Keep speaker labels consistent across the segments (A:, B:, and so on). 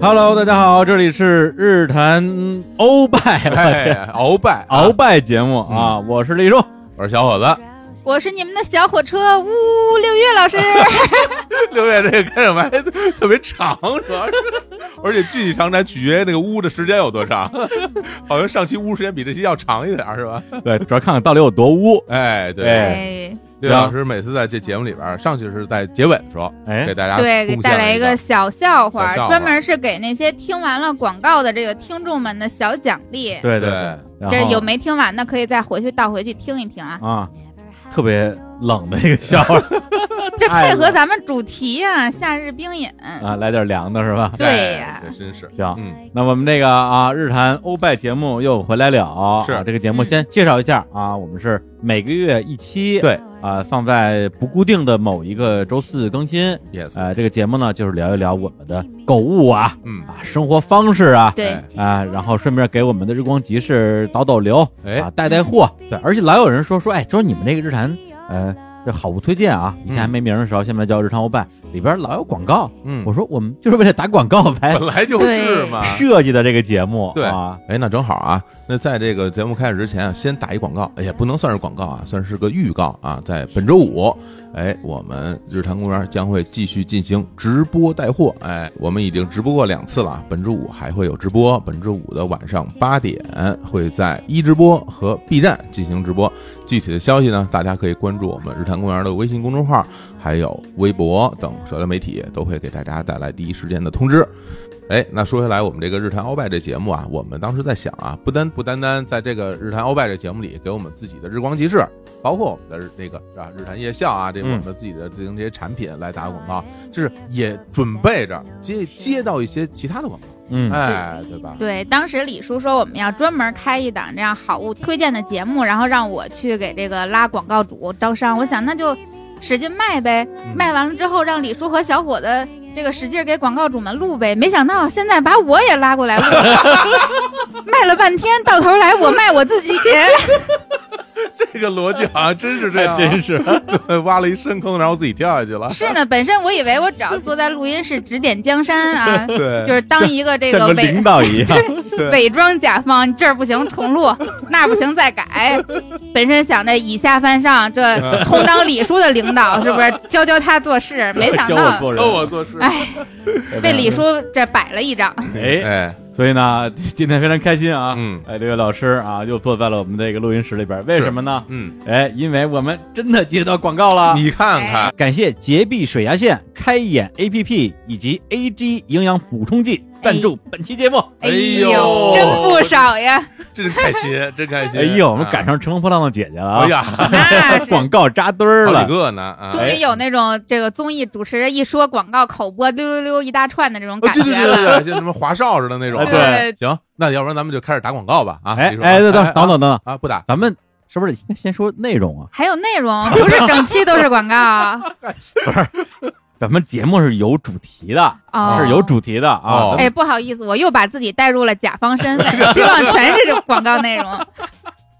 A: Hello，大家好，这里是日坛欧拜
B: 哎，鳌拜，
A: 鳌拜节目啊，我是立柱，
B: 我是小伙 子。
C: 我是你们的小火车，呜，六月老师，
B: 六月这个开场白特别长，主要是，而且具体长短取决于那个屋的时间有多长。 好像上期屋时间比这期要长一点儿，是吧？
A: 对，主要看看到底有多污。
B: 哎，
A: 哎
B: 对，
C: 哎，
B: 六月老师每次在这节目里边儿，上去是在结尾的时候
A: 哎
B: 给大家
C: 对，给
B: 贡献
C: 带来
B: 一
C: 一个小笑话
B: 小笑，话
C: 专门是给那些听完了广告的这个听众们的小奖励。
A: 对
B: 对
A: 然后
C: 这有没听完的，可以再回去倒回去听一听啊。
A: 啊？特别冷的一个笑话
C: 这
A: 哎
C: 配合咱们主题啊，夏日冰饮。
A: 啊，来点凉的是吧？
C: 对
B: 哎
C: 呀
B: 这真是，
A: 行，
B: 嗯，
A: 那我们这个啊，日坛欧拜节目又回来了。
B: 是
A: 啊这个节目
C: 嗯
A: 先介绍一下啊，我们是每个月一期，
B: 对
A: 啊，放在不固定的某一个周四更新。
B: ，yes，
A: 呃，这个节目呢，就是聊一聊我们的购物啊
B: 嗯，
A: 啊，生活方式啊，
C: 对
B: 哎
A: 啊，然后顺便给我们的日光集市导导流，
B: 哎
A: 啊，带带货。对，而且老有人说说，哎，说你们这个日坛，呃，这好物推荐啊，以前还没名儿的时候，现在叫日常欧拜，里边老有广告。
B: 嗯
A: 我，说我们就是为了打广告才
B: 本来就是 嘛。
A: 设计的这个节目，
B: 对
A: 啊，
B: 哎，那正好啊，那在这个节目开始之前啊，先打一广告，哎呀，不能算是广告啊，算是个预告啊，在本周五，哎，我们日坛公园将会继续进行直播带货，哎，我们已经直播过两次了啊，本周五还会有直播，本周五的晚上八点会在一直播和 B 站进行直播，具体的消息呢，大家可以关注我们日坛公园的微信公众号，还有微博等社交媒体，都会给大家带来第一时间的通知。哎，那说回来，我们这个日坛鳌拜这节目啊，我们当时在想啊，不单不单单在这个日坛鳌拜这节目里给我们自己的日光集市，包括我们的日这个啊日坛夜校啊，这我
A: 嗯
B: 们自己的这这些产品来打广告，就是也准备着接接到一些其他的广告，
A: 嗯，
B: 哎，对吧？
C: 对，当时李叔说我们要专门开一档这样好物推荐的节目，然后让我去给这个拉广告主招商。我想那就使劲卖呗，
A: 嗯
C: 卖完了之后让李叔和小伙子这个使劲给广告主们录呗。没想到现在把我也拉过来录， 卖了半天，到头来我卖我自己。
B: 这个逻辑好像真是这
A: 这
B: 样啊，
A: 真是
B: 对挖了一深坑，然后自己跳下去了。
C: 是呢，本身我以为我只要坐在录音室指点江山啊，
B: 对，
C: 就是当一个这
A: 像
C: 个
A: 个
C: 伪
A: 领导一样，
C: 伪装甲方，这儿不行重录，那儿不行再改。本身想着以下犯上，这充当李叔的领导，是不是教教他做 事？没想
A: 教我
C: 到
A: 做人
B: 教，哦我做事。
C: 哎 被李叔这摆了一张。
A: 哎，
B: 哎，
A: 所以呢，今天非常开心啊，
B: 嗯
A: 哎，这位老师啊，又坐在了我们这个录音室里边，为
B: 是
A: 什么呢？
B: 嗯，
A: 哎，因为我们真的接到广告了，
B: 你看看，
A: 感谢洁碧水牙线、开眼 APP 以及 AG 营养补充剂赞助本期节目。
B: 哎
C: 哎
B: 呦
C: 呦，真不少 呀！
B: 真开 心，真开心。
A: 哎呦，我们赶
B: 上，
A: 上乘风破浪的姐姐了
B: 哎
A: 啊！
B: 呀，
C: 那是
A: 广哎告扎堆儿
B: 好几
A: 了，
B: 个呢啊！
C: 终于有那种这个综艺主持人一说广告口播溜溜溜一大串的这种
B: 啊
C: 感
B: 对
A: 哦
C: 觉
B: 对对对
C: 了。
B: 对，就什么华少似的那种。
A: 哎对
B: 行，那要不然咱们就开始打广告吧啊！
A: 哎
B: 比如说
A: 哎，等等
B: 啊
A: 等等等等，
B: 啊，不打，
A: 咱们是不是应该先说内容啊？
C: 还有内容，不是整期都是 广告。啊
A: 咱们节目是有主题的，
C: 哦
A: 是有主题的啊
B: 哦。
C: 哎，不好意思，我又把自己带入了甲方 身份，希望全是这广告内容。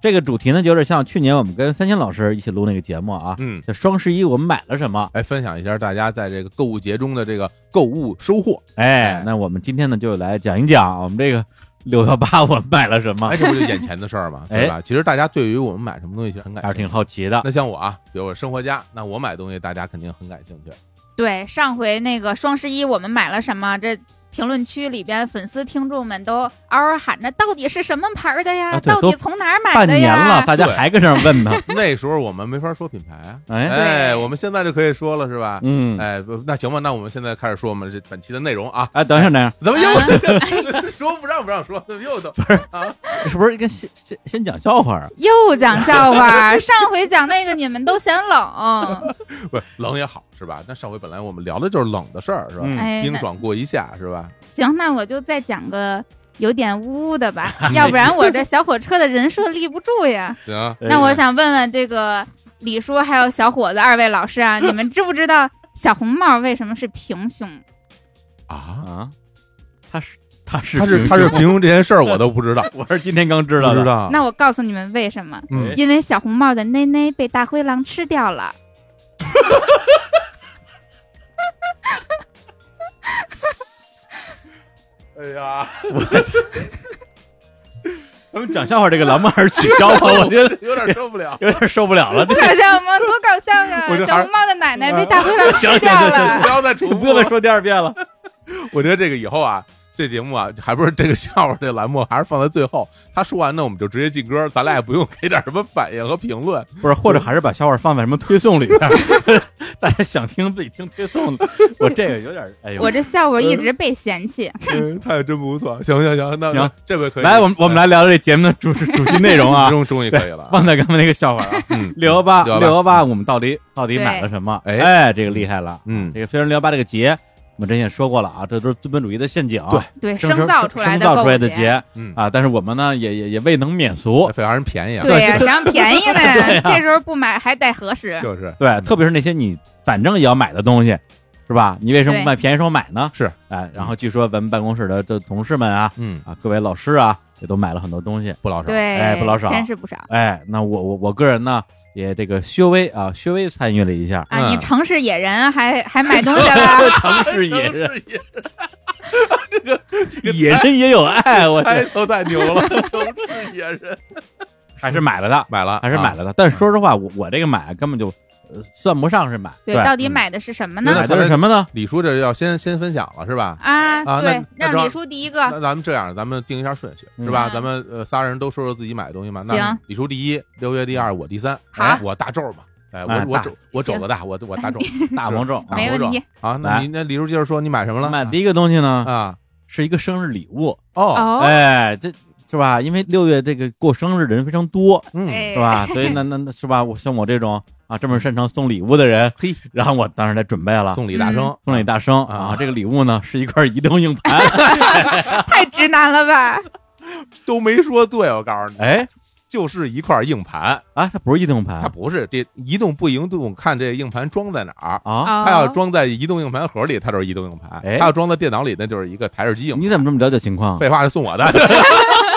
A: 这个主题呢，有点像去年我们跟三千老师一起录那个节目啊。
B: 嗯，
A: 就双十一我们买了什么？
B: 哎，分享一下大家在这个购物节中的这个购物收获。
A: 哎
B: 哎，
A: 那我们今天呢就来讲一讲我们这个六幺八我们买了什么
B: 哎，，这不就眼前的 事儿嘛，对吧？其实大家对于我们买什么东西其实很感
A: 还是
B: 兴
A: 哎
B: 趣。
A: 挺好奇的。
B: 那像我啊，比如我生活家，那我买东西大家肯定很感兴 趣。
C: 对，上回那个双十一我们买了什么？这评论区里边粉丝听众们都嗷嗷喊着，到底是什么牌儿的呀？
A: 啊对
C: 到底从哪儿买
A: 半
C: 的
A: 年了，
C: 呀？
A: 大家
B: 对
A: 还跟上问 呢。
B: 那时候我们没法说品牌啊，
A: 嗯哎
B: 哎，
C: 对
B: 我们现在就可以说了，是吧？
A: 嗯，
B: 哎，不那行吧，那我们现在开始说我们这本期的内容啊，
A: 哎，等一下，等一下，
B: 怎么又、
C: 啊
B: 说不让不让说，怎么又都
A: 是不是应该先先先讲笑话啊？
C: 又讲笑话，上回讲那个你们都嫌
A: 嗯
C: 冷，
B: 不是冷也好是吧？那上回本来我们聊的就是冷的事儿是吧？
A: 嗯
C: 哎，
B: 冰
C: 那
B: 爽过一下是吧？
C: 行，那我就再讲个有点污 的吧，要不然我这小火车的人设立不住呀。
B: 行，
A: 哎
C: 那我想问问这个李叔还有小伙子二位老师啊，你们知不知道小红帽为什么是平胸？
B: 啊，
A: 啊，他是他是
B: 他是他是平庸这件事儿我都不知道，
A: 我是今天刚知
B: 不
A: 道的，
B: 知道？啊
C: 那我告诉你们为什么，
B: 嗯
A: 哎，
C: 因为小红帽的内内被大灰狼吃掉了。
B: 哎呀，
A: 咱们讲笑话这个栏目还是取消 吧，我觉得
B: 有点受不 了。
A: 有点受不了 了。
C: 不搞笑吗？多搞笑 啊
B: 我！这还
C: 小红帽的奶
A: 啊
C: 奶被大灰狼吃掉了
B: 不。要再重
A: 这
B: 复，
A: 不用再说第二遍了。
B: 我觉得这个以后啊，这节目啊，还不是这个笑话这栏目，还是放在最后。他说完呢，我们就直接进歌，咱俩也不用给点什么反应和评 论。
A: 不是，或者还是把笑话放在什么推送里边儿， 大家想听自己听推送。 我这个有点儿，哎呦，
C: 我这笑话一直被嫌弃，
B: 嗯，他也真不错，行行行，那
A: 行
B: 那这回可以嗯
A: 来，我们我们来聊聊这节目的主 主题内容
B: 哎
A: 啊。
B: 终终于可以了啊。
A: 忘掉刚才那个笑话啊，
B: 嗯，
A: 六幺八
B: 618
A: 六幺八，我们到底到底
C: 对
A: 买了什么？
B: 嗯哎
A: 哎，这个厉害了。
B: 嗯，
A: 这个飞人六幺八这个节，我们之前也说过了啊，这都是资本主义的陷阱，
B: 对
C: 对，
A: 生
C: 生造出
A: 嗯
C: 来
A: 生
C: 的
A: 造出来
C: 购
A: 的
C: 物节，
A: 节，
B: 嗯
A: 啊，但是我们呢，也也也未能免俗，
B: 费啥人便宜啊？
C: 对呀，谁让便 宜呢？这时候不买还得核实。
B: 就是
A: 对，特别是那些你反正也要买的东西，是吧？你为什么不
C: 对
A: 买便宜时候买呢？
B: 是，
A: 哎，然后据说咱们办公室的这同事们啊，
B: 嗯，
A: 啊，各位老师啊，也都买了很多东西。
B: 不老少。
C: 对，啊
A: 哎不老少
C: 真是不少，
A: 哎，那我我我个人呢，也这个稍微啊，稍微参与了一 下，
C: 啊！
B: 嗯
C: 你城市野人还还买东西了
A: 城市野人，
B: 人，
A: 野人也有爱，我
B: 开头太牛了， 城市野人
A: 还是买了的，
B: 买了，啊
A: 还是买
B: 了。
A: 了的。但是说实话，我我这个买根本就呃算不上是买，
C: 对，到底买的是什么
B: 那
C: 呢？
A: 买的是什么呢？
B: 李叔这要先先分享了是吧？
C: 啊
B: 啊，那
C: 对，
B: 那
C: 让
B: 正好
C: 李叔第一
B: 那
C: 个，
B: 咱们这样，咱们定一下顺序，是吧？
C: 啊嗯
B: 咱们呃仨人都说说自己买的东西嘛。那
C: 行
B: 李叔第一，六月第二，我第三。
C: 好啊
B: 哎我大咒嘛。哎，
A: 哎
B: 我我
A: 大
B: 肘我肘子大，我我
C: 哎
B: 大咒。
A: 大魔咒。啊
B: 大
C: 没
B: 魔咒
C: 问题
B: 啊，那你那李叔接着说，你买什么了？
A: 买的第一个东西呢，
B: 啊
A: 是一个生日礼物。
B: 哦，
C: 哦，
A: 哎，这是吧？因为六月这个过生日的人非常多，
B: 嗯，
C: 哎
A: 是？吧？所以那 那那是吧？我像我这种啊这么擅长送礼物的人，
B: 嘿，
A: 然后我当时来准备了。
B: 送礼
C: 嗯
B: 大生，
A: 送礼大生
B: 啊
A: 啊！这个礼物呢是一块移动硬盘，
C: 太直男了吧？
B: 都没说对，我告诉你，
A: 哎
B: 就是一块硬盘，
A: 啊，它不是移动硬盘
B: 它不是这移动不移动，看这硬盘装在哪儿。
A: 啊！
C: 哦
B: 它要装在移动硬盘盒里，它就是移动硬盘；
A: 哎
B: 它要装在电脑里，那就是一个台式机硬盘。
A: 你怎么这么了解情况？
B: 废话，是送我的，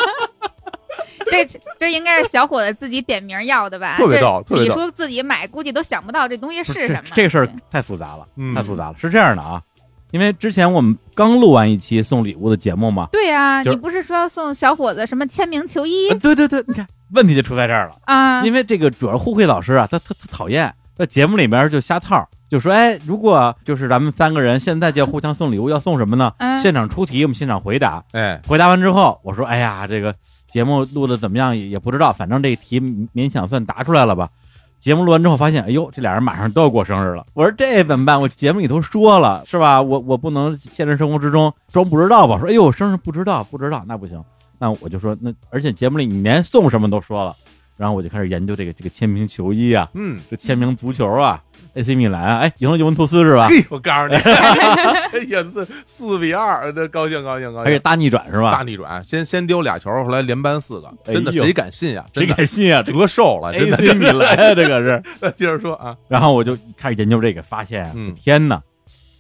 C: 这这应该是小伙子自己点名要的吧？
B: 特别逗特
C: 这
B: 别
C: 李
B: 逗
C: 叔自己买，估计都想不到这东西
A: 不这
C: 是什么。
A: 这事儿
C: 对
A: 太复杂了，
B: 嗯
A: 太复杂了。是这样的啊，因为之前我们刚录完一期送礼物的节目嘛，
C: 对呀，
A: 就是
C: 你不是说要送小伙子什么签名球衣
A: 呃对对对，你看问题就出在这儿了。
B: 呃
C: 啊？
A: 因为这个主要互惠老师啊，他他他讨厌在节目里面就瞎套儿，就说哎，如果就是咱们三个人现在就要互相送礼物，要送什么呢？
C: 嗯
A: 现场出题，我们现场回答。
B: 哎，
A: 回答完之后，我说哎呀，这个节目录的怎么样也也不知道，反正这题勉强算答出来了吧。节目录完之后发现，哎呦，这俩人马上都要过生日了。我说这怎么办？我节目里头说了是吧？我我不能现实生活之中装不知道吧？说哎呦，生日不知道不知道，那不行。那我就说那，而且节目里你连送什么都说了，然后我就开始研究这个这个签名球衣啊，
B: 嗯，
A: 这签名足球啊，AC 米兰啊，哎，赢了尤文图斯是吧？
B: 嘿，我告 诉你，哎呀，四四比二，这高兴高兴高
A: 而且
B: 兴！
A: 大逆转是
B: 大
A: 吧？
B: 逆转，先先丢俩球，后来连扳四个，
A: 哎呦
B: 真的谁敢信呀？
A: 谁
B: 真的
A: 敢信啊？ 这
B: 折寿了，真
A: AC 米兰啊，这个是。
B: 的。接着说啊，
A: 然后我就开始研究这个，发现啊
B: 嗯
A: 天哪！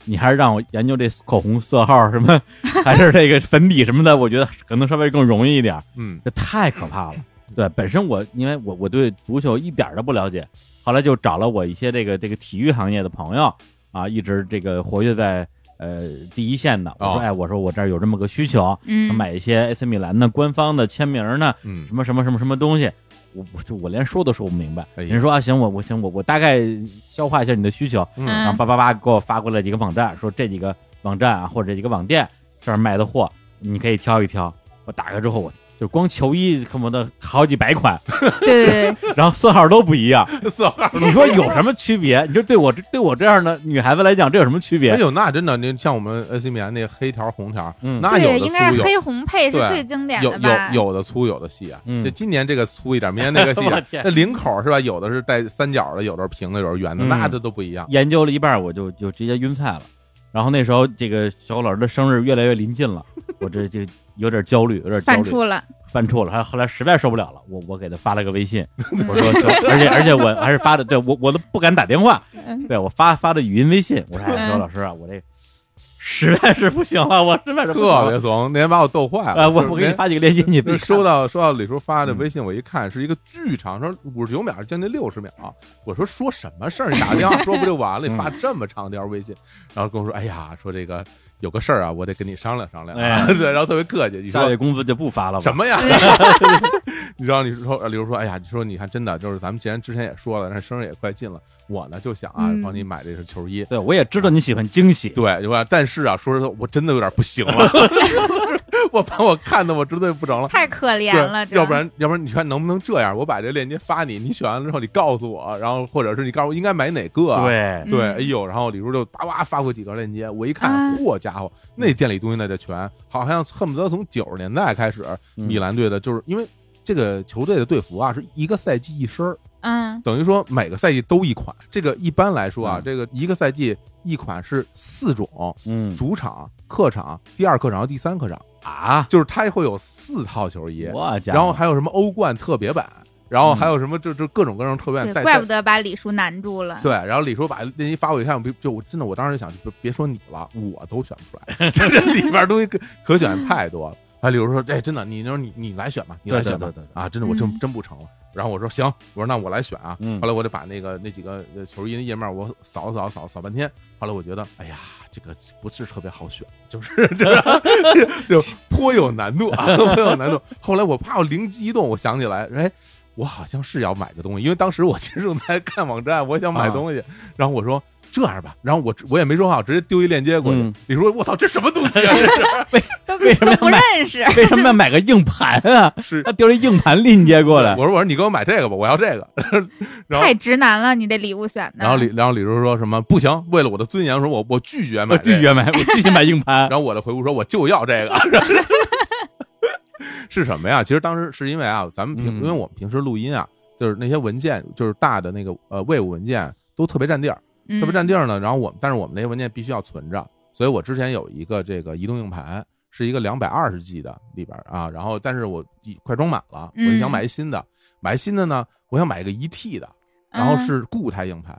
A: 你还是让我研究这口红色号什么， 还是这个粉底什么的，我觉得可能稍微更容易一点。
B: 嗯，
A: 这太可怕了。对，本身我因为我我对足球一点儿都不了解，后来就找了我一些这个这个体育行业的朋友啊，一直这个活跃在呃第一线的。我说，
B: 哦
A: 哎，我说我这儿有这么个需求，想
C: 嗯，
A: 买一些 AC 米兰的官方的签名呢，
B: 嗯
A: 什么什么什么什么东西，我我就我连说都说不明白。
B: 哎呀
A: 人说啊，行，我我行，我我大概消化一下你的需求，
B: 嗯
C: 嗯
A: 然后叭叭叭给我发过来几个网站，说这几个网站啊或者这几个网店这儿卖的货，你可以挑一挑。我打开之后，我就光球衣恨不得好几百 款，
C: 对对对，
A: 然后色号都不一样。
B: 四号。
A: 你说有什么区别？你说对我这对我这样的女孩子来讲，这有什么区
B: 哎
A: 别？
B: 呦，那真的，您像我们 AC 米兰那黑条红条，
A: 嗯
B: 那有
C: 对，
B: 的
C: 应该
B: 粗
C: 是
B: 有
C: 黑红配是
B: 对
C: 最经典
B: 有
C: 的吧？
B: 有有的粗有的细啊
A: 嗯，
B: 就今年这个粗一点，明年那个细一
A: 我
B: 点
A: 天。
B: 那领口是吧？有的是带三角的，有的是平的，有的是圆的，
A: 嗯
B: 那这都不一样。
A: 研究了一半，我就就直接晕菜了。然后那时候，这个小老师的生日越来越临近 了，我这就有点焦虑，有点焦
C: 犯
A: 虑，
C: 怵了，
A: 犯怵了。还后来实在受不了了，我我给他发了个微 信，我说，而且而且我还是发的，对我我都不敢打电话，
C: 嗯
A: 对我发发的语音微信，我说哎
C: 嗯
A: 小老师啊，我这实在是不行了，我实在是不行了
B: 特别怂，那天把我逗坏了。
A: 呃，我
B: 就是
A: 我给你
B: 连
A: 发几个链接，你自
B: 就是
A: 己
B: 收到收到李叔发的
A: 嗯
B: 微信，我一看是一个巨长，说五十九秒，将近六十秒。我说说什么事儿？你打个电话说不就完
A: 嗯
B: 了？你发这么长条微信，然后跟我说，哎呀，说这个有个事儿啊，我得跟你商量商量啊。
A: 哎
B: 对，然后特别客气，你
A: 看下
B: 说
A: 月工资就不发了吧？
B: 什么 呀？你知道你说李叔说，哎呀，你说你看真的就是咱们既然之前也说了，但是生日也快近了，我呢就想啊
C: 嗯
B: 帮你买这身球衣。
A: 对，我也知道你喜欢惊喜，
B: 对，对吧？但是啊，说实话，我真的有点不行 了，我把我看的我真的不成了。
C: 太可怜
B: 对，
C: 了，这
B: 要不然要不然你看能不能这样？我把这链接发你，你选完了之后你告诉我，然后或者是你告诉我应该买哪个、啊。
A: 对，
B: 对，
C: 嗯
B: 哎呦，然后李叔就叭叭发过几条链接，我一
C: 啊
B: 看，嚯、家伙，那店里东西那叫全，好像恨不得从九十年代开始，
A: 嗯
B: 米兰队的就是因为这个球队的队服啊是一个赛季一身儿，
C: 嗯
B: 等于说每个赛季都一款。这个一般来说啊，
A: 嗯
B: 这个一个赛季一款是四种，
A: 嗯
B: 主场、客场、第二客场、第三客场，
A: 啊，
B: 就是它会有四套球衣。
A: 我家伙
B: 然后还有什么欧冠特别版，然后还有什么这这各种各样特别版，
C: 嗯对，
B: 带
C: 怪不
B: 带
C: 得把李叔难住了。
B: 对，然后李叔把那一发我一看，我别就我真的我当时就想，别别说你了，我都选不出来， 这这里边东西可可选太多了。哎，李叔说，哎，真的，你说你你来选吧，你来
A: 对对
B: 选吧
A: 对对，对
B: 啊，真的我真
C: 嗯
B: 真不成了。然后我说行，我说那我来选啊。
A: 嗯
B: 后来我得把那个那几个呃球衣的页面我扫扫扫扫半天，后来我觉得，哎呀，这个不是特别好选，就是 这 就颇有难度啊，颇有难度。后来我怕我灵机一动，我想起来，哎，我好像是要买个东西，因为当时我其实正在看网站，我想
A: 啊
B: 买东西，然后我说。这样吧，然后我我也没说话，我直接丢一链接过去。
A: 嗯
B: 李叔，我操，这什么东西 啊？这
C: 都
A: 为什么
C: 都
A: 要
C: 不
A: 买
C: 认识。
A: 为什么要买个硬盘啊？
B: 是是
A: 他丢了硬盘链接过来，
B: 我说我说你给我买这个吧，我要这个。 然后
C: 太直男了，你这礼物选的。
B: 然后李然后李叔说什么不行，为了我的尊严，我说我我拒绝买、
A: 我拒。 绝买，我拒绝买硬盘
B: 然。后我的回复说我就要这个。 是什么呀？其实当时是因为啊，咱们平、
A: 嗯
B: 因为我们平时录音啊，就是那些文件，就是大的那个呃 Wave 文件都特别占地儿，
C: 嗯
B: 特别占地儿呢。然后我们但是我们那些文件必须要存着，所以我之前有一个这个移动硬盘，是一个两百二十 G 的里边儿啊。然后但是我已快装满了，我就想
C: 嗯
B: 买一新的，买新的呢，我想买一个一 T 的，然
C: 嗯
B: 后是固态硬盘，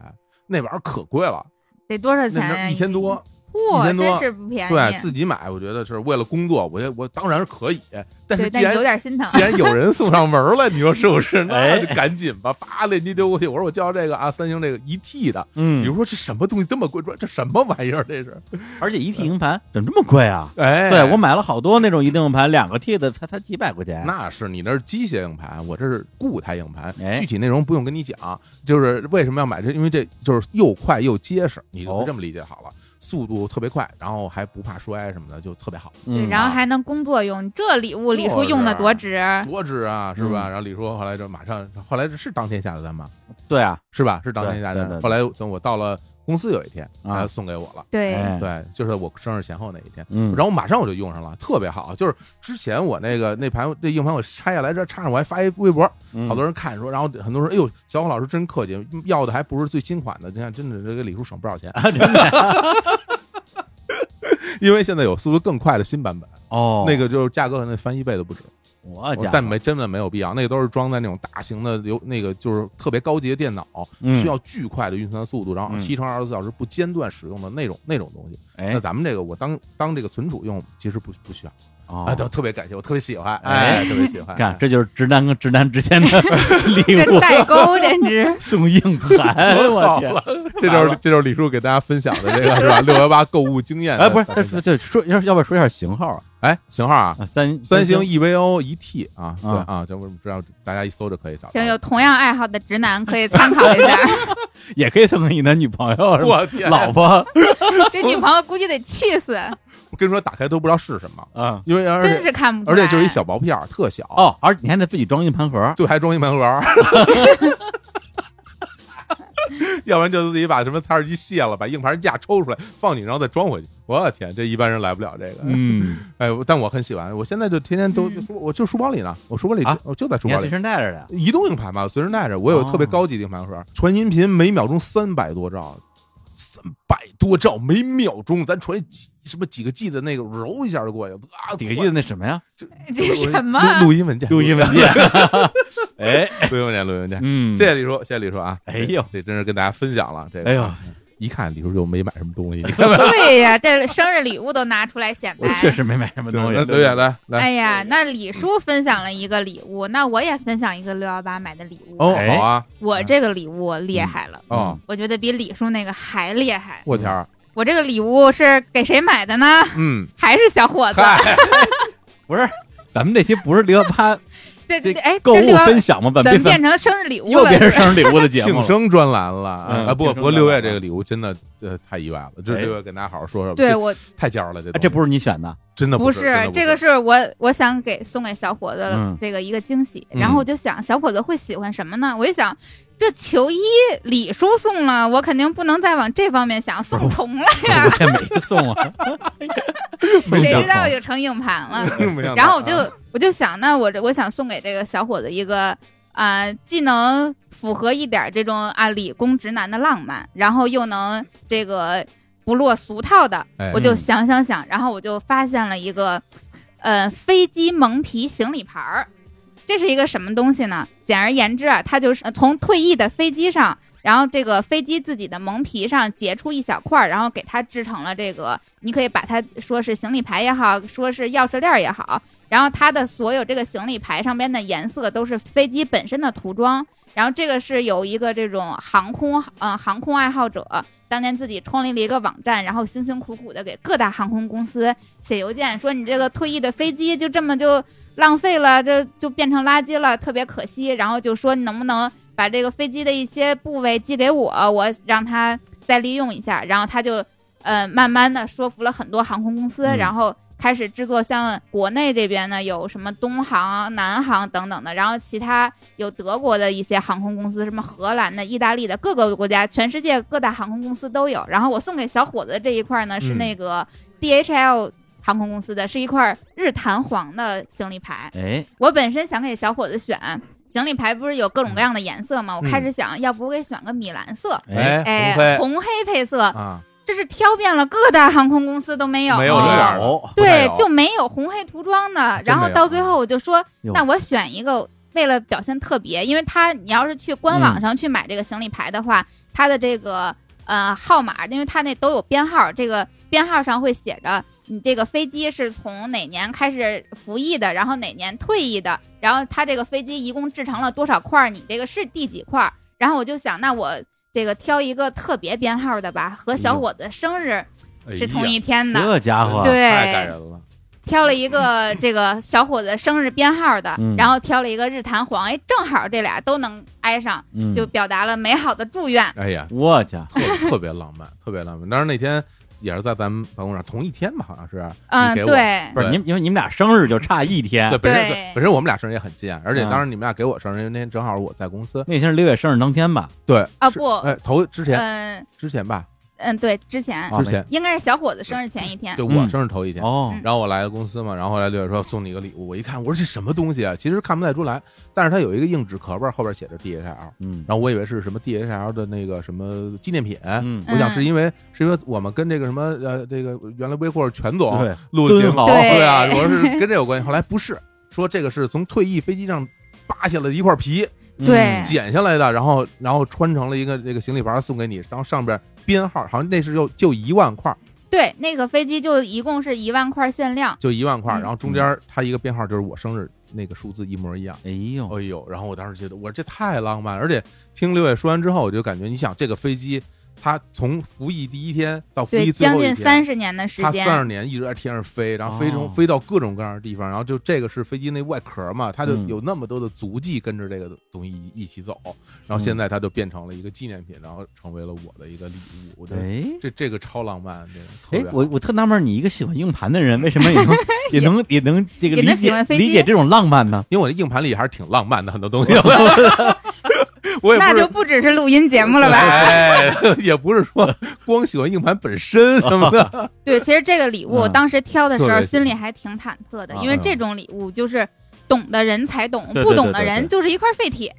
B: 那玩意儿可贵了，
C: 得多少
B: 那
C: 钱啊呀？
B: 那一千多。
C: 哇，
B: 1000多
C: 真是不便宜。
B: 对自己买，我觉得是为了工作，我觉得我当然是可以，但是既
C: 对，但
B: 然
C: 有点心疼
B: 既。然有人送上门来，你说是不 是？那
A: 哎
B: 就赶紧吧，发链接丢过去。我说我叫这个啊，三星这个一 T 的，比
A: 嗯，
B: 如说这什么东西这么贵？说这什么玩意儿？这 是？
A: 而且一 T 硬盘怎么这么贵啊？
B: 哎，
A: 对我买了好多那种一 T 硬盘，两个 T 的才才几百块钱。
B: 那是你那是机械硬盘，我这是固态硬盘。
A: 哎
B: 具体内容不用跟你讲，就是为什么要买这，因为这就是又快又结实，你
A: 哦
B: 就这么理解好了。速度特别快，然后还不怕摔什么的，就特别好，
C: 对
A: 嗯，
C: 然后还能工作用，这礼物李叔用的多值。
B: 多值啊，是吧？
A: 嗯
B: 然后李叔后来就马上，后来是当天下的单吗？
A: 对啊，
B: 是吧？是当天下的
A: 对对
B: 单。
A: 对
B: 后来等我到了公司有一天，
A: 啊
B: 他送给我了，
C: 对，
A: 哎，
B: 对，就是我生日前后那一天。
A: 嗯，
B: 然后马上我就用上了，特别好。就是之前我那个那盘那硬盘我拆下来这插上，我还发一微博，
A: 后
B: 好多人看说，然后很多人说，哎呦，小虎老师真客气，要的还不是最新款的，你看真的这给李叔省不少钱， 因为现在有速度更快的新版本，
A: 哦，
B: 那个就是价格可能翻一倍都不止，
A: 我家伙，
B: 哦但没真的没有必要，那个都是装在那种大型的有那个就是特别高级的电脑，
A: 嗯
B: 需要巨快的运算速度，然后
A: 嗯
B: 七乘二十四小时不间断使用的那种那种东西。
A: 哎
B: 那，咱们这个我当当这个存储用，其实不不需要，
A: 哦
B: 哎，都特别感谢，我特别喜欢，
A: 哎
B: 哎，特别喜欢，
A: 看，这就是直男跟直男之间的礼
C: 这
A: 物，。
C: 代沟简直
A: 送硬 盘，哎我
B: 好
A: 天！
B: 了，这就是这就是李叔给大家分享的这 个是吧？六幺八购物经验的
A: 哎，不
B: 大分
A: 是，
B: 享
A: 对对，说要要不要说一下型号啊？
B: 哎，型号啊，
A: 啊三
B: 三星 EVO 一 T 啊，对
A: 啊
B: 啊，就我们知道大家一搜就可以找到。
C: 行，有同样爱好的直男可以参考一 下。
A: 也可以送给你的女朋友，是吧
B: 我天，
A: 老婆，
C: 这女朋友估计得气 死，
B: 我跟你说，打开都不知道是什么，
A: 嗯，
B: 因为而
C: 真
B: 且
C: 是看不出
B: 而
C: 来。
B: 且就是一小薄片儿，特小，
A: 哦，而你还得自己装硬盘盒，
B: 对，还装一盲盒儿。 要不然就自己把什么台式机卸了，把硬盘架抽出来放你，然后再装回去。我的天，这一般人来不了这个。
A: 嗯，
B: 哎，我但我很喜欢，我现在就天天都
C: 嗯
B: 书，我就书包里呢，我书包里
A: 啊
B: 我就在书
A: 你还
B: 包
A: 随
B: 里。
A: 身带着的呀，
B: 移动硬盘吧，随身带着。我有特别高级的硬盘盒，传音频每秒钟三百多兆，三百多兆每秒钟，咱传几什么几个 G 的那个，揉一下就过去了。啊，
A: 底下记得那什 么呀？
B: 就
C: 这什么
B: 录录音文件？
A: 文 件，哎，
B: 录音文件，录音文件。
A: 嗯，
B: 谢谢李叔，谢谢李叔啊！
A: 哎呦
B: 这真是跟大家分享了这个。
A: 哎呦，
B: 一看李叔就没买什么 东西，
C: 对呀，这生日礼物都拿出来显摆
A: 我。确实没买什么东西。
B: 刘远来来
C: 哎呀，那李叔分享了一个礼物，那我也分享一个六幺八买的礼物。
B: 哦，
A: 哎嗯
B: 好啊，
C: 我这个礼物厉害了，
B: 哦，
C: 我觉得比李叔那个还厉害。
B: 我天儿，
C: 我这个礼物是给谁买的呢？
B: 嗯，
C: 还是小伙子？
B: 嗨，
A: 不是，咱们这期不是六幺 八
C: 这
A: 这
C: 这哎，
A: 购
C: 这
A: 物
C: 六幺
A: 分享吗？怎
C: 怎
A: 么
C: 么
A: 变
C: 变成生日礼物
A: 又
C: 了？
A: 变成生日礼物的节目
B: 庆
A: 了？
B: 生专栏了啊！
A: 嗯
B: 啊不
A: 庆生
B: 不，
A: 专栏
B: 六月
A: 了
B: 这个礼物真的这太意外了，这
A: 哎
B: 六月跟大家好好说说吧，
C: 对
B: 这
C: 我
B: 太尖儿了，这
A: 哎这
B: 不
A: 不是你选 的，
B: 真的
C: 不
B: 是真的
C: 这个是我我想给送给小伙子
A: 嗯
C: 这个一个惊喜，
B: 嗯
C: 然后我就想小伙子会喜欢什么呢？我一想。这球衣李叔送了，我肯定不能再往这方面想，
A: 哦
C: 送重了呀，
A: 我也没送啊。
B: 没
C: 谁
B: 想
C: 知道就成硬盘了。
B: 并不像
C: 然后我
A: 啊
B: 他
C: 就我就想，那我这我想送给这个小伙子一个啊、呃既能符合一点这种啊理工直男的浪漫，然后又能这个不落俗套的，
B: 哎
C: 我就想想想，然后我就发现了一个，呃，飞机蒙皮行李牌儿，这是一个什么东西呢？简而言之啊，它就是呃从退役的飞机上。然后这个飞机自己的蒙皮上截出一小块儿，然后给它制成了这个，你可以把它说是行李牌也好，说是钥匙链儿也好，然后它的所有这个行李牌上边的颜色都是飞机本身的涂装。然后这个是有一个这种航空呃航空爱好者，当年自己创立了一个网站，然后辛辛苦苦的给各大航空公司写邮件，说你这个退役的飞机就这么就浪费了，这就变成垃圾了，特别可惜。然后就说你能不能把这个飞机的一些部位寄给我，我让他再利用一下。然后他就呃慢慢的说服了很多航空公司，
A: 嗯
C: 然后开始制作像国内这边呢有什么东航、南航等等的，然后其他有德国的一些航空公司，什么荷兰的、意大利的，各个国家，全世界各大航空公司都有。然后我送给小伙子这一块呢，是
B: 嗯
C: 那个 DHL 航空公司的，是一块日弹簧的行李牌。
A: 哎，
C: 我本身想给小伙子选行李牌，不是有各
B: 嗯
C: 种各样的颜色吗？我开始想，要不我给选个米蓝色，
A: 哎，
C: 哎，
B: 红
C: 红黑配色
B: 黑，啊，
C: 这是挑遍了各大航空公司都没有，哦
B: 没有这样的，
A: 哦
B: 不太
C: 对
B: 有，
C: 就没有红黑涂装的。然后
B: 没有嗯
C: 到最后我就说，
A: 哟
C: 那我选一个，为了表现特别，因为他你要是去官
B: 嗯
C: 网上去买这个行李牌的话，它的这个呃号码，因为它那都有编号，这个编号上会写着。你这个飞机是从哪年开始服役的，然后哪年退役的，然后它这个飞机一共制成了多少块儿，你这个是第几块儿？然后我就想，那我这个挑一个特别编号的吧，
B: 哎
C: 和小伙子生日是同一天的，
A: 这家伙，
C: 对，
B: 哎呀太感人了，
C: 挑了一
B: 嗯
C: 个这个小伙子生日编号的，
A: 嗯
C: 然后挑了一个日坛黄，哎，正好这俩都能挨上，
A: 嗯
C: 就表达了美好的祝愿。
B: 哎呀，
A: 我家
B: 特 特别浪漫，特别浪漫。当然那天也是在咱们办公室，同一天吧，好像是。
A: 哎
C: 嗯，
B: 你给我，
C: 对，
A: 不是
B: 对
A: 你们，因为你们俩生日就差一天
B: 对，，本身
C: 对
B: 本身我们俩生日也很近，而且
A: 嗯
B: 当时你们俩给我生日，因为那天正好我在公司。
A: 那天是六月生日当天吧？
B: 对
C: 啊
B: 是
C: 不
B: 哎，头之前
C: 嗯
B: 之前吧，
C: 嗯，对，之前
A: 啊
B: 之前
C: 应该是小伙子生日前一天，
B: 就
A: 嗯
B: 我生日头一天。
A: 哦，
B: 然后我来了公司嘛，然后后来六月说送你一个礼物，我一看，我说这什么东西啊？其实看不太出来，但是它有一个硬纸壳吧，后边写着 DHL，
A: 嗯
B: 然后我以为是什么 DHL 的那个什么纪念品，
A: 嗯，
B: 我想是
C: 嗯
B: 因为是因为我们跟这个什么呃这个原来微库尔全总
A: 对，
B: 录的节目，
A: 敦
C: 煌
B: 对啊，
C: 对
B: 我是跟这有关系。后来不是说这个是从退役飞机上扒下来的一块皮
C: 对
A: 嗯
B: 剪下来的，然后然后穿成了一个这个行李牌送给你，然后上边编号好像那是就就一万块，
C: 对，那个飞机就一共是一万块限量，
B: 就一万块，
C: 嗯
B: 然后中间它一个编号就是我生日那个数字一模一样。
A: 哎呦，
B: 哎呦，然后我当时觉得我说这太浪漫了，而且听六月说完之后，我就感觉你想这个飞机。它从服役第一天到服
C: 对，
B: 役最
C: 将
B: 后一
C: 近
B: 天，
C: 三十年的时
B: 他三十
C: 间，
B: 年一直在天上飞，然后飞
A: 哦
B: 中飞到各种各样的地方，然后就这个是飞机那外壳嘛，它就
A: 嗯
B: 有那么多的足迹跟着这个东西一一起走，然后
A: 嗯
B: 现在它就变成了一个纪念品，然后成为了我的一个礼物。我觉得
A: 哎。
B: 这这个超浪漫，这个特
A: 哎
B: 别，好
A: 我我特纳闷儿，你一个喜欢硬盘的人，为什么也 能也能也能这个
C: 也
A: 理
C: 能喜
A: 解
C: 欢飞机
A: 理解这种浪漫呢？
B: 因为我的硬盘里还是挺浪漫的很 多东西，我也
C: 那
B: 不。
C: 就是不只是录音节目了吧？
B: 哎， 也不是说光喜欢硬盘本身什么 的，
C: 对，其实这个礼物我
A: 嗯
C: 当时挑的时
B: 特
C: 候
B: 别喜欢
C: 心里还挺忐忑的
A: 啊，
C: 因为这种礼物就是懂的人才懂，
A: 对对
C: 不懂
A: 对
C: 的
A: 对
C: 人
A: 对
C: 就是一块废铁。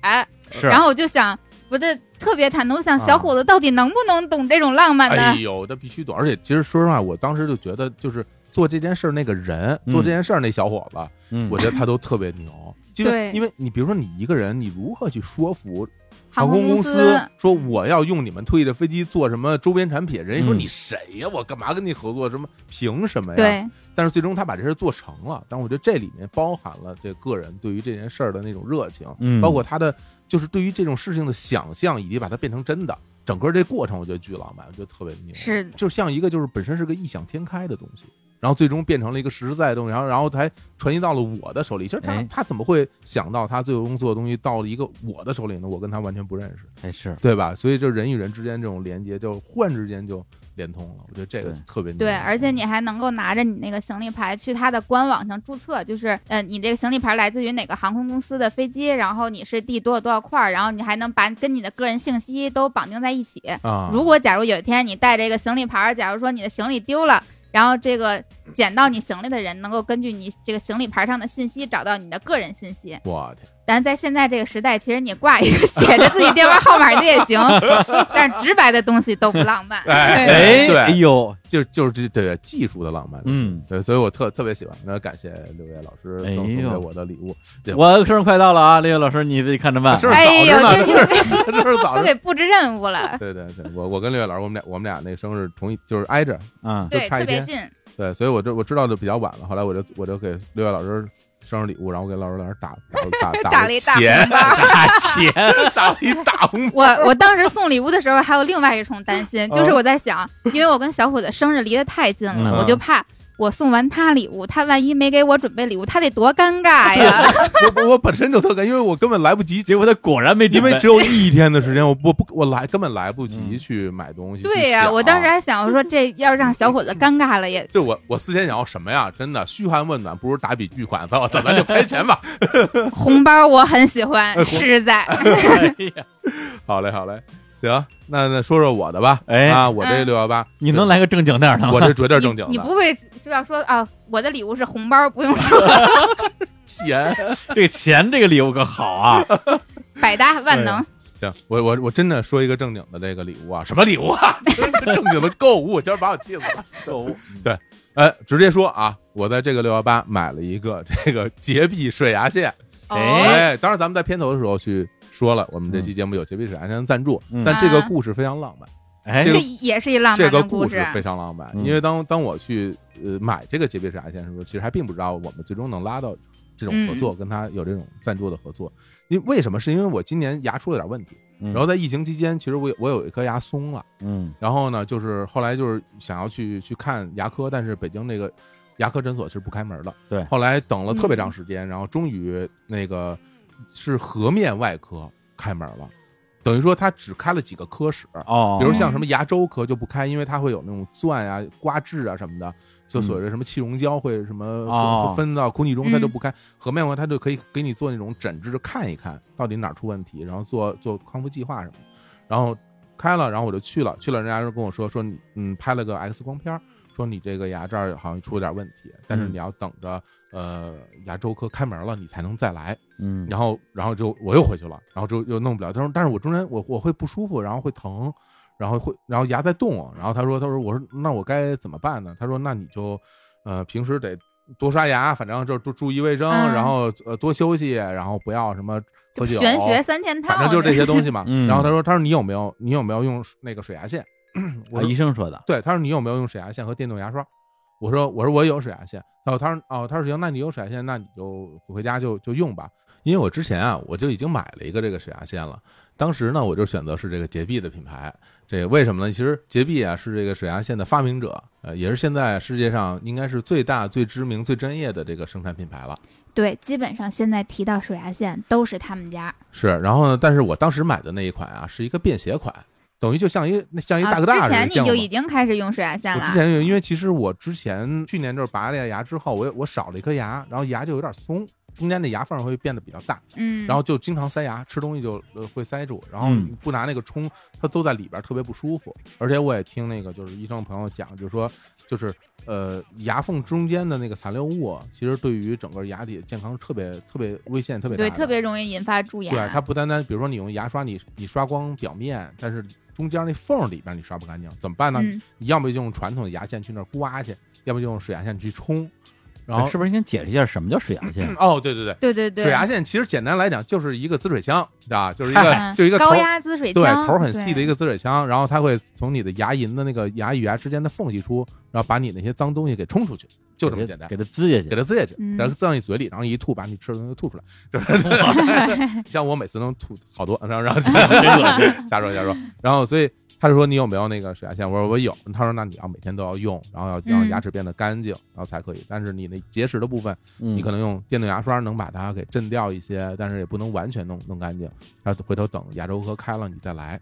A: 是
C: 然后我就想，我的特别忐忑，我想
B: 啊
C: 小伙子到底能不能懂这种浪漫
B: 哎
C: 呢？
B: 呦，这必须懂！而且其实说实话，我当时就觉得，就是做这件事儿那个人，
A: 嗯
B: 做这件事儿那小伙子，
A: 嗯，
B: 我觉得他都特别牛。就是
C: 对
B: 因为你比如说你一个人，你如何去说服
C: 航
B: 航
C: 空
B: 空
C: 公
B: 公
C: 司
B: 司哎说我要用你们退役的飞机做什么周边产品？人家说
A: 嗯
B: 你谁呀、我干嘛跟你合作？什么凭什么呀？。
C: 对，
B: 但是最终他把这事儿做成了，但是我觉得这里面包含了这个人对于这件事儿的那种热情，
A: 嗯
B: 包括他的就是对于这种事情的想象，以及把它变成真的，整个这过程我觉得巨浪漫，我觉得特别牛，
C: 是的
B: 就像一个就是本身是个异想天开的东西，然后最终变成了一个实实在在的东西，然后然后才传递到了我的手里。其实他、
A: 哎
B: 他怎么会想到他最终做的东西到了一个我的手里呢？我跟他完全不认识，
A: 哎是，
B: 对吧？所以就人与人之间这种连接，就忽然之间就连通了，我觉得这个
A: 对
B: 特别牛
C: 对，而且你还能够拿着你那个行李牌去它的官网上注册，就是呃，你这个行李牌来自于哪个航空公司的飞机，然后你是第多少多少块儿，然后你还能把跟你的个人信息都绑定在一起。
B: 啊，
C: 如果假如有一天你带着一个行李牌儿，假如说你的行李丢了，然后这个捡到你行李的人能够根据你这个行李牌上的信息找到你的个人信息。
B: 我天，
C: 但是在现在这个时代，其实你挂一个写着自己电话号码的也 行，但是直白的东西都不浪漫。
B: 哎
A: 哎
B: 对
A: 哎呦，
B: 就就是这对技术的浪漫，
A: 嗯，
B: 对，所以我特特别喜欢，那感谢六月老师
A: 哎呦
B: 赠送给我的礼物，对啊
A: 我生日快到了啊，六月老师你自己看着办。
B: 是
C: 哎呦，
B: 早
C: 这
B: 知道
C: 就
B: 这是早上。
C: 都给布置任务 了，
B: 对对对，我我跟六月老师，我们俩我们俩那个生日同一，就是挨着，
A: 嗯，
C: 对，
B: 差一
C: 特别
B: 天
C: 近。
B: 对，所以我这我知道的比较晚了。后来我就我就给六月老师生日礼物，然后我给老师老师打 打打
C: 打
B: 了
C: 了一大
B: 钱
C: 红，包
A: 大钱，
B: 打了一大红包。
C: 我我当时送礼物的时候，还有另外一重担心，就是
B: 哦
C: 我在想，因为我跟小伙子生日离得太近了，
A: 嗯
C: 我就怕我送完他礼物，他万一没给我准备礼物，他得多尴尬呀！
B: 我我我本身就特感，因为我根本来不及，
A: 结果他果然没
B: 因
A: 准备
B: 为只有一天的时间，我不不我来根本来不及
A: 嗯
B: 去买东西。
C: 对
B: 呀、
C: 呀、我当时还想，我说这要让小伙子尴尬了也。
B: 就我我思前想要什么呀？真的嘘寒问暖不如打笔巨款，反正我咱咱就拍钱 吧。
C: 红包我很喜欢，
B: 呃红
C: 实 在
A: 哎 呀
B: 好嘞，好嘞，行，那那说说我的吧。
A: 哎
B: 啊，我这六幺八，
A: 你能来个正经点儿的吗？
B: 我这绝对是正
C: 嗯你
B: 经的。
C: 你不会就要说啊，我的礼物是红包， 不用说，
B: 钱？
A: 这个钱这个礼物可好啊！
C: 百搭万能。
B: 行，我我我真的说一个正经的这个礼物啊，什么礼物啊？正经的购物，今儿把我气死了。呃，直接说啊，我在这个六幺八买了一个这个洁碧水牙线。
C: 哦，
A: 哎
B: 哎，当然咱们在片头的时候去说了，我们这期节目有洁碧水牙线的赞助，
A: 嗯
B: 但这个故事非常浪漫。
A: 哎，
B: 这个
C: 这也是一浪
B: 这
C: 漫
B: 个
C: 的
B: 故
C: 事。
B: 非常浪漫，
A: 嗯
B: 因为当当我去呃买这个洁碧水牙线的时候，其实还并不知道我们最终能拉到这种合作，
C: 嗯
B: 跟他有这种赞助的合作。因为为什么？是因为我今年牙出了点问题，
A: 嗯
B: 然后在疫情期间，其实我有我有一颗牙松了，
A: 嗯
B: 然后呢，就是后来就是想要去去看牙科，但是北京那个牙科诊所是不开门的。
A: 对
B: 后来等了特别
C: 嗯
B: 长时间，然后终于那个是颌面外科开门了，等于说他只开了几个科室，
A: 哦，
B: 比如像什么牙周科就不开，因为它会有那种钻啊、刮治啊什么的，就所谓的什么气溶胶会什么
A: 哦嗯
B: 分分到空气中，它就不开。颌面外科它就可以给你做那种诊治，就看一看到底哪儿出问题，然后做做康复计划什么的。然后开了，然后我就去了，去了人家就跟我说说你嗯拍了个 X 光片儿，说你这个牙这儿好像出了点问题，但是
A: 嗯
B: 你要等着呃牙周科开门了你才能再来。
A: 嗯，
B: 然后然后就我又回去了，然后就又弄不了。他说，但是我中间我我会不舒服，然后会疼，然后会然后牙在动。啊然后他说，他说我说那我该怎么办呢？他说那你就呃平时得多刷牙，反正就注注意卫生，
C: 嗯
B: 然后呃多休息，然后不要什么喝酒，
C: 玄学三件套，
B: 反正就是这些东西嘛。
A: 嗯
B: 然后他说，他说你有没有你有没有用那个水牙线？我
A: 啊
B: 说
A: 医生说的，
B: 对，他说你有没有用水牙线和电动牙刷？我说我说我有水牙线。哦，他说哦，他说行，那你有水牙线，那你就回家就就用吧。因为我之前啊，我就已经买了一个这个水牙线了。当时呢，我就选择是这个洁碧的品牌。这个为什么呢？其实洁碧啊是这个水牙线的发明者，呃，也是现在世界上应该是最大、最知名、最专业的这个生产品牌了。
C: 对，基本上现在提到水牙线都是他们家。
B: 是，然后呢，但是我当时买的那一款啊，是一个便携款，等于就像一那像一大哥大
C: 啊、
B: 似
C: 之
B: 的。
C: 前
B: 见
C: 你
B: 过
C: 就
B: 吗
C: 已经开始用水牙线
B: 我之
C: 了，
B: 前有，因为其实我之前去年就是拔了牙之后，我我少了一颗牙，然后牙就有点松，中间的牙缝会变得比较大，
C: 嗯，
B: 然后就经常塞牙，吃东西就呃会塞住，然后
A: 嗯
B: 你不拿那个冲，它都在里边，特别不舒服。而且我也听那个就是医生朋友讲，就是说就是呃牙缝中间的那个残留物啊，其实对于整个牙体健康是特别特别危险、特别大
C: 对，
B: 的
C: 特别容易引发蛀牙。
B: 对它不单单，比如说你用牙刷，你你刷光表面，但是中间那缝里边你刷不干净，怎么办呢？
C: 嗯，
B: 你要么就用传统的牙线去那儿刮去，要么就用水牙线去冲，然后
A: 哎是不是先解释一下什么叫水牙线？
B: 哦，对对对。
C: 对对对，
B: 水牙线其实简单来讲就是一个滋水 枪啊，就是一个
C: 嗯
B: 就是一个头
C: 高压滋水
B: 对
C: 枪，
B: 头很细的一
C: 个，
B: 个滋水枪，然后它会从你的牙龈的那个牙与牙之间的缝隙出，然后把你那些脏东西给冲出去，就这么简单
A: 给。它滋下
B: 给
A: 去。
B: 它滋下去，
C: 嗯
B: 然后滋到你嘴里，然后一吐，把你吃的东西吐出来。就是 像我每次能吐好多，然后然后
A: 啊
B: 瞎说瞎说。然后所以他就说你有没有那个水牙线？我说我有。他说那你要每天都要用，然后要让
C: 嗯
B: 牙齿变得干净，然后才可以。但是你那结石的部分，
A: 你
B: 你可能用电动牙刷能把它给震掉一些，但是也不能完全弄弄干净。然后回头等牙周科开了你再来。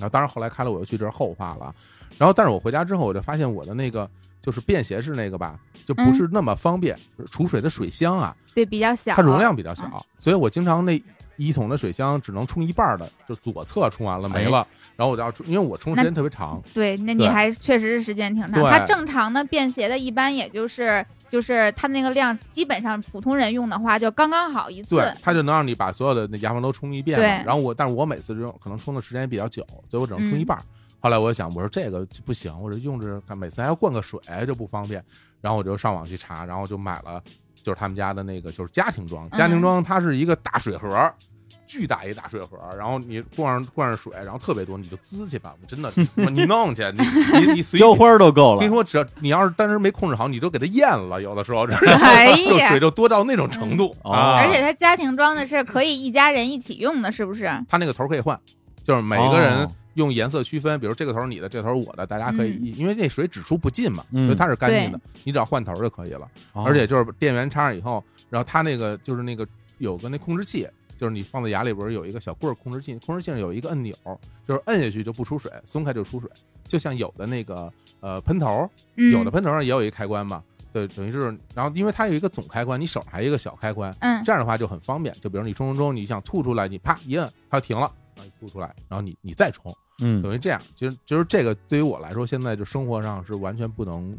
B: 啊，当然后来开了我又去这儿后话了。然后但是我回家之后我就发现我的那个就是便携式那个吧，就不
C: 嗯
B: 是那么方便。储水的水箱啊，
C: 对，比较小，
B: 它容量比较小，所以我经常那。一桶的水箱只能冲一半儿的，就左侧冲完了没了，然后我就要冲，因为我冲时间特别长，
C: 对，那你
B: 对
C: 还确实是时间挺长。
B: 对
C: 它正常的便携的，一般也就是就是它那个量，基本上普通人用的话就刚刚好一次。
B: 对，它就能让你把所有的那牙缝都冲一遍嘛。
C: 对
B: 然后我，但是我每次用可能冲的时间也比较久，所以我只能冲
C: 嗯
B: 一半儿。后来我想，我说这个就不行，我说用着看每次还要灌个水，就不方便。然后我就上网去查，然后就买了，就是他们家的那个就是家庭装，
C: 嗯
B: 家庭装它是一个大水盒。巨大一大水盒，然后你灌上灌上水，然后特别多，你就滋去吧，真 的，你弄去，你你你随意
A: 浇花都够
B: 跟你
A: 了，
B: 说，只要你要是当时没控制好，你都给它咽了，有的时候这
C: 哎
B: 就
C: 呀
B: 水，就多到那种程度、
A: 嗯
B: 啊！
C: 而且它家庭装的是可以一家人一起用的，是不是？
B: 它那个头儿可以换，就是每个人
A: 哦
B: 用颜色区分，比如这个头儿你的，这头儿我的，大家可以，
C: 嗯
B: 因为那水只出不进嘛，
A: 嗯哦
B: 所以它是干净的，你只要换头儿就可以了。而且就是电源插上以后，然后它那个就是那个有个那控制器。就是你放在牙里边儿有一个小棍儿控制器，控制器上有一个按钮，就是摁下去就不出水，松开就出水，就像有的那个呃喷头儿，
C: 嗯，
B: 有的喷头上也有一开关嘛，对，等于是，然后因为它有一个总开关，你手上还有一个小开关，
C: 嗯，
B: 这样的话就很方便。就比如你冲冲冲，你想吐出来，你啪一摁，它停了，然后你吐出来，然后你你再冲，
A: 嗯，
B: 等于这样。其实其实这个对于我来说，现在就生活上是完全不能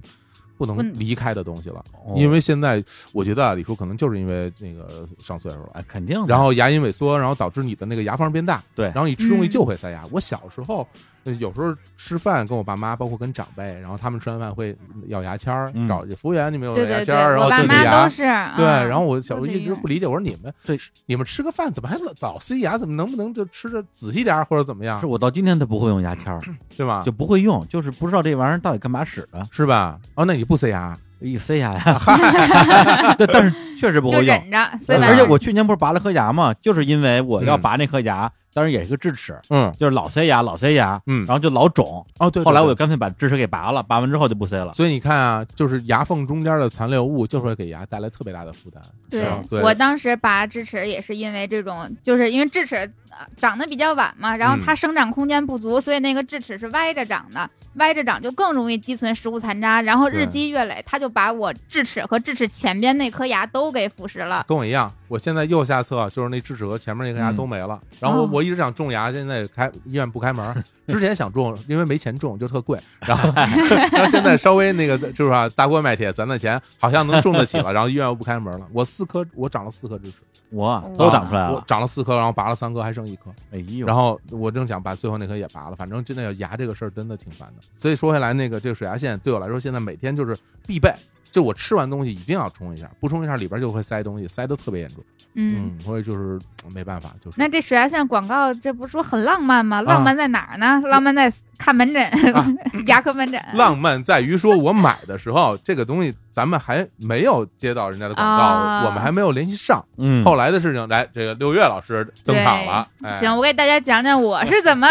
B: 不
C: 不
B: 能
C: 能
B: 离开的东西了，
A: 哦
B: 因为现在我觉得啊，李叔可能就是因为那个上岁数了。
A: 哎肯定的，
B: 然后牙龈萎缩，然后导致你的那个牙缝变大，
A: 对
B: 然后你吃东西就会塞牙。我小时候呃有时候吃饭跟我爸妈，包括跟长辈，然后他们吃完饭会咬牙签儿
A: 嗯，
B: 找服务员，你们有
C: 对
B: 牙签
C: 对对，
B: 儿，然
C: 我
B: 后
C: 爸
B: 对着
C: 妈
B: 牙
C: 都。是。啊
B: 对，然后我小时
C: 都
B: 候
C: 得
B: 一直
C: 用
B: 不理解，我说你们
A: 对
B: 你们吃个饭怎么还老老塞牙？怎么能不能就吃的仔细点儿或者怎么样
A: 是，我到今天他不会用牙签儿，
B: 对吧
A: 就？不会用，就是不知道这玩意儿到底干嘛使的，
B: 是吧？哦，那你不塞牙？
A: 一塞牙呀， 对，但是确实不
C: 就
A: 会用。
C: 忍着，塞完
A: 而
C: 了
A: 且我去年不是拔了颗牙嘛，就是因为我要
B: 嗯
A: 拔那颗牙，当然也是个智齿，
B: 嗯
A: 就是老塞牙，老塞牙，
B: 嗯
A: 然，后就老肿。
B: 哦对。对
A: 啊后来我
B: 对
A: 就干脆把智齿给拔了，拔完之后就不塞了。
B: 所以你看啊，就是牙缝中间的残留物就会给牙带来特别大的负担。
C: 对
B: 是吧对，
C: 我当时拔智齿也是因为这种，就是因为智齿呃长得比较晚嘛，然
B: 嗯
C: 后它生长空间不足，所以那个智齿是歪着长的，歪着长就更容易积存食物残渣，然后日积月累，它就把我智齿和智齿前边那颗牙都给腐蚀了。
B: 跟我一样，我现在右下侧就是那智齿和前面那颗牙
A: 嗯
B: 都没了。然后我
C: 哦
B: 我一直想种牙，现在开医院不开门儿。之前想种，因为没钱种，就特贵。然后，然后现在稍微那个就是啊，大锅卖铁，攒攒钱，好像能种得起了。然后医院又不开门了。我四颗，我长了四颗智齿，啊
A: 我都长出来
B: 我
A: 了，
B: 长了四颗，然后拔了三颗，还剩一颗。
A: 哎呦，
B: 然后我正想把最后那颗也拔了，反正真的牙这个事儿真的挺烦的。所以说回来，那个这个水牙线对我来说现在每天就是必备，就我吃完东西一定要冲一下，不冲一下里边就会塞东西，塞得特别严重。
C: 嗯，
B: 嗯，所以就是呃没办法，就是
C: 那这水牙线广告，这不是说很浪漫吗？浪漫在哪儿呢？浪漫在看门诊，
B: 啊
C: 牙科门诊。
B: 浪漫在于说，我买的时候这个东西咱们还没有接到人家的广告，
C: 啊
B: 我们还没有联系上。
A: 嗯，
B: 后来的事情，来这个六月老师登场了，哎
C: 行，，我给大家讲讲
B: 哦
C: 我是怎么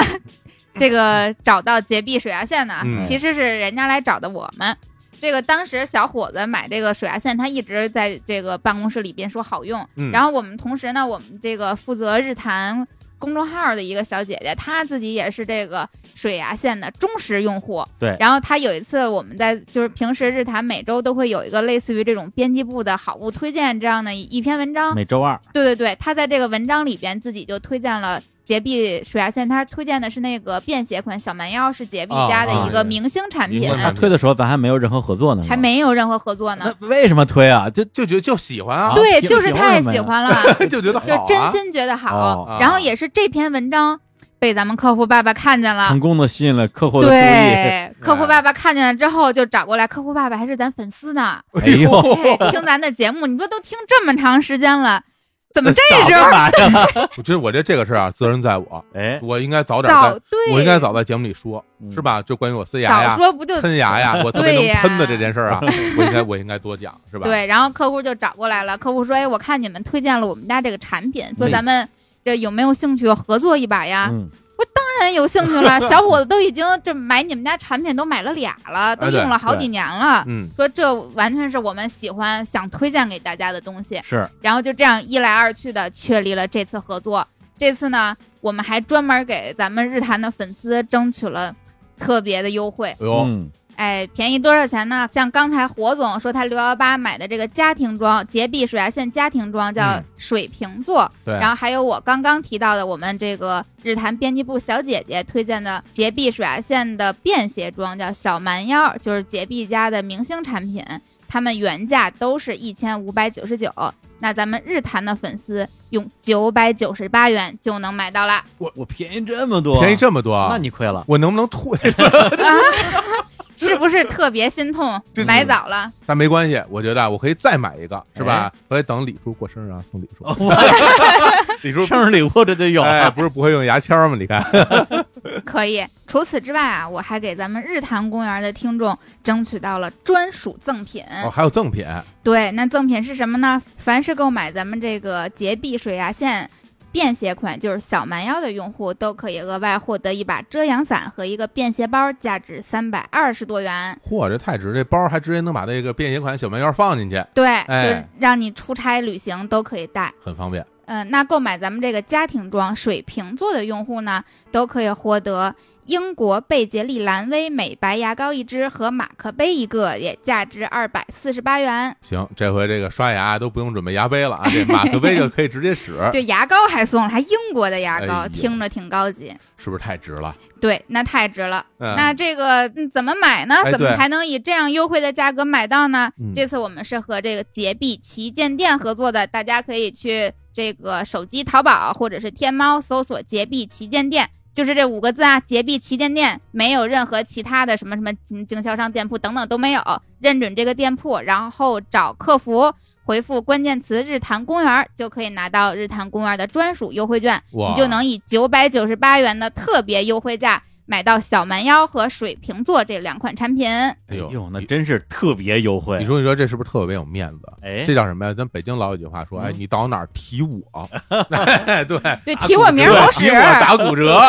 C: 这个找到洁碧水牙线的啊。
B: 嗯
C: 其实是人家来找的我们。这个当时小伙子买这个水牙线，他一直在这个办公室里边说好用。
B: 嗯
C: 然后我们同时呢，我们这个负责日坛公众号的一个小姐姐，她自己也是这个水牙线的忠实用户。
A: 对
C: 然后她有一次我们在就是平时日坛每周都会有一个类似于这种编辑部的好物推荐这样的一篇文章，
A: 每周二
C: 对对对，他在这个文章里边自己就推荐了。洁碧水牙线，它推荐的是那个便携款小蛮腰，是洁碧家的
B: 啊啊
C: 一个明星产
B: 明
C: 品
B: 白，
A: 啊他推的时候咱还没有任何合作呢，
C: 啊还没有任何合作呢。
A: 那为什么推啊？就
B: 就觉得就喜欢啊，
C: 对，
A: 凭
C: 就是
A: 凭
C: 太
A: 什么呀
C: 喜欢了，
B: 就觉得
C: 就
B: 好、啊，
C: 真心觉得好。
A: 哦
B: 啊
C: 然后也是这篇文章被咱们客户爸爸看见了
A: 成，功的吸引了客户的注意。
C: 啊对，客户爸爸看见了之后就找过来，客户爸爸还是咱粉丝 呢，
A: 哎呦，
C: 哎，听咱的节目，你说都听这么长时间了，怎么这 时
A: 干
C: 候
A: 嘛 呀？
B: 我觉得我这这个事儿啊，责任在我，
A: 哎，
B: 我应该早点
C: 早
B: 在，
C: 对，
B: 我应该早在节目里说，
A: 嗯
B: 是吧？就关于我塞牙
C: 早
B: 呀、
C: 说不就
B: 喷牙呀，我特别
C: 对
B: 能
C: 呀
B: 喷的这件事 儿啊，我应该我应该多讲，是吧？
C: 对，然后客户就找过来了，客户说：“哎，我看你们推荐了我们家这个产品，说
A: 嗯
C: 咱们这有没有兴趣合作一把呀？”
A: 嗯，
C: 当然有兴趣了，小伙子都已经这买你们家产品都买了俩了，都
B: 哎对
C: 用了好
A: 对
C: 几年了。
B: 嗯，
C: 说这完全是我们喜欢想推荐给大家的东西，
A: 是
C: 然后就这样一来二去的确立了这次合作。这次呢，我们还专门给咱们日坛的粉丝争取了特别的优惠，
B: 哎呦，
A: 嗯
C: 哎，便宜多少钱呢？像刚才火总说他六幺八买的这个家庭装洁碧水牙线家庭装叫
B: 嗯
C: 水瓶座，
B: 对，
C: 然后还有我刚刚提到的我们这个日坛编辑部小姐姐推荐的洁碧水牙线的便携装叫小蛮腰，就是洁碧家的明星产品，他们原价都是一千五百九十九，那咱们日坛的粉丝用九百九十八元就能买 到啦。
A: 我我便宜这么多，
B: 便宜这么多，啊
A: 那你亏了。
B: 我能不能 退？
C: 啊是不是特别心痛
B: 对？
C: 买早了，
B: 但没关系，我觉得啊我可以再买一个，是吧？
C: 哎
B: 我得等李叔过生日啊，送李
A: 哦
C: 哦
B: 叔。 李叔
A: 生日礼物这就有
B: 哎，
A: 了，
B: 不是不会用牙签吗？你看，
C: 可以。除此之外啊，我还给咱们日坛公园的听众争取到了专属赠品。
B: 哦，还有赠品，
C: 对，那赠品是什么呢？凡是购买咱们这个洁碧水牙线便携款，就是小蛮腰的用户，都可以额外获得一把遮阳伞和一个便携包，价值三百二十多元。
B: 嚯，这太值！这包还直接能把这个便携款小蛮腰放进去，
C: 对，
B: 哎
C: 就是让你出差旅行都可以带。
B: 很方便。
C: 嗯、那购买咱们这个家庭装水瓶座的用户呢，都可以获得英国贝洁丽蓝薇美白牙膏一支和马克杯一个，也价值二百四十八元。
B: 行，这回这个刷牙都不用准备牙杯了 啊，这马克杯就可以直接使，
C: 对，牙膏还送了，还英国的牙膏，
B: 哎呦
C: 听着挺高级。
B: 是不是太值了？
C: 对，那太值了。
B: 嗯，
C: 那这个嗯怎么买呢
B: 哎？
C: 怎么
B: 对
C: 才能以这样优惠的价格买到呢？
B: 嗯
C: 这次我们是和这个洁碧旗舰店合作的，大家可以去这个手机淘宝或者是天猫搜索“洁碧旗舰店”，就是这五个字啊，“洁碧旗舰店”，没有任何其他的什么什么嗯经销商店铺等等都没有，认准这个店铺，然后找客服。回复关键词“日坛公园”就可以拿到日坛公园的专属优惠券，
B: 哇
C: 你就能以九百九十八元的特别优惠价买到小蛮腰和水瓶座这两款产品。
B: 哎呦
A: 那真是特别优惠
B: 你。说你说这是不是特别有面子？
A: 哎，
B: 这叫什么呀？咱北京老有句话说，哎，
A: 嗯
B: 你到哪儿提我？ 对
C: 对，提我名儿好使
B: 对提。我 打骨折。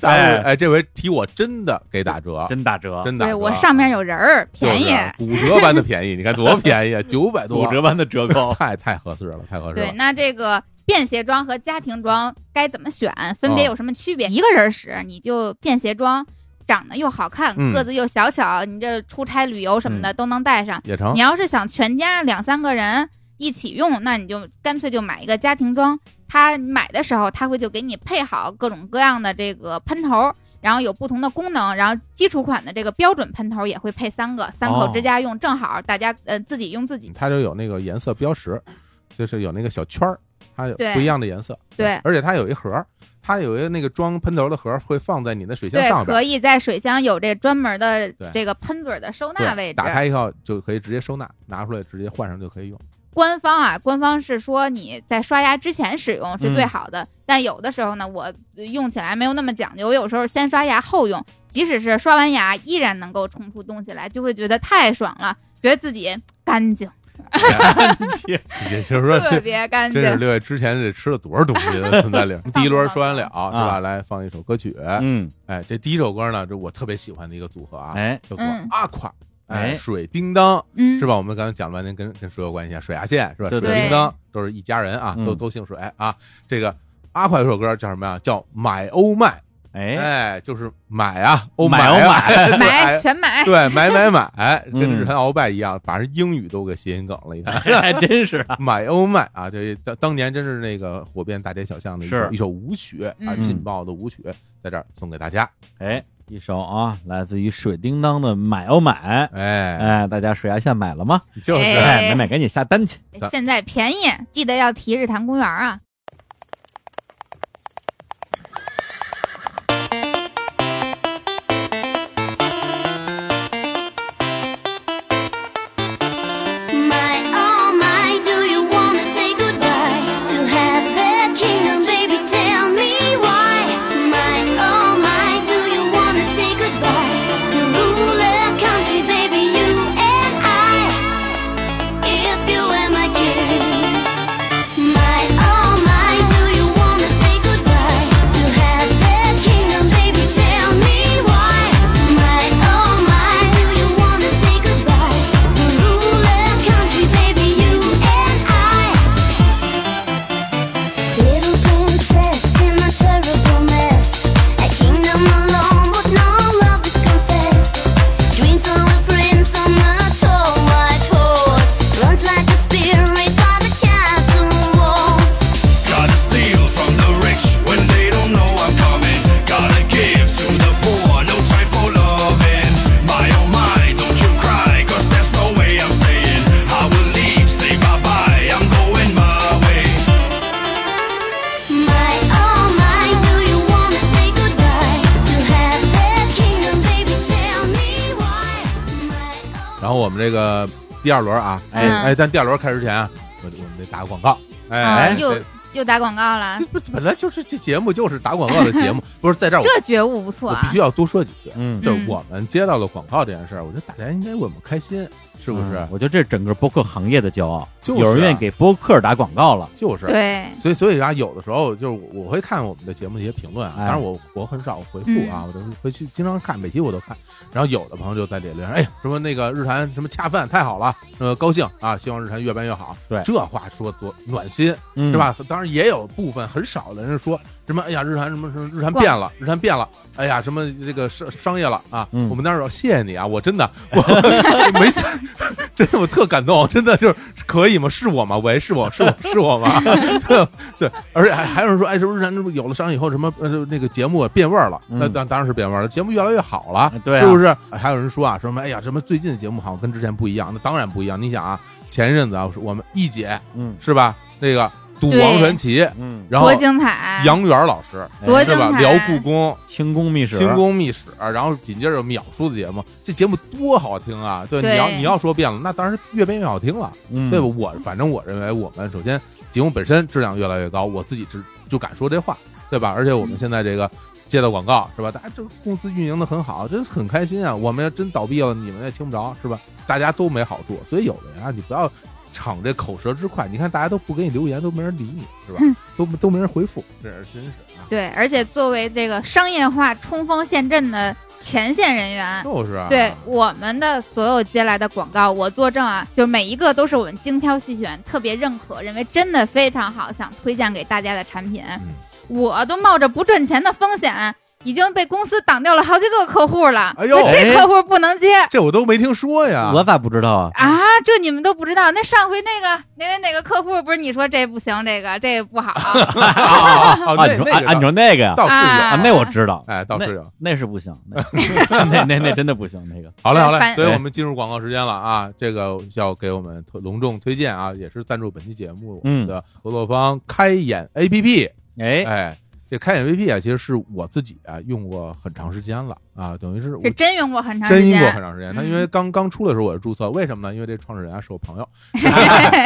B: 打
A: 哎
B: 骨哎，这回提我真的给打折，
A: 真打折，
B: 真的。
C: 对我上面有人儿，
B: 就是啊
C: 便宜。
B: 骨折般的便宜，你看多便宜啊，九百多，。
A: 五折般的折扣
B: 太太合适了，太合适
C: 对，
B: 了。
C: 那这个便携装和家庭装该怎么选？分别有什么区
B: 哦
C: 别？一个人使你就便携装，长得又好看，
B: 嗯
C: 个子又小巧，你这出差旅游什么的都能带上。
B: 也成
C: 你，要是想全家两三个人一起用，那你就干脆就买一个家庭装。它买的时候，它会就给你配好各种各样的这个喷头，然后有不同的功能，然后基础款的这个标准喷头也会配三个，三
B: 哦
C: 口之家用正好，大家呃自己用自己。
B: 它就有那个颜色标识，就是有那个小圈儿，它有
C: 对
B: 不一样的颜色。
C: 对
B: 而且它有一盒儿，它有一个那个装喷头的盒儿，会放在你的水箱
C: 对，
B: 上边
C: 可
B: 儿。
C: 以在水箱有这专门的
B: 对
C: 这个喷嘴的收纳位
B: 对，
C: 置，
B: 打开以后就可以直接收纳，拿出来直接换上就可以 用。
C: 官方啊，官方是说你在刷牙之前使用是最好
B: 嗯
C: 的，但有的时候呢，我呃用起来没有那么讲究，我有时候先刷牙后用，即使是刷完牙，依然能够冲出东西来，就会觉得太爽了，觉得自己干净，
B: 哎 也就是说，
C: 特
B: 这
C: 别干净
B: 真。是六月之前得吃了多少东西存在 里边儿。第一轮说完了，嗯是吧？
A: 啊
B: 来放一首歌曲。
A: 嗯，
B: 哎，这第一首歌呢，这我特别喜欢的一个组合啊，
A: 哎，
B: 叫做
C: 嗯
B: 阿垮。哎，
A: 哎
B: 水叮当
C: 嗯，
B: 是吧？我们刚才讲了半天，跟跟水有关系啊，水牙线是吧？
A: 对
B: 水
A: 对
B: 叮当都是一家人啊，
A: 嗯
B: 都都姓水啊。这个阿垮有首歌叫什么呀？叫《买欧麦》，
A: 哎，
B: 哎，就是买啊，欧
A: 买哦
B: 欧
A: 欧
B: 买啊，
C: 买
B: 对
C: 全买，
B: 对，买买买，跟
A: 嗯
B: 日产鳌拜一样，把人英语都给谐音梗了，你看。
A: 还真是啊，
B: 买欧卖啊，这当当年真是那个火遍大街小巷的一首
A: 是
B: 一首舞曲啊，
C: 嗯
B: 劲爆的舞曲，在这儿送给大家。
A: 哎，一首啊，来自于水叮当的《买哦买》，
B: 哎，
A: 哎，大家水牙线买了吗？
B: 就是
C: 哎
A: 哎，买买赶紧下单去，
B: 咱
C: 现在便宜，记得要提日坛公园啊。
D: My oh my, do you wanna say goodbye to have that kingdom, baby? Tell me why. My oh my, do you wanna say goodbye to rule a country, baby? You and I, if you were my king. My oh my, do you wanna say goodbye to have that kingdom, baby? Tell me why. My oh my, do you wanna say goodbye to rule a country, baby? You and I. Little princess in a terrible mess. A kingdom alone, but no love is confessed. Dreams of a prince on a tall white horse runs like a spirit by the castle walls.
E: Gotta steal from the rich when they don't know I'm coming. Gotta give to the poor, no time for loving. My oh my, don't you cry, cause there's no way I'm staying. I will leave, say bye bye, I'm going my way.
D: My oh my, do you wanna say goodbye to have that kingdom, baby? Tell me why. My oh.
B: 然后我们这个第二轮啊，哎
C: 嗯
B: 哎，但第二轮开始之前啊，我我们得打个广告，
C: 啊
B: 哎，
C: 又啊
B: 这
C: 又打广告了，
B: 这本来就是这节目就是打广告的节 目，不是在这儿我
C: 这觉悟不错
B: 我
C: 啊
B: 必。须要多说几句，
A: 嗯，
B: 就是我们接到了广告这件事儿，我觉得大家应该为我们开心，是
A: 是
B: 不是？
A: 嗯我觉得这是整个播客行业的骄傲，
B: 就是啊
A: 有人愿意给播客打广告了，
B: 就是。
C: 对，
B: 所以，所以啊，有的时候就是我我会看我们的节目的一些评论啊，
A: 哎嗯
B: 当然我我很少回复啊，我都会去经常看，每期我都看。然后有的朋友就在底下留言，哎呀，什么那个日坛什么恰饭太好了，呃，高兴啊，希望日坛越办越好。
A: 对
B: 这话说多暖心
A: 嗯
B: 是？吧？当然也有部分很少的人说什么，哎呀，日坛什么什么日坛变了，日坛变了，哎呀，什么这个商商业了啊。
A: 嗯
B: 我们当时说谢谢你啊，我真的我没想，真的我特感动，真的就是可以吗？是我吗？喂，是我是我是我 吗？对对，而且还还有人说，哎，是不是咱这不有了商业以后，什么呃那个节目变味儿了？那
A: 嗯
B: 当当然是变味儿了，节目越来越好了，
A: 对啊
B: 是不是？还有人说啊，什么哎呀，什么最近的节目好像跟之前不一样，那当然不一样。你想啊，前一阵子啊，我们一姐
A: 嗯
B: 是吧？那个赌
C: 对
B: 王传奇，
A: 嗯，
B: 然后
C: 多精彩！啊
B: 杨元老师
C: 多
A: 哎
B: 是吧？
C: 精彩
B: 聊故宫、
A: 清宫密室，
B: 清宫秘史，啊然后紧接着秒叔的节目，这节目多好听啊！对，
C: 对
B: 你要你要说变了，那当然是越变越好听了，
A: 嗯，
B: 对吧？我反正我认为，我们首先节目本身质量越来越高，我自己只就敢说这话，对吧？而且我们现在这个。接到广告是吧？大家这个公司运营的很好，真很开心啊！我们要真倒闭了，你们也听不着是吧？大家都没好处，所以有的人啊，你不要逞这口舌之快。你看大家都不给你留言，都没人理你是吧？
C: 嗯
B: 都都没人回复，这是真是啊！
C: 对，而且作为这个商业化冲锋陷阵的前线人员，
B: 就是啊，
C: 对我们的所有接来的广告，我作证啊，就每一个都是我们精挑细选，特别认可，认为真的非常好，想推荐给大家的产品。
B: 嗯
C: 我都冒着不赚钱的风险，已经被公司挡掉了好几个客户了。
B: 哎呦
C: 那
A: 哎
C: 这客户不能接。
B: 这我都没听说呀。哦
A: 我咋不知 道啊？
B: 哎
C: 啊，这你们都不知道。那上回那个哪哪哪个客户不是你说这不行，这个这不好，
B: 啊啊啊
A: 啊，你说
B: 那
A: 啊
B: 那
A: 啊，你
B: 个
A: 说那个呀？
B: 倒倒是有，
C: 啊
A: 啊，那我知道，
B: 哎，倒是有。
A: 那是不行，那 那那那真的不行，那个
B: 好嘞，好嘞，
C: 翻哎
B: 所以我们进入广告时间了啊！这个要给我们推隆重推荐啊，也是赞助本期节目我
A: 嗯
B: 们的合作方开眼 APP。
A: 哎，
B: 哎，这开眼 APP 啊，其实是我自己啊用过很长时间了啊，等于是我
C: 是真用过很长
B: 真
C: 时
B: 用过
C: 间
B: 很。长时间。
C: 嗯
B: 他因为刚刚出的时候我就注册，为什么呢？因为这创始人啊是我朋 友，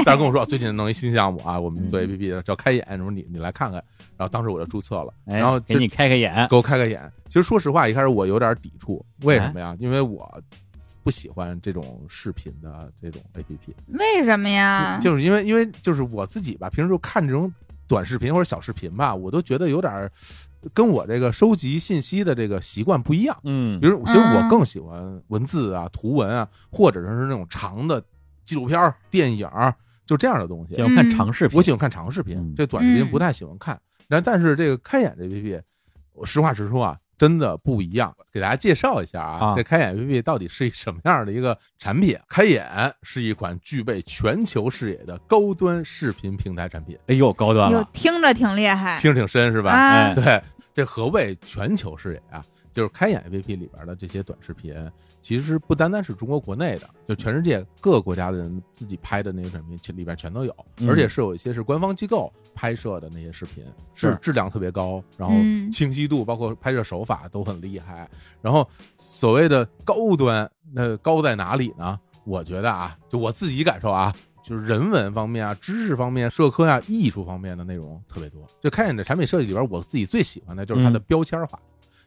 B: 但是跟我说最近弄一新项目啊，我们做 APP 的叫开眼，什么你你来看看。然后当时我就注册了，
A: 哎
B: 然后
A: 给
B: 这
A: 你开开眼，
B: 给我开个眼。其实说实话，一开始我有点抵触，为什么呀？因为我不喜欢这种视频的这种 A P P，、
C: 为什么呀？
B: 就是因为因为就是我自己吧，平时就看这种短视频或者小视频吧，我都觉得有点儿跟我这个收集信息的这个习惯不一样。
A: 嗯
B: 比，如，其实我
C: 嗯
B: 更喜欢文字啊、图文啊，或者是那种长的纪录片儿、电影儿，就这样的东西。
A: 喜欢看长视频
B: 我，喜欢看长视频
A: 嗯，
B: 这短视频
C: 嗯
B: 不太喜欢看。然后但是这个开眼这 APP，实话实说啊，真的不一样。给大家介绍一下啊，
A: 啊
B: 这开眼 APP 到底是一什么样的一个产品？开眼是一款具备全球视野的高端视频平台产品，
A: 哎呦，高端
C: 哟
A: 了，，
C: 听着挺厉害
B: 啊听着挺深是吧？
C: 啊
A: 哎！
B: 对，这何谓全球视野啊？就是开眼 APP 里边的这些短视频，其实不单单是中国国内的，就全世界各个国家的人自己拍的那些短视频，其里边全都有，
A: 嗯
B: 而且是有一些是官方机构拍摄的那些视频，
A: 是
B: 是质量特别高，然后
C: 嗯
B: 清晰度，包括拍摄手法都很厉害。然后所谓的高端，那高在哪里呢？我觉得啊，就我自己感受啊，就是人文方面啊、知识方面、社科啊、艺术方面的内容特别多。就开眼的产品设计里边，我自己最喜欢的就是它的
A: 嗯
B: 标签化，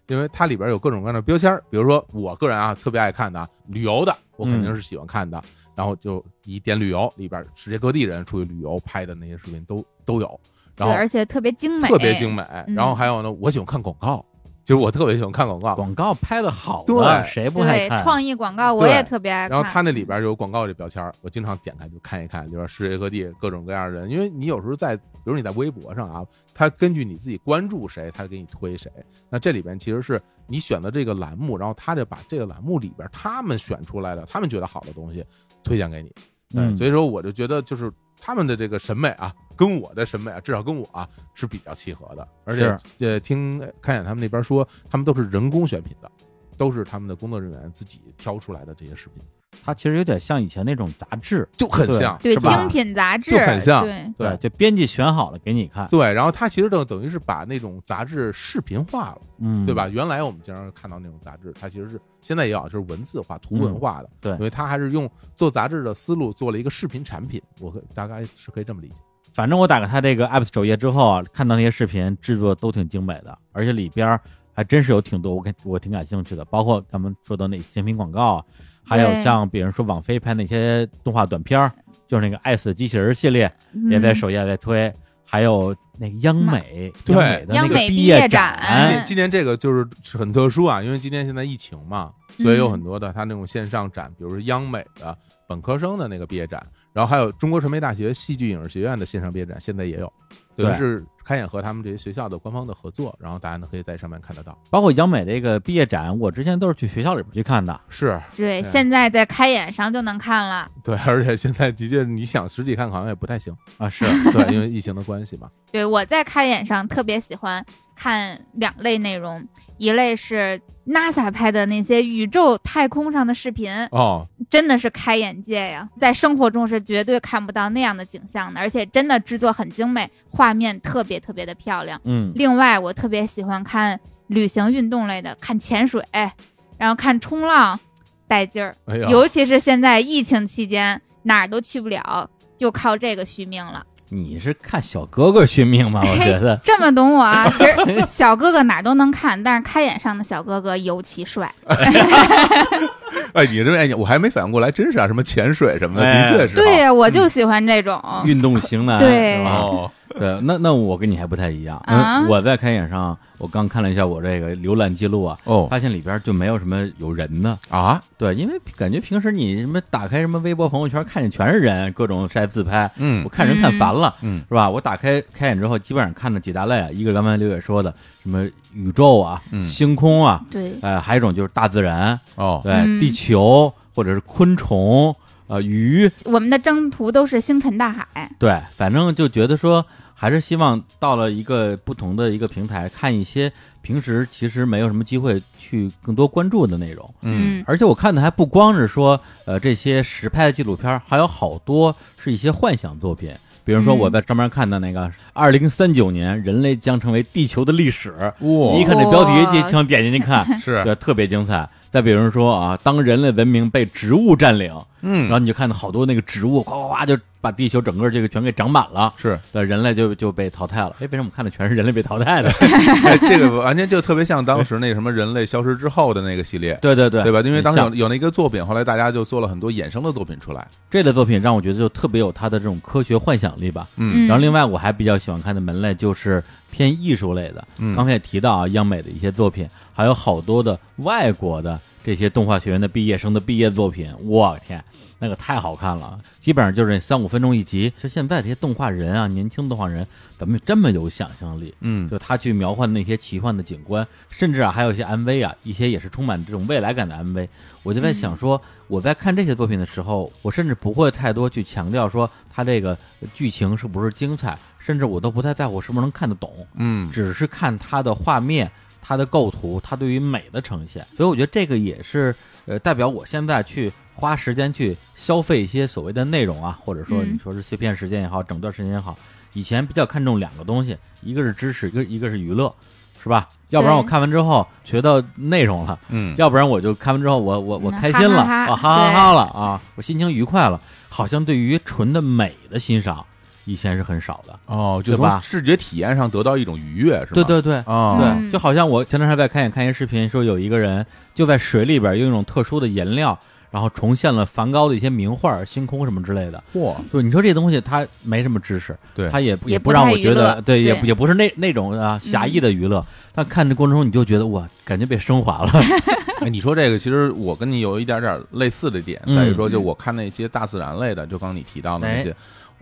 B: 因为它里边有各种各样的标签儿。比如说，我个人啊特别爱看的啊旅游的，我肯定是喜欢看的。然后就以点旅游里边，世界各地人出去旅游拍的那些视频都都有。然
C: 对，
B: 后
C: 而且特别精美，
B: 特别精美。然后
C: 嗯
B: 还有呢，我喜欢看广告，其实我特别喜欢看广告。
A: 广告拍的好
B: 对
A: 啊，谁不爱
C: 对，
A: 看？
C: 创意广告我也特别爱看。
B: 然后它那里边有广告这标签儿，我经常点开就看一看，里边世界各地各种各样的人，因为你有时候在，比如你在微博上啊，它根据你自己关注谁，它给你推谁。那这里边其实是你选的这个栏目，然后他就把这个栏目里边他们选出来的，他们觉得好的东西推荐给你。对，
A: 嗯
B: 所以说我就觉得就是他们的这个审美啊，跟我的审美啊，至少跟我啊是比较契合的。而且呃，听看眼他们那边说，他们都是人工选品的，都是他们的工作人员自己挑出来的这些视频，
A: 它其实有点像以前那种杂志，
B: 就很像，
C: 对
A: 是吧
C: 精品杂志
B: 就很像
C: 对，
B: 对
A: 就编辑选好了给你看，
B: 对。然后他其实等等于是把那种杂志视频化了，
A: 嗯，
B: 对吧？？原来我们经常看到那种杂志，它其实是现在也有，就是文字化、图文化的，
A: 嗯对
B: 因为它还是用做杂志的思路做了一个视频产品，我可大概是可以这么理解。
A: 反正我打开它这个 App 首页之后啊，看到那些视频制作都挺精美的，而且里边儿还真是有挺多我感我挺感兴趣的，包括咱们说的那甜品广告啊，还有
C: 对
A: 像比如说网飞拍那些动画短片儿，就是那个《爱死机器人》系列也在
C: 嗯
A: 首页在推，还有那个央美
B: 对
A: 央美的那
C: 央
A: 个
C: 美
A: 毕
C: 毕业
A: 展，
C: 展
B: 今年这个就是很特殊啊，因为今年现在疫情嘛，所以有
C: 嗯
B: 很多的它那种线上展，比如说央美的本科生的那个毕业展，然后还有中国传媒大学戏剧影视学院的线上毕业展，现在也有，等于
A: 对
B: 是开眼和他们这些学校的官方的合作，然后大家呢可以在上面看得到。
A: 包括央美这个毕业展，我之前都是去学校里边去看的，
B: 是
C: 对，
B: 对
C: 现在在开眼上就能看了。
B: 对， 而且现在的确你想实体看好像也不太行，
A: 啊， 是
B: 对，因为疫情的关系嘛。
C: 对我在开眼上特别喜欢看两类内容，一类是 NASA 拍的那些宇宙太空上的视频，
B: 哦，
C: 真的是开眼界呀！在生活中是绝对看不到那样的景象的，而且真的制作很精美，画面特别特别的漂亮。
A: 嗯，
C: 另外，我特别喜欢看旅行运动类的，看潜水，然后看冲浪，带劲儿。
B: 哎呀，
C: 尤其是现在疫情期间，哪儿都去不了，就靠这个续命了。
A: 你是看小哥哥续命吗？我觉 得
C: 这么懂我啊？其实小哥哥哪儿都能看，但是开眼上的小哥哥尤其帅。
B: 哎，你这哎，我还没反应过来，真是啊，什么潜水什么的，
A: 哎
B: 的确是、啊。
C: 对呀，我就喜欢这种。
A: 运动型男，
C: 对
A: 是吧？
B: 哦，
A: 对，那那我跟你还不太一样。嗯
C: 啊
A: 我在开眼上，我刚看了一下我这个浏览记录啊，
B: 哦
A: 发现里边就没有什么有人的。
B: 啊，
A: 对，因为感觉平时你什么打开什么微博、朋友圈，看见全是人，各种晒自拍。
B: 嗯
A: 我看人看烦了，
B: 嗯，
A: 是吧？我打开开眼之后，基本上看的几大类啊，一个刚才刘也说的，什么宇宙啊、
B: 嗯
A: 星空啊，
C: 对，
A: 呃，还有一种就是大自然，
B: 哦，
A: 对，
C: 嗯
A: 地球或者是昆虫，呃，鱼，
C: 我们的征途都是星辰大海。
A: 对，反正就觉得说，还是希望到了一个不同的一个平台，看一些平时其实没有什么机会去更多关注的内容。
C: 嗯，
A: 而且我看的还不光是说，呃，这些实拍的纪录片儿，还有好多是一些幻想作品。比如说我在上面看的那个，二零三九年人类将成为地球的历史，
B: 哇
A: 你一看这标题
C: 哇
A: 就想点进去看，
B: 是
A: 对，特别精彩。再比如说啊，当人类文明被植物占领，
B: 嗯
A: 然后你就看到好多那个植物，哗哗哗就把地球整个这个全给长满了，
B: 是
A: 对，人类就就被淘汰了。哎，为什么我们看的全是人类被淘汰 的？
B: 哎这个完全就特别像当时那什么人类消失之后的那个系列，
A: 对对对，
B: 对吧？因为当时
A: 像
B: 有有那个作品，后来大家就做了很多衍生的作品出来。
A: 这类作品让我觉得就特别有它的这种科学幻想力吧。
B: 嗯
A: 然后另外我还比较喜欢看的门类就是偏艺术类的，
B: 嗯
A: 刚才也提到啊，央美的一些作品，还有好多的外国的这些动画学院的毕业生的毕业作品，我天，那个太好看了，基本上就是三五分钟一集。就现在这些动画人啊，年轻动画人，咱们这么有想象力，
B: 嗯，
A: 就他去描绘那些奇幻的景观，甚至啊，还有一些 MV 啊，一些也是充满这种未来感的 MV。我就在想说，我在看这些作品的时候，我甚至不会太多去强调说它这个剧情是不是精彩，甚至我都不太在乎是不是能看得懂，
B: 嗯，
A: 只是看它的画面、它的构图、它对于美的呈现。所以我觉得这个也是呃，代表我现在去花时间去消费一些所谓的内容啊，或者说
C: 嗯
A: 你说是碎片时间也好，整段时间也好，以前比较看重两个东西，一个是知识，一个一个是娱乐，是吧？要不然我看完之后学到内容了，
B: 嗯，
A: 要不然我就看完之后我我我
C: 嗯
A: 开心了，
C: 哈
A: 啊
C: 哈哈
A: 哈哈哈了啊，我心情愉快了，好像对于纯的美的欣赏以前是很少的。
B: 哦，就
A: 对吧
B: 从视觉体验上得到一种愉悦，是吧？
A: 对对对，
B: 啊，
C: 嗯
A: 对，就好像我前段时间在看也看一视频，说有一个人就在水里边用一种特殊的颜料，然后重现了梵高的一些名画、星空什么之类的。
B: 嚯，
A: 就是你说这东西它没什么知识，
B: 对
A: 它也不
C: 嗯也
A: 不
C: 不
A: 让
C: 太
A: 我
C: 娱
A: 觉得
C: 乐
A: 对，也
C: 对
A: 不也不是那那种啊狭义的娱乐。但看这过程中你就觉得哇，感觉被升华 了。
B: 哎，你说这个，其实我跟你有一点点类似的点，
A: 嗯
B: 在于说，就我看那些大自然类的，就刚刚你提到的那
A: 哎
B: 些，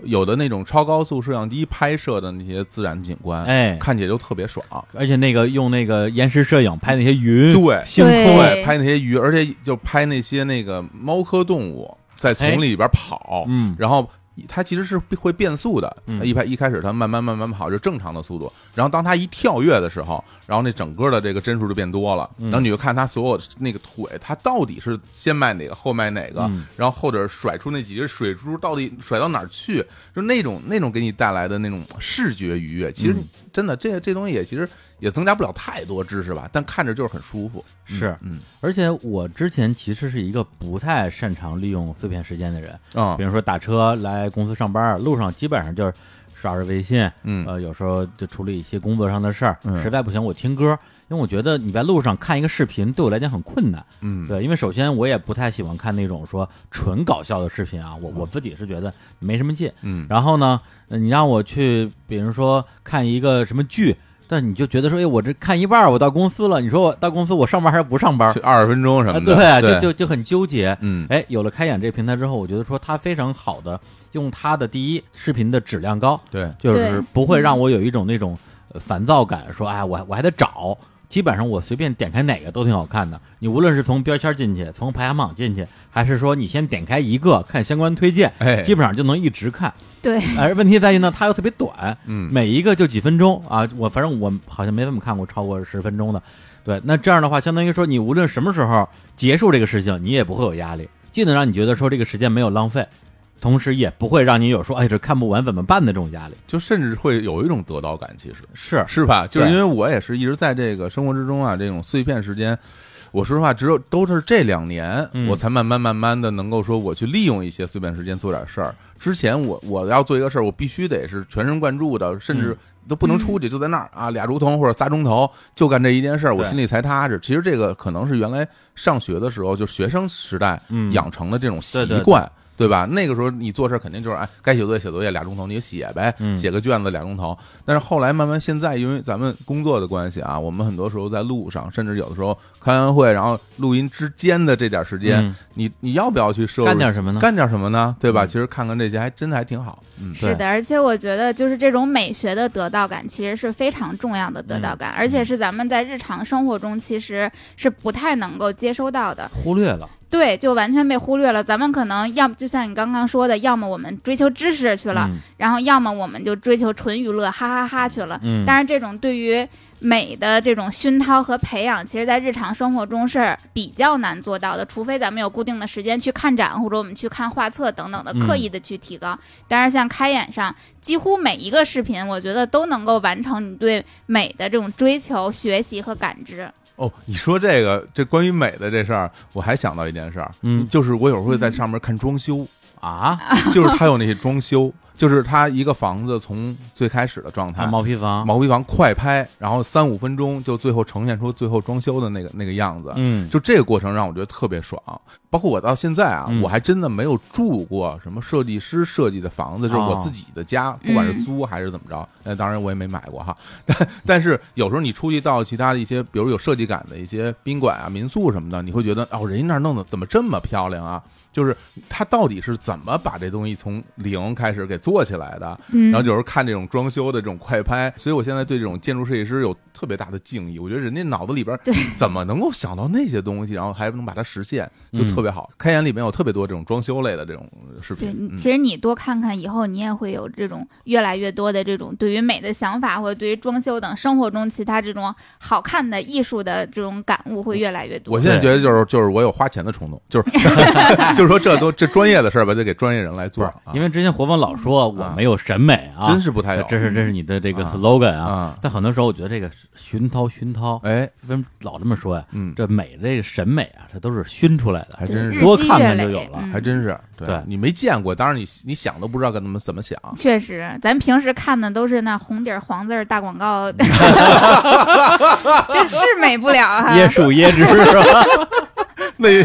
B: 有的那种超高速摄像机拍摄的那些自然景观，
A: 哎
B: 看起来就特别爽。
A: 而且那个用那个延时摄影拍那些云，
B: 对
A: 星空，
C: 对
B: 对，拍那些鱼，而且就拍那些那个猫科动物在丛林里边跑，
A: 哎嗯
B: 然后它其实是会变速的，
A: 嗯
B: 一拍一开始它慢慢慢慢跑就正常的速度，然后当它一跳跃的时候，然后那整个的这个帧数就变多了，
A: 嗯
B: 然后你就看它所有那个腿，它到底是先迈哪个后迈哪个，
A: 嗯
B: 然后或者甩出那几只水珠到底甩到哪儿去，就那种那种给你带来的那种视觉愉悦，其实
A: 嗯
B: 真的这这东西也其实。也增加不了太多知识吧，但看着就是很舒服。
A: 是
B: 嗯，
A: 而且我之前其实是一个不太擅长利用碎片时间的人，
B: 啊
A: 比如说打车来公司上班，路上基本上就是刷刷微信，
B: 嗯
A: 呃，有时候就处理一些工作上的事儿，
B: 嗯
A: 实在不行我听歌，因为我觉得你在路上看一个视频对我来讲很困难，
B: 嗯，
A: 对，因为首先我也不太喜欢看那种说纯搞笑的视频啊，我我自己是觉得没什么劲，
B: 嗯，
A: 然后呢，呃你让我去，比如说看一个什么剧。但你就觉得说，哎，我这看一半儿，我到公司了。你说我到公司，我上班还是不上班？
B: 就二十分钟什
A: 啊，
B: 么的，对，
A: 就就就很纠结。
B: 嗯
A: 哎，有了开眼这个平台之后，我觉得说它非常好的用它的第一视频的质量高，
B: 对，
A: 就是
C: 对
A: 不会让我有一种那种呃烦躁感，说哎，我我还得找。基本上我随便点开哪个都挺好看的。你无论是从标签进去，从排行榜进去，还是说你先点开一个看相关推荐，
B: 哎
A: 基本上就能一直看。
C: 对，
A: 而问题在于呢，它又特别 短，
B: 嗯
A: 每一个就几分钟啊。我反正我好像没怎么看过超过十分钟的。对，那这样的话，相当于说你无论什么时候结束这个事情，你也不会有压力，既能让你觉得说这个时间没有浪费，同时也不会让你有说哎这看不完怎么办的这种压力。
B: 就甚至会有一种得到感，其实
A: 是，
B: 是吧？就是
A: 对
B: 因为我也是一直在这个生活之中啊，这种碎片时间。我说实话，只有都是这两年，
A: 嗯
B: 我才慢慢慢慢的能够说我去利用一些碎片时间做点事儿。之前我我要做一个事儿，我必须得是全神贯注的，甚至
A: 嗯
B: 都不能出去，就在那儿啊，俩钟头或者仨钟头就干这一件事儿，我
A: 对
B: 心里才踏实。其实这个可能是原来上学的时候，就学生时代
A: 嗯
B: 养成的这种习
A: 对对对
B: 惯，对吧？那个时候你做事儿肯定就是哎，该写作业写作业俩钟头你就写呗，
A: 嗯
B: 写个卷子俩钟头。但是后来慢慢现在因为咱们工作的关系啊，我们很多时候在路上，甚至有的时候开完会然后录音之间的这点时间，
A: 嗯
B: 你你要不要去摄入
A: 干点什么呢？
B: 干点什么呢？对吧？
A: 嗯
B: 其实看看这些还真的还挺好，嗯
A: 对
C: 是的，而且我觉得就是这种美学的得到感，其实是非常重要的得
A: 嗯
C: 到感，而且是咱们在日常生活中其实是不太能够接收到的。
A: 忽略了，
C: 对，就完全被忽略了。咱们可能要么就像你刚刚说的，要么我们追求知识去了，
A: 嗯
C: 然后要么我们就追求纯娱乐，哈哈哈去了。
A: 嗯，
C: 但是这种对于美的这种熏陶和培养，其实在日常生活中是比较难做到的，除非咱们有固定的时间去看展，或者我们去看画册等等的，
A: 嗯
C: 刻意的去提高。但是像开眼上，几乎每一个视频，我觉得都能够完成你对美的这种追求、学习和感知。
B: 哦，你说这个这关于美的这事儿，我还想到一件事儿，
A: 嗯
B: 就是我有时候会在上面看装修，
A: 啊，
B: 就是它有那些装修，就是他一个房子从最开始的状态，
A: 看啊毛坯房，
B: 毛坯房快拍，然后三五分钟就最后呈现出最后装修的那个那个样子。
A: 嗯，
B: 就这个过程让我觉得特别爽，包括我到现在啊，
A: 嗯
B: 我还真的没有住过什么设计师设计的房子，就是我
A: 哦
B: 自己的家，不管是
C: 嗯
B: 租还是怎么着，那、当然我也没买过哈。 但但是有时候你出去到其他的一些，比如有设计感的一些宾馆啊、民宿什么的，你会觉得哦，人家那儿弄的怎么这么漂亮啊？就是他到底是怎么把这东西从零开始给做起来的？
C: 嗯
B: 然后有时候看这种装修的这种快拍，所以我现在对这种建筑设计师有特别大的敬意。我觉得人家脑子里边儿
C: 对
B: 怎么能够想到那些东西，然后还能把它实现，就
A: 嗯
B: 特别好。开眼里面有特别多这种装修类的这种视
C: 对，
B: 频
C: 你，
B: 嗯
C: 其实你多看看，以后你也会有这种越来越多的这种对于美的想法，或者对于装修等生活中其他这种好看的艺术的这种感悟会越来越
B: 我
C: 多。
B: 现在
A: 对
B: 觉得就是就是我有花钱的冲 动，就是就是说这都这专业的事儿吧，得给专业人来
A: 不
B: 做
A: 是，，因
B: 为
A: 为之前活峰老说我
B: 啊
A: 没有审美啊，
B: 真是不太有。
A: 这是这是你的这个
B: 啊
A: slogan
B: 啊
A: 但很多时候我觉得这个熏陶熏陶，
B: 哎，
A: 为什么老这么说呀？
B: 嗯，
A: 这美这个审美啊，它都是熏出来的，
B: 还真
C: 日
B: 是
C: 积
A: 多看看
C: 月
A: 就
C: 累
A: 有了
C: 嗯
B: 还真是，
A: 对
B: 你没见过，当然你你想都不知道该怎么怎么想。
C: 确实，咱平时看的都是那红底儿黄字儿大 广告，这是美不了哈。
A: 椰树椰汁是吧？
B: 那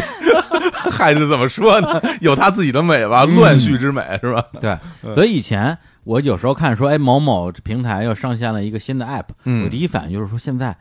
B: 孩子怎么说呢？有他自己的美吧，
A: 嗯
B: 乱序之美是吧？
C: 嗯
A: 对，所以以前我有时候看说，哎，某某平台又上线了一个新的 app，、
B: 嗯
A: 我第一反应就是说，现在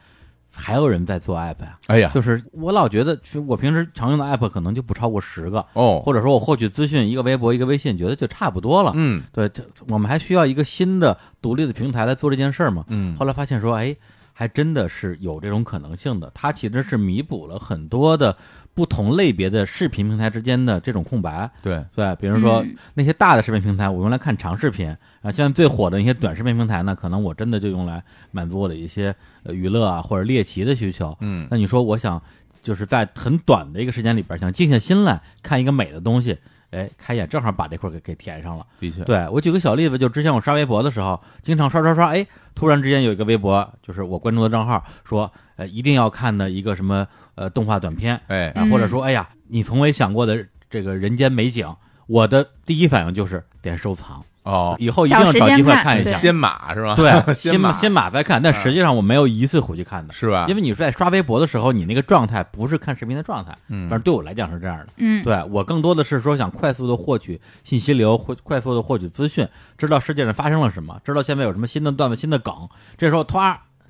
A: 还有人在做 app 呀、
B: 哎呀，
A: 就是我老觉得，其实我平时常用的 app 可能就不超过十个，
B: 哦，
A: 或者说我获取资讯一个微博一个微信，觉得就差不多了。
B: 嗯
A: 对，这我们还需要一个新的独立的平台来做这件事儿吗？
B: 嗯
A: 后来发现说，哎，还真的是有这种可能性的。它其实是弥补了很多的不同类别的视频平台之间的这种空白。
B: 对，
A: 对，比如说
C: 嗯
A: 那些大的视频平台，我用来看长视频啊。现在最火的一些短视频平台呢，可能我真的就用来满足我的一些呃娱乐啊或者猎奇的需求。
B: 嗯
A: 那你说，我想就是在很短的一个时间里边，想静下心来看一个美的东西，哎，开眼正好把这块儿给给填上了。
B: 的确，
A: 对我举个小例子，就之前我刷微博的时候，经常刷刷刷，哎，突然之间有一个微博，就是我关注的账号说，呃，一定要看的一个什么呃动画短片，
B: 哎，
A: 啊，或
C: 嗯
A: 者说，哎呀，你从未想过的这个人间美景，我的第一反应就是点收藏，
B: 哦，
A: 以后一定要找机会看一
C: 对找
A: 下。
C: 时间
B: 先马是吧？
A: 对，
B: 先
A: 先
B: 买嗯
A: 先买再看，但实际上我没有一次回去看的，
B: 是吧？
A: 因为
B: 为
A: 你在刷微博的时候，你那个状态不是看视频的状态，
B: 嗯
A: 反正对我来讲是这样的。
C: 嗯，
A: 对我更多的是说想快速的获取信息流，或快速的获取资讯，知道世界上发生了什么，知道现在有什么新的段子、新的梗。这时候，突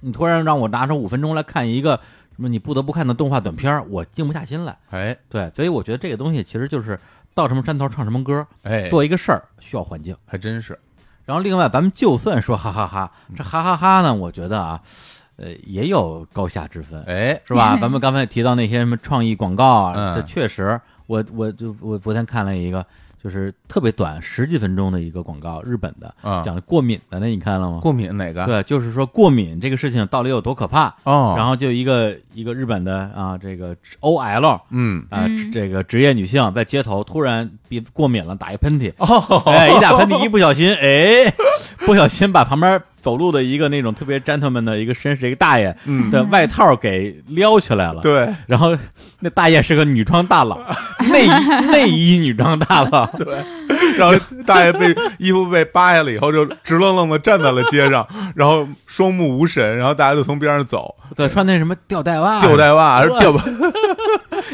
A: 你突然让我拿出五分钟来看一个什么你不得不看的动画短片儿，我静不下心来。
B: 哎
A: 对，所以我觉得这个东西其实就是到什么山头唱什么歌，
B: 哎，
A: 做一个事儿需要环境。
B: 还真是，
A: 然后另外，咱们就算说哈哈哈这哈哈哈呢，我觉得啊，呃，也有高下之分。
B: 哎，
A: 是 吧？咱们刚才提到那些什么创意广告啊，
B: 嗯
A: 这确实，我我就我昨天看了一个，就是特别短，十几分钟的一个广告，日本的，
B: 啊
A: 讲过敏的那，你看了吗？
B: 过敏哪个？
A: 对，就是说过敏这个事情到底有多可怕。
B: 哦，
A: 然
B: 后
A: 后就一个一个日本的啊，这个 OL 啊、
B: 嗯，
C: 嗯
A: 这个职业女性在街头突然鼻子过敏了，打一喷嚏，
B: 哦，
A: 哎，一打喷嚏，一不小心，哎，不小心把旁边走路的一个那种特别 gentleman 的一个绅士一个大爷
B: 嗯
A: 的外套给撩起来了。，
B: 对
A: 然后那大爷是个女装大 佬，内衣内衣女装大佬，
B: 对，然后大爷被衣服被扒下了以后，就直愣愣的站在了街上，然后双目无神，然后大家就从边上 走，
A: 对，穿那什么吊带袜，
B: 吊，带袜，
A: 哇
B: 吊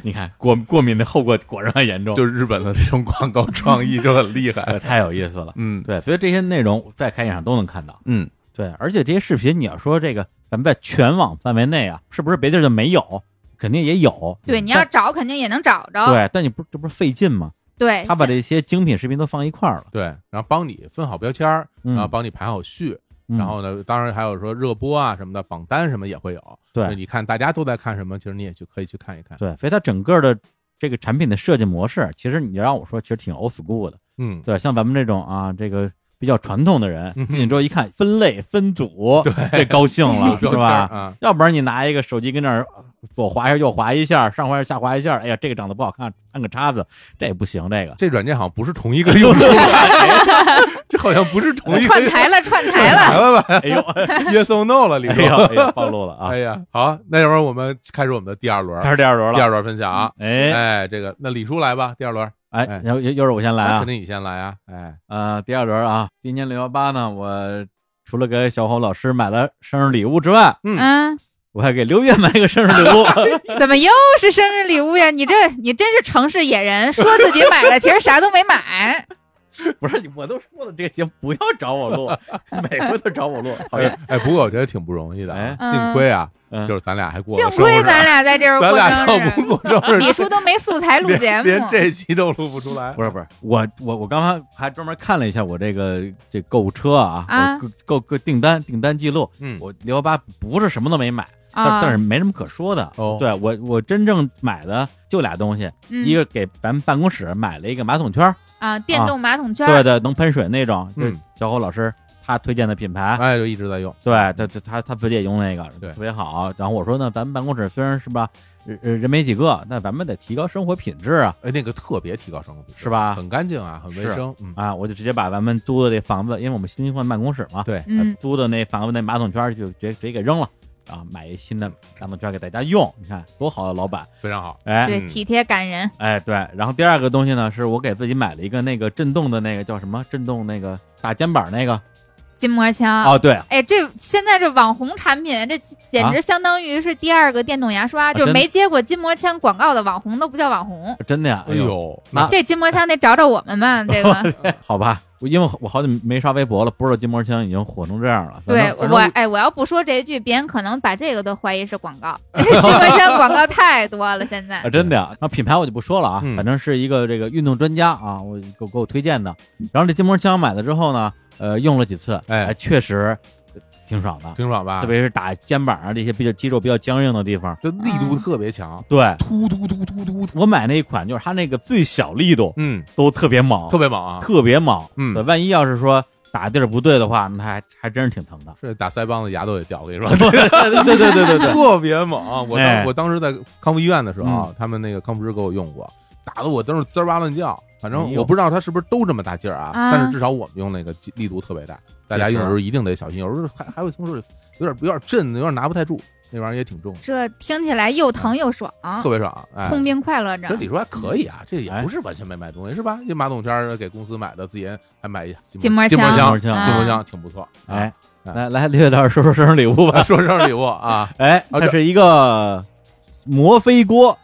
A: 你看过过敏的后果果然很严重，
B: 就是日本的这种广告创意就很厉害
A: 对，，太有意思了。
B: 嗯
A: 对，所以这些内容在开眼上都能看到。
B: 嗯，
A: 对，而且这些视频，你要说这个，咱们在全网范围内啊，是不是别地儿就没有？肯定也有。嗯
C: 对，你要找肯定也能找着。
A: 对，但你不这不是费劲吗？
C: 对，
A: 他把这些精品视频都放一块儿了，
B: 对，然后帮你分好标签儿，
A: 嗯
B: 然后帮你排好序，
A: 嗯
B: 然后呢，当然还有说热播啊什么的，榜单什么也会有。
A: 对
B: 就你看大家都在看什么，其实你也去可以去看一看。
A: 对，所以它整个的这个产品的设计模式，其实你让我说，其实挺 old school 的。
B: 嗯，
A: 对，像咱们这种啊，这个比较传统的人
B: 嗯，哼
A: 进去之后一看分类分 组，这高兴
B: 有
A: 了，是
B: 标签儿
A: 吧？
B: 啊，
A: 要不然你拿一个手机跟那儿左滑一下右滑一下，上滑一下下滑一下，哎呀，这个长得不好看，按个叉子，这也不行，这个。
B: 这软件好像不是同一个 用户吧，这好像不是同一个
C: 串台了，串 台
B: 来
C: 了。
B: 了吧
A: 哎呦，
B: ？Yes or no 了，里
A: 哎
B: 头
A: 呦，。哎呦，暴露了啊
B: 哎！呀，好，那要不然我们开始我们的第二轮
A: 开，始第二轮
B: 第
A: 了，
B: 二轮分享啊。
A: 哎，
B: 哎，这个那李叔来吧，第二轮。
A: 哎
B: 哎，
A: 然后又又是我先来
B: 那
A: 啊
B: 肯，定你先来啊！哎，
A: 呃，第二轮啊，今年六幺八呢，我除了给小侯老师买了生日礼物之外，
C: 嗯，
A: 我还给刘烨买了个生日礼物。
C: 怎么又是生日礼物呀？你这你真是城市野人，说自己买了，其实啥都没 买。
A: 不是，我都说了，这个节目不要找我录，每回都找我录，讨厌。
B: 哎哎，不过我觉得挺不容易的啊，
C: 哎
B: 幸亏啊，
A: 嗯
B: 就是咱俩还过
C: 幸
B: 了生日
C: 亏
A: 啊
C: 咱俩在这儿
B: 咱
C: 过
B: 俩
C: 生
B: 要不
C: 日，
B: 过生日，
C: 李叔都没素材录
B: 连
C: 节目，
B: 连这期都录不出来。
A: 不是不是，我我我刚刚还专门看了一下我这个这购物车啊，
C: 啊
A: 我购购购订单订单记录，
B: 嗯，
A: 我六幺八不是什么都没买，但
C: 啊，
A: 但是没什么可说的。
B: 哦
A: 对我我真正买的就俩东西，
C: 嗯
A: 一个给咱们办公室买了一个马桶圈儿，
C: 啊，电动马桶圈
A: 对
C: 儿，
A: 对，能喷水那种，就是
B: 嗯
A: 小侯老师他推荐的品牌。
B: 哎，就一直在用。
A: 对，他他他他自己也用那个，
B: 对
A: 特别好。然后我说呢，咱们办公室虽然是吧，人呃人没几个，但咱们得提高生活品质啊
B: 哎，那个特别提高生活品质，
A: 是吧
B: 很干净啊，很卫
A: 是
B: 生。嗯，
A: 啊！我就直接把咱们租的这房子，因为我们新换办公室嘛，啊
B: 对，
C: 嗯
A: 租的那房子那马桶圈儿就直接直接给扔了，然后买一新的马桶圈儿给大家用。你看多好的老板，
B: 非常好。
A: 哎，
C: 对，体贴感人，
A: 哎，对，然后第二个东西呢，是我给自己买了一个那个震动的那个叫什么震动那个打肩膀那个
C: 筋膜枪。
A: 哦，对，
C: 哎，这现在这网红产品，这简直相当于是第二个电动牙刷，就
A: 啊真的
C: 是没接过筋膜枪广告的网红都不叫网红。
A: 真的呀，
B: 哎呦，
A: 那
C: 这筋膜枪得找找我们吧，这个。
A: 好吧，我因为我好久没刷微博了，不知道筋膜枪已经火成这样了。反正
C: 对
A: 反
C: 我，
A: 正
C: 哎，我要不说这一句，别人可能把这个都怀疑是广 告。筋膜枪广告太多了，现在
A: 啊，。真的呀。那品牌我就不说了啊，
B: 嗯
A: 反正是一个这个运动专家啊，我给我给我推荐的。然后这筋膜枪买了之后呢，呃，用了几次，
B: 哎
A: 确实呃挺爽的，
B: 挺爽吧？
A: 特别是打肩膀啊这些比较肌肉比较僵硬的地方。
B: 这力
C: 嗯
B: 度特别强，
A: 对
B: 突突突突突突，
A: 我买那一款，就是它那个最小力度
B: 嗯，
A: 都特别猛，
B: 特别猛啊！
A: 特别猛。
B: 嗯
A: 对，万一要是说打地儿不对的话，那还还真是挺疼的。
B: 是打腮帮子牙都得掉，我 跟你说，
A: 对对对对对对，
B: 特别猛。我
A: 哎嗯
B: 当我当时在康复医院的时候啊，他们那个康复师给我用过，打的我都是滋儿哇乱叫。反
A: 哎
B: 正
A: 呦
B: 我不知道他是不是都这么大劲儿啊，
C: 啊
B: 但是至少我们用那个劲力度特别大，大家用的时候一定得小心，有时候还还会从手里有点有点震，有点拿不太住，那玩意儿也挺重的，
C: 这听起来又疼又爽，
A: 啊
B: 特别爽。哎，
C: 痛并快乐着
B: 这。李叔还可以啊，这也
A: 哎
B: 不是完全没买东西是吧？这马桶圈儿给公司买的，自己还买一
C: 筋膜
B: 筋膜
A: 枪
C: 枪，
B: 枪，
A: 啊
B: 筋膜枪挺不错。
A: 哎，
B: 啊
A: 来 来，六月老师说说生日礼物吧
B: 啊，。说生日礼物啊，
A: 哎，它
B: 啊这
A: 是一个摩飞锅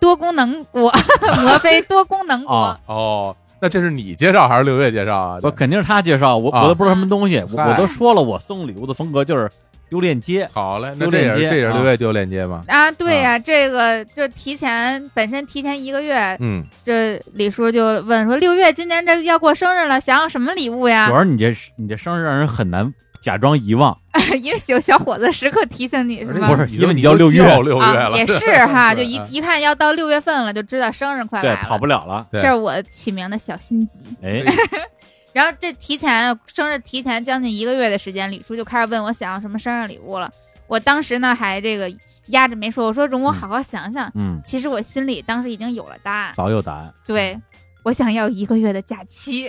C: 多功能锅，摩飞多功能锅
A: 哦，
B: 哦，那这是你介绍还是六月介绍啊？
A: 不肯定是他介绍，我
B: 啊
A: 我都不知道什么东西，我
B: 嗨
A: 我都说了，我送礼物的风格就是丢链接。
B: 好嘞，那
A: 丢
B: 这也
A: 链
B: 是
A: 接
B: 这也是
A: 啊
B: 六月丢链接吗？
C: 啊，对呀、这个这提前本身提前一个月，
B: 嗯，
C: 这李叔就问说，六月今年这要过生日了，想要什么礼物呀
A: 主？要是你这你这生日让人很难假装遗忘，
C: 因为有小伙子时刻提醒你是
A: 不
C: 吧？
A: 是
B: 你
A: 因为
B: 都
A: 你叫
B: 都
A: 六月嗯
B: 叫六月
C: 啊，
B: 了，
C: 也是哈，就
B: 对
C: 一
B: 哎
C: 一看要到六月份了，就知道生日快
A: 对，
C: 来
A: 跑
C: 了。
A: 不了了。
B: 对
C: 这是我起名的小心机。
A: 哎，
C: 然后这提前生日提前将近一个月的时间，李叔就开始问我想要什么生日礼物了。我当时呢还这个压着没说，我说容我好好想想。
A: 嗯，
C: 其实我心里当时已经有了答案，
A: 早有答案。
C: 对我想要一个月的假期。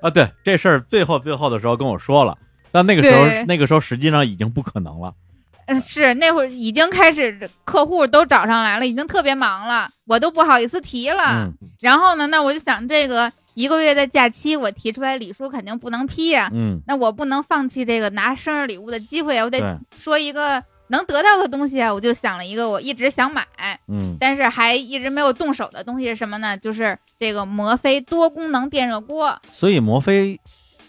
A: 啊，对这事儿最后最后的时候跟我说了，但那个时
C: 对
A: 候那个时候实际上已经不可能了。
C: 嗯，是那会儿已经开始客户都找上来了，已经特别忙了，我都不好意思提了。
A: 嗯
C: 然后呢，那我就想这个一个月的假期，我提出来，李叔肯定不能批呀、
A: 嗯，
C: 那我不能放弃这个拿生日礼物的机会啊，我
A: 对
C: 得，说一个能得到的东西啊。我就想了一个我一直想买，
A: 嗯
C: 但是还一直没有动手的东西是什么呢？就是这个摩飞多功能电热锅，
A: 所以摩飞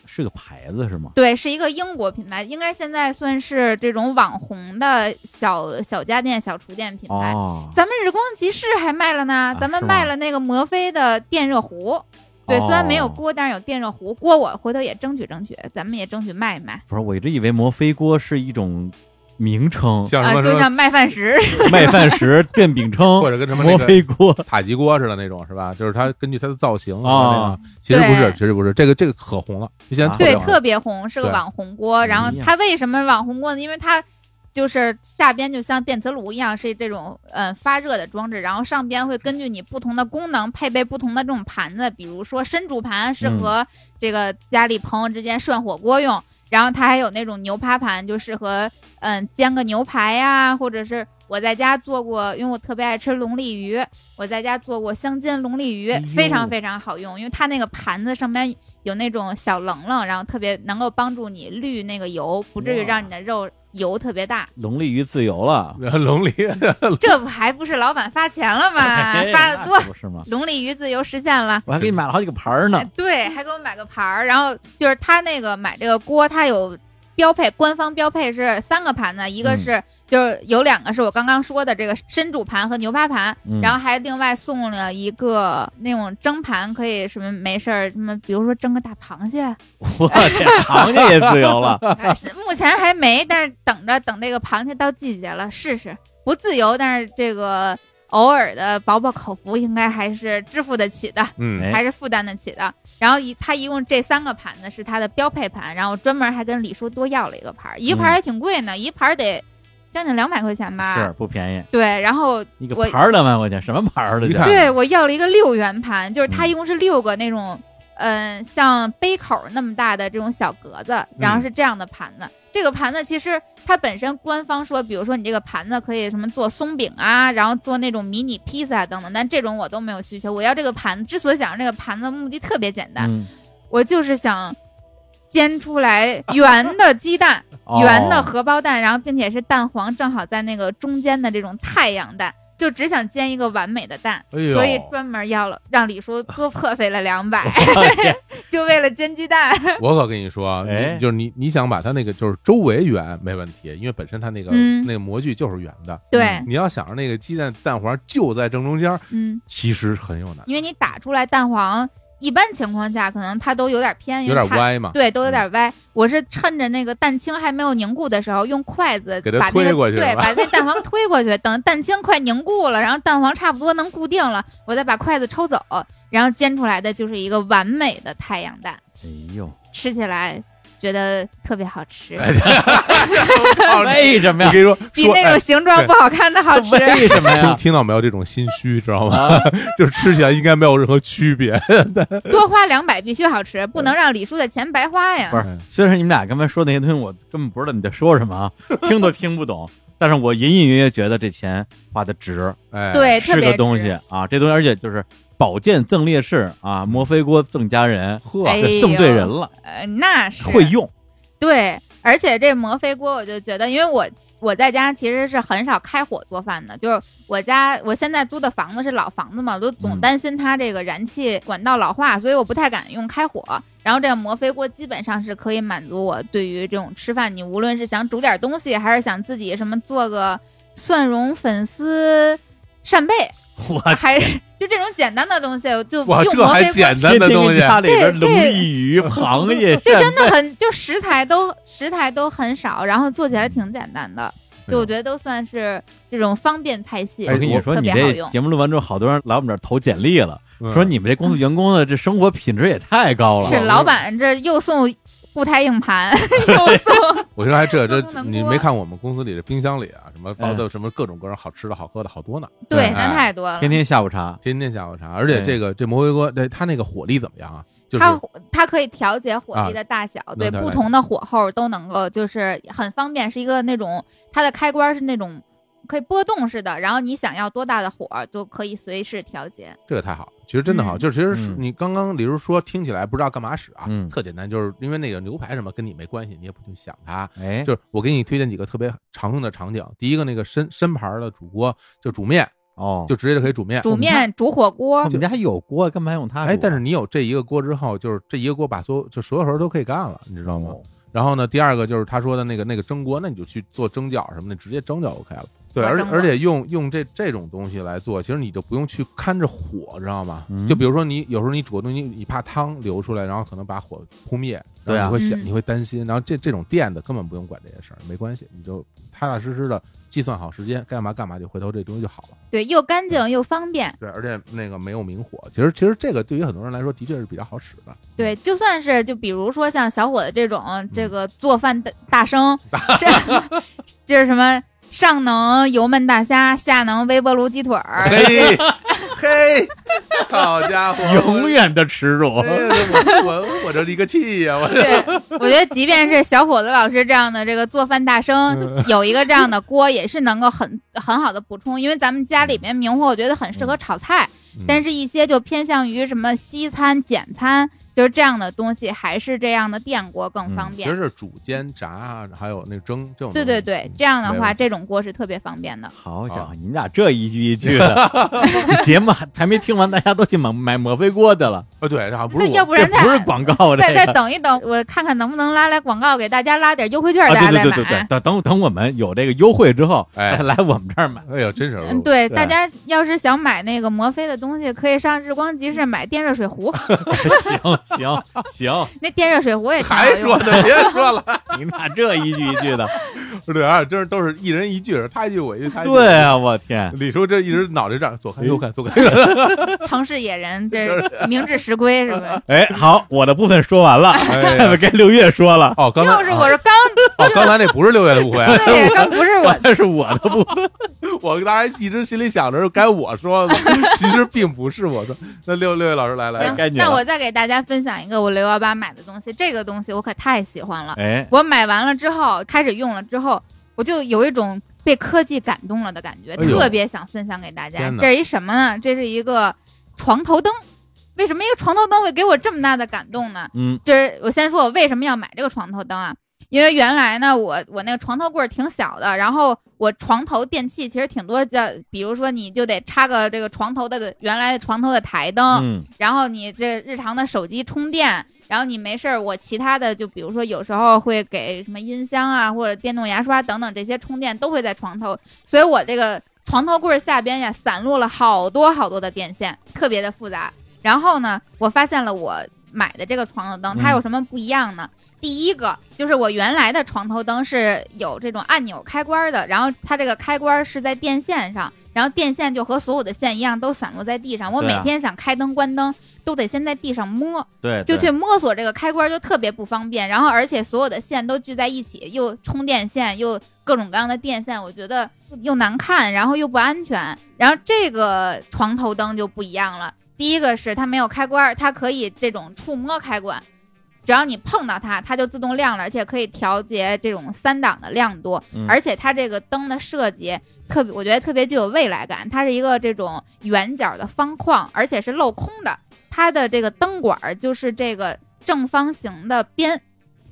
A: 是个牌子是吗？
C: 对，是一个英国品牌，应该现在算是这种网红的小小家电、小厨电品牌。
A: 哦，
C: 咱们日光集市还卖了呢
A: 啊，
C: 咱们
A: 是吗
C: 卖了那个摩飞的电热壶。对，虽然没有
A: 哦
C: 锅，但是有电热壶。锅我回头也争取争取，咱们也争取卖一卖
A: 不是，我一直以为摩飞锅是一种名称，
B: 像什
C: 啊、
B: 么
C: 就
B: 什
C: 像
B: 么
C: 卖饭石
A: 麦饭石、电饼铛，
B: 或者跟什么那
A: 摩
B: 个
A: 飞锅。
B: 塔吉锅似的那种是吧？就是它根据它的造型
A: 哦
B: 啊，其实不是，
C: 对
B: 其实不是，这个这个可红了，之前
A: 啊
B: 别
C: 对
B: 红
C: 特别红，是个
B: 对
C: 网红锅。然后
A: 哎呀
C: 它为什么网红锅呢？因为它就是下边就像电磁炉一样，是这种呃发热的装置，然后上边会根据你不同的功能配备不同的这种盘子，比如说深煮盘
A: 嗯
C: 适合这个家里朋友之间涮火锅呃用。然后它还有那种牛扒盘，就适合嗯煎个牛排呀、或者是我我在家做过，因为我特别爱吃龙利鱼，我在家做过香煎龙利鱼，
A: 哎呦
C: 非常非常好用，因为它那个盘子上面有那种小棱棱，然后特别能够帮助你滤那个油，不至于
B: 哇
C: 让你的肉油特 别大。
A: 龙利鱼自由了，
B: 龙鳞，
C: 这不还不是老板发 钱了吗？啊哎
A: 哎
C: 发的多
A: 那，不是吗？
C: 龙利鱼自由实 现了。
A: 我还给你买了好几个盘儿呢
C: 哎，对，还给我买个盘儿，然后就是他那个买这个锅，他有标配，官方标配是三个盘子，一个
A: 嗯
C: 是、就是有两个是我刚刚说的这个深煮盘和牛扒盘，
A: 嗯
C: 然后还另外送了一个那种蒸盘，可以什么没事儿什么，比如说蒸个大螃蟹，
A: 我天，螃蟹也自由 了，
C: 啊 目前还没，但是等着等这个螃蟹到季节了试试，不自由，但是这个偶尔的饱饱口福应该还是支付得起的。
B: 嗯
A: 哎
C: 还是负担得起的。然后一他一共这三个盘子是他的标配盘，然后专门还跟李叔多要了一个盘儿，一盘儿还挺贵呢，一盘儿得将近两百块钱吧。
A: 嗯是不便宜，
C: 对，然后
A: 一个
C: 啊我
A: 盘儿两万块钱，什么盘儿的
B: 你
A: 这
B: 看
A: 是？
C: 对我要了一个六元盘，就是它
A: 嗯
C: 一共是六个那种，嗯、像杯口那么大的这种小格子，
A: 嗯
C: 然后是这样的盘子。这个盘子其实它本身官方说，比如说你这个盘子可以什么做松饼啊，然后做那种迷你披萨啊等等，但这种我都没有需求。我要这个盘子，之所以想要这个盘子，目的特别简单，
A: 嗯，
C: 我就是想煎出来圆的鸡蛋，圆的
A: 哦
C: 荷包蛋，然后并且是蛋黄正好在那个中间的这种太阳蛋，就只想煎一个完美的蛋，
B: 哎呦
C: 所以专门要了让李叔多破费了 两百， 就为了煎鸡蛋。
B: 我可跟你说啊，
A: 哎
B: 你就是你，你想把它那个就是周围圆没问题，因为本身它那个、
C: 嗯
B: 那个模具就是圆的。
C: 对，
B: 你要想着那个鸡蛋蛋黄就在正中间，
C: 嗯，
B: 其实很有难，
C: 因为你打出来蛋黄，一般情况下可能它都有点偏，因
B: 有
C: 为
B: 点
C: 它。
B: 歪嘛，嗯
C: 对，都有点歪。我是趁着那个蛋清还没有凝固的时候，用筷子
B: 给它
C: 把那
B: 推
C: 个
B: 过去是
C: 对，
B: 吧
C: 把那蛋黄推过去。等蛋清快凝固了，然后蛋黄差不多能固定了，我再把筷子抽走，然后煎出来的就是一个完美的太阳蛋，
A: 哎呦，
C: 吃起来觉得特别好吃，
B: 哎
A: 为什么
B: 我
A: 呀？
B: 跟你说，
C: 比
B: 说
C: 那种
B: 哎
C: 形状不好看的好吃。
A: 为什么
B: 听
A: 呀？
B: 听到没有？这种心虚，知道吗？
A: 啊
B: 就是吃起来应该没有任何区别。
C: 多花两百必须好吃，不能让李叔的钱白花呀
A: 不。是，虽然你们俩刚才说那些东西，我根本不知道你在说什么啊，听都听不懂，但是我隐隐约约觉得这钱花的值，
B: 哎，，
C: 对，特
A: 是
C: 别
A: 个东
C: 值
A: 西。啊，这东西而且就是宝剑赠烈士啊，摩飞锅赠佳人，
B: 呵，
C: 哎
A: 这
C: 呦
A: 赠对人了，
C: 呃，那是
A: 会用，
C: 对，而且这摩飞锅，我就觉得，因为我我在家其实是很少开火做饭的，就是我家我现在租的房子是老房子嘛，我就总
A: 嗯
C: 担心它这个燃气管道老化，所以我不太敢用开火。然后这个摩飞锅基本上是可以满足我对于这种吃饭，你无论是想煮点东西，还是想自己什么做个蒜蓉粉丝扇贝，
A: 我
C: 还
A: 嗯
C: 是就这种简单的东西，我就
B: 哇，
C: 用
B: 这
C: 摩
B: 还
C: 飞锅
B: 简单的东西，啊
A: 家里边
C: 这
A: 龙利 鱼、螃蟹，
C: 这真的很，就食材都食材都很少，然后做起来挺简单的，就我觉得都算是这种方便菜系。
A: 哎我跟你说，
C: 哎特
A: 你
C: 别好
A: 这
C: 用
A: 节目录完之后，好多人来我们这儿投简历了，
B: 嗯
A: 说你们这公司员工的这生活品质也太高了。啊
C: 是老板这又送固态硬 盘，又送
B: 我说还这这
C: 都不能
B: 你
C: 播
B: 没看我们公司里的冰箱里啊，什么包
A: 哎
B: 的什么各种各样好吃的好喝的好多呢，
C: 对
A: 哎，
C: 那太多了
A: 天。天下午茶，
B: 天天下午茶。而且
A: 对
B: 这个这魔鬼锅，对它那个火力怎么样啊？就是
C: 它它可以调节火
A: 啊
C: 力的大小，
B: 能
C: 对
B: 调节
C: 不同的火候都能够，就是很方便，是一个那种它的开关是那种可以波动式的，然后你想要多大的火都可以随时调节。
B: 这个太好，其实真的好，就是其实是
A: 嗯
B: 你刚刚李叔说听起来不知道干嘛使啊，
A: 嗯
B: 特简单，就是因为那个牛排什么跟你没关系，你也不去想它。
A: 哎，
B: 就是我给你推荐几个特别常用的场景，第一个那个深深盘儿的煮锅，就煮面，
A: 哦，
B: 就直接就可以煮面。
C: 煮面、煮火锅
A: 我，们家还有锅，干嘛用它煮啊？
B: 哎，但是你有这一个锅之后，就是这一个锅把所有就所有时候都可以干了，你知道吗？然后呢，第二个就是他说的那个那个蒸锅，那你就去做蒸饺什么的，直接蒸就 OK 了。对，
C: 啊
B: 而且
C: 蒸锅
B: 而且用用这这种东西来做，其实你就不用去看着火，知道吗？
A: 嗯
B: 就比如说你有时候你煮个东西，你怕汤流出来，然后可能把火扑灭，
A: 对
B: 然
A: 啊
B: 后你会想、
C: 嗯
B: 你会担心，然后这这种电的根本不用管这些事儿，没关系，你就踏踏实实的计算好时间，该干嘛干嘛就回头这东西就好了。
C: 对，又干净又方便。
B: 对，而且那个没有明火，其实其实这个对于很多人来说的确是比较好使的。
C: 对，就算是就比如说像小伙子这
A: 嗯
C: 种这个做饭大 大生，是 就是什么上能油焖大虾，下能微波炉鸡腿
B: 哎
C: 儿，
B: 嘿，嘿，好家伙，
A: 永远的耻辱。
B: 哎呀我我我我这一个气呀、我这
C: 对，我觉得即便是小伙子老师这样的这个做饭大
A: 嗯
C: 生，有一个这样的锅也是能够很很好的补充，因为咱们
A: 嗯
C: 家里面明火，我觉得很适合炒菜，
B: 嗯
C: 但是一些就偏向于什么西餐、简餐，就是这样的东西，还是这样的电锅
A: 嗯
C: 更方
B: 其
C: 便。
B: 实是煮、煎、炸，啊还有那蒸这种。嗯
C: 对对对，，
A: 嗯
C: 这样的
B: 没
C: 话，
B: 问
C: 这种锅是特别方便的。
A: 好家
B: 好
A: 伙，你们俩这一句一句 的，节目还还没听完，大家都去买买摩飞锅去了，
B: 啊对，啊不
C: 这
B: 是
C: 要
B: 我
C: 不然
A: 这
C: 再
A: 不是广 告，这
C: 再再
A: 个。
C: 等一等，我看看能不能拉来广告，给大家拉点优惠券，
A: 啊，
C: 大家
A: 对
C: 再
A: 对对对对，
C: 买。
A: 等等等我们有这个优惠之后，
B: 哎
A: 来我们这儿 买。
B: 哎呀，真是
C: 嗯，对，
A: 对
C: 大家要是想买那个摩飞的东西，可以上日光集市买电热水壶。
A: 行行行，
C: 那电热水壶也挺好
B: 还
C: 用
B: 说
C: 的，
B: 呢，别说了，
A: 你们俩这一句一句的，
B: 对啊，真是都是一人一句，他一句我一句，他一句我一句
A: 对啊，我天，
B: 李叔这一直脑袋这样左看右看左看右看，
C: 城市野人 这明智石龟是吧？
A: 哎，好，我的部分说完了，
B: 哎呀
A: 该六月说了，
B: 哦，刚才
C: 又是我
B: 啊
C: 是刚
B: 哦，刚才那不是六月的误 会，啊
C: 对， 刚不是我，
A: 那是我的部分。
B: 我当时一直心里想着是该我说的，其实并不是我说。那六六位老师来来
A: 行，该
C: 行
A: 你了
C: 那我再给大家分享一个我六幺八买的东西，这个东西我可太喜欢了。
A: 哎，
C: 我买完了之后，开始用了之后，我就有一种被科技感动了的感觉，
B: 哎呦
C: 特别想分享给大家
B: 天。哪
C: 这是一什么呢？这是一个床头灯。为什么一个床头灯会给我这么大的感动呢？
A: 嗯，
C: 这我先说我为什么要买这个床头灯啊？因为原来呢，我我那个床头柜儿挺小的，然后我床头电器其实挺多的，比如说你就得插个这个床头的原来床头的台灯，
A: 嗯，
C: 然后你这日常的手机充电，然后你没事儿，我其他的就比如说有时候会给什么音箱啊或者电动牙刷等等这些充电都会在床头，所以我这个床头柜儿下边呀散落了好多好多的电线，特别的复杂。然后呢，我发现了我买的这个床头灯它有什么不一样呢？第一个就是我原来的床头灯是有这种按钮开关的，然后它这个开关是在电线上，然后电线就和所有的线一样都散落在地上。我
A: 对啊
C: 每天想开灯关灯都得先在地上摸，
A: 对，
C: 就
A: 对
C: 去摸索这个开关就特别不方便。然后而且所有的线都聚在一起，又充电线又各种各样的电线，我觉得又难看，然后又不安全。然后这个床头灯就不一样了，第一个是它没有开关，它可以这种触摸开关。只要你碰到它，它就自动亮了，而且可以调节这种三档的亮度，
A: 嗯
C: 而且它这个灯的设计特别，我觉得特别具有未来感。它是一个这种圆角的方框，而且是镂空的，它的这个灯管儿就是这个正方形的边，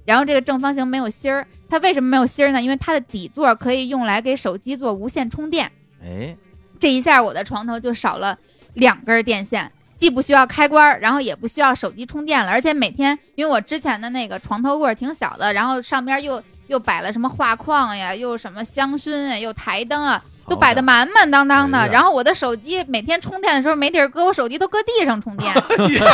C: 然后这个正方形没有芯儿。它为什么没有芯儿呢？因为它的底座可以用来给手机做无线充电。
A: 哎，
C: 这一下我的床头就少了两根电线，既不需要开关儿，然后也不需要手机充电了。而且每天，因为我之前的那个床头柜儿挺小的，然后上边又又摆了什么画框呀，又什么香薰啊，又台灯啊，都摆的满满当当
B: 哦哎
C: 的。
B: 呀
C: 然后我的手机每天充电的时候没地儿搁，我手机都搁地上充电。
B: 哎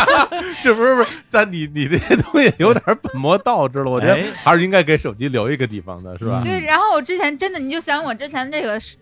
B: 这不是不是，咱你你这东西有点本末倒置了，我觉得
A: 哎
B: 还是应该给手机留一个地方的，是吧
A: 嗯？
C: 对，然后我之前真的，你就想我之前这个是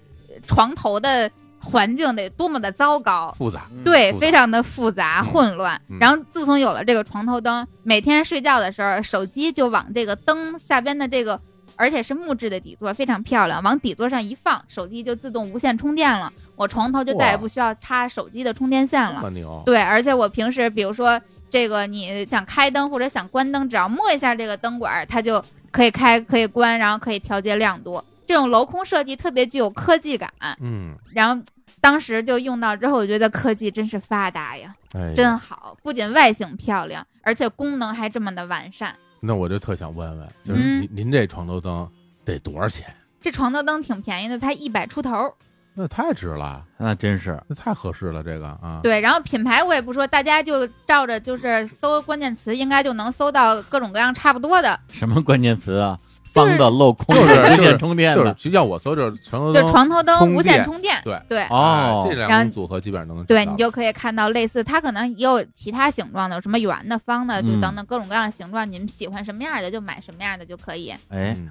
C: 床头的环境得多么的糟糕。
B: 复杂，
C: 嗯对，
B: 嗯复杂
C: 非常的复杂混乱
B: 嗯。
C: 然后自从有了这个床头灯，每天睡觉的时候，手机就往这个灯下边的这个，而且是木质的底座，非常漂亮，往底座上一放，手机就自动无线充电了。我床头就再也
B: 哇
C: 不需要插手机的充电线
B: 这
C: 了
B: 么。牛，
C: 对，而且我平时比如说这个你想开灯或者想关灯，只要摸一下这个灯管儿，它就可以开可以关，然后可以调节亮度。这种镂空设计特别具有科技感。
B: 嗯，
C: 然后当时就用到之后，我觉得科技真是发达呀，
B: 哎，
C: 真。好，不仅外形漂亮，而且功能还这么的完善。
B: 那我就特想问问，就是
C: 嗯
B: 您您这床头灯得多少钱？
C: 这床头灯挺便宜的，才一百出头。
B: 那太值了，
A: 那真是
B: 那太合适了，这个啊，
C: 对，然后品牌我也不说，大家就照着就是搜关键词，应该就能搜到各种各样差不多的。
A: 什么关键词啊？
C: 就
A: 方
C: 是
A: 的镂空
B: 就是
A: 的，无
B: 就是
A: 线充电
B: 就是
A: 的，
B: 就要我搜就是床头
C: 就
B: 灯
C: 是，床头灯
B: 充
C: 无线
B: 电
C: 充电，
B: 对
C: 对
A: 哦
B: 哎这两
C: 然
B: 种组
C: 后
B: 合基本上都能
C: 对
B: 找到
C: 你就可以看到类似，它可能也有其他形状的，有什么圆的、方的，就
A: 嗯
C: 等等各种各样的形状，你们喜欢什么样的就买什么样的就可以。
A: 哎，
B: 嗯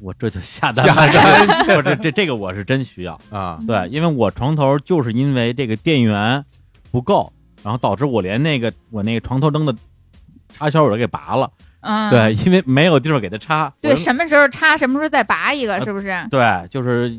A: 我这就下单
B: 下
A: 买了， 不是这这这个我是真需要，
B: 啊，
C: 嗯
A: 对，因为我床头就是因为这个电源不够，然后导致我连那个我那个床头灯的插销我都给拔了，
C: 嗯，
A: 对，因为没有地方给它插，
C: 对，
A: 我
C: 什么时候插，
B: 呃
C: 什么时候再拔一个，是不是？
A: 对，就是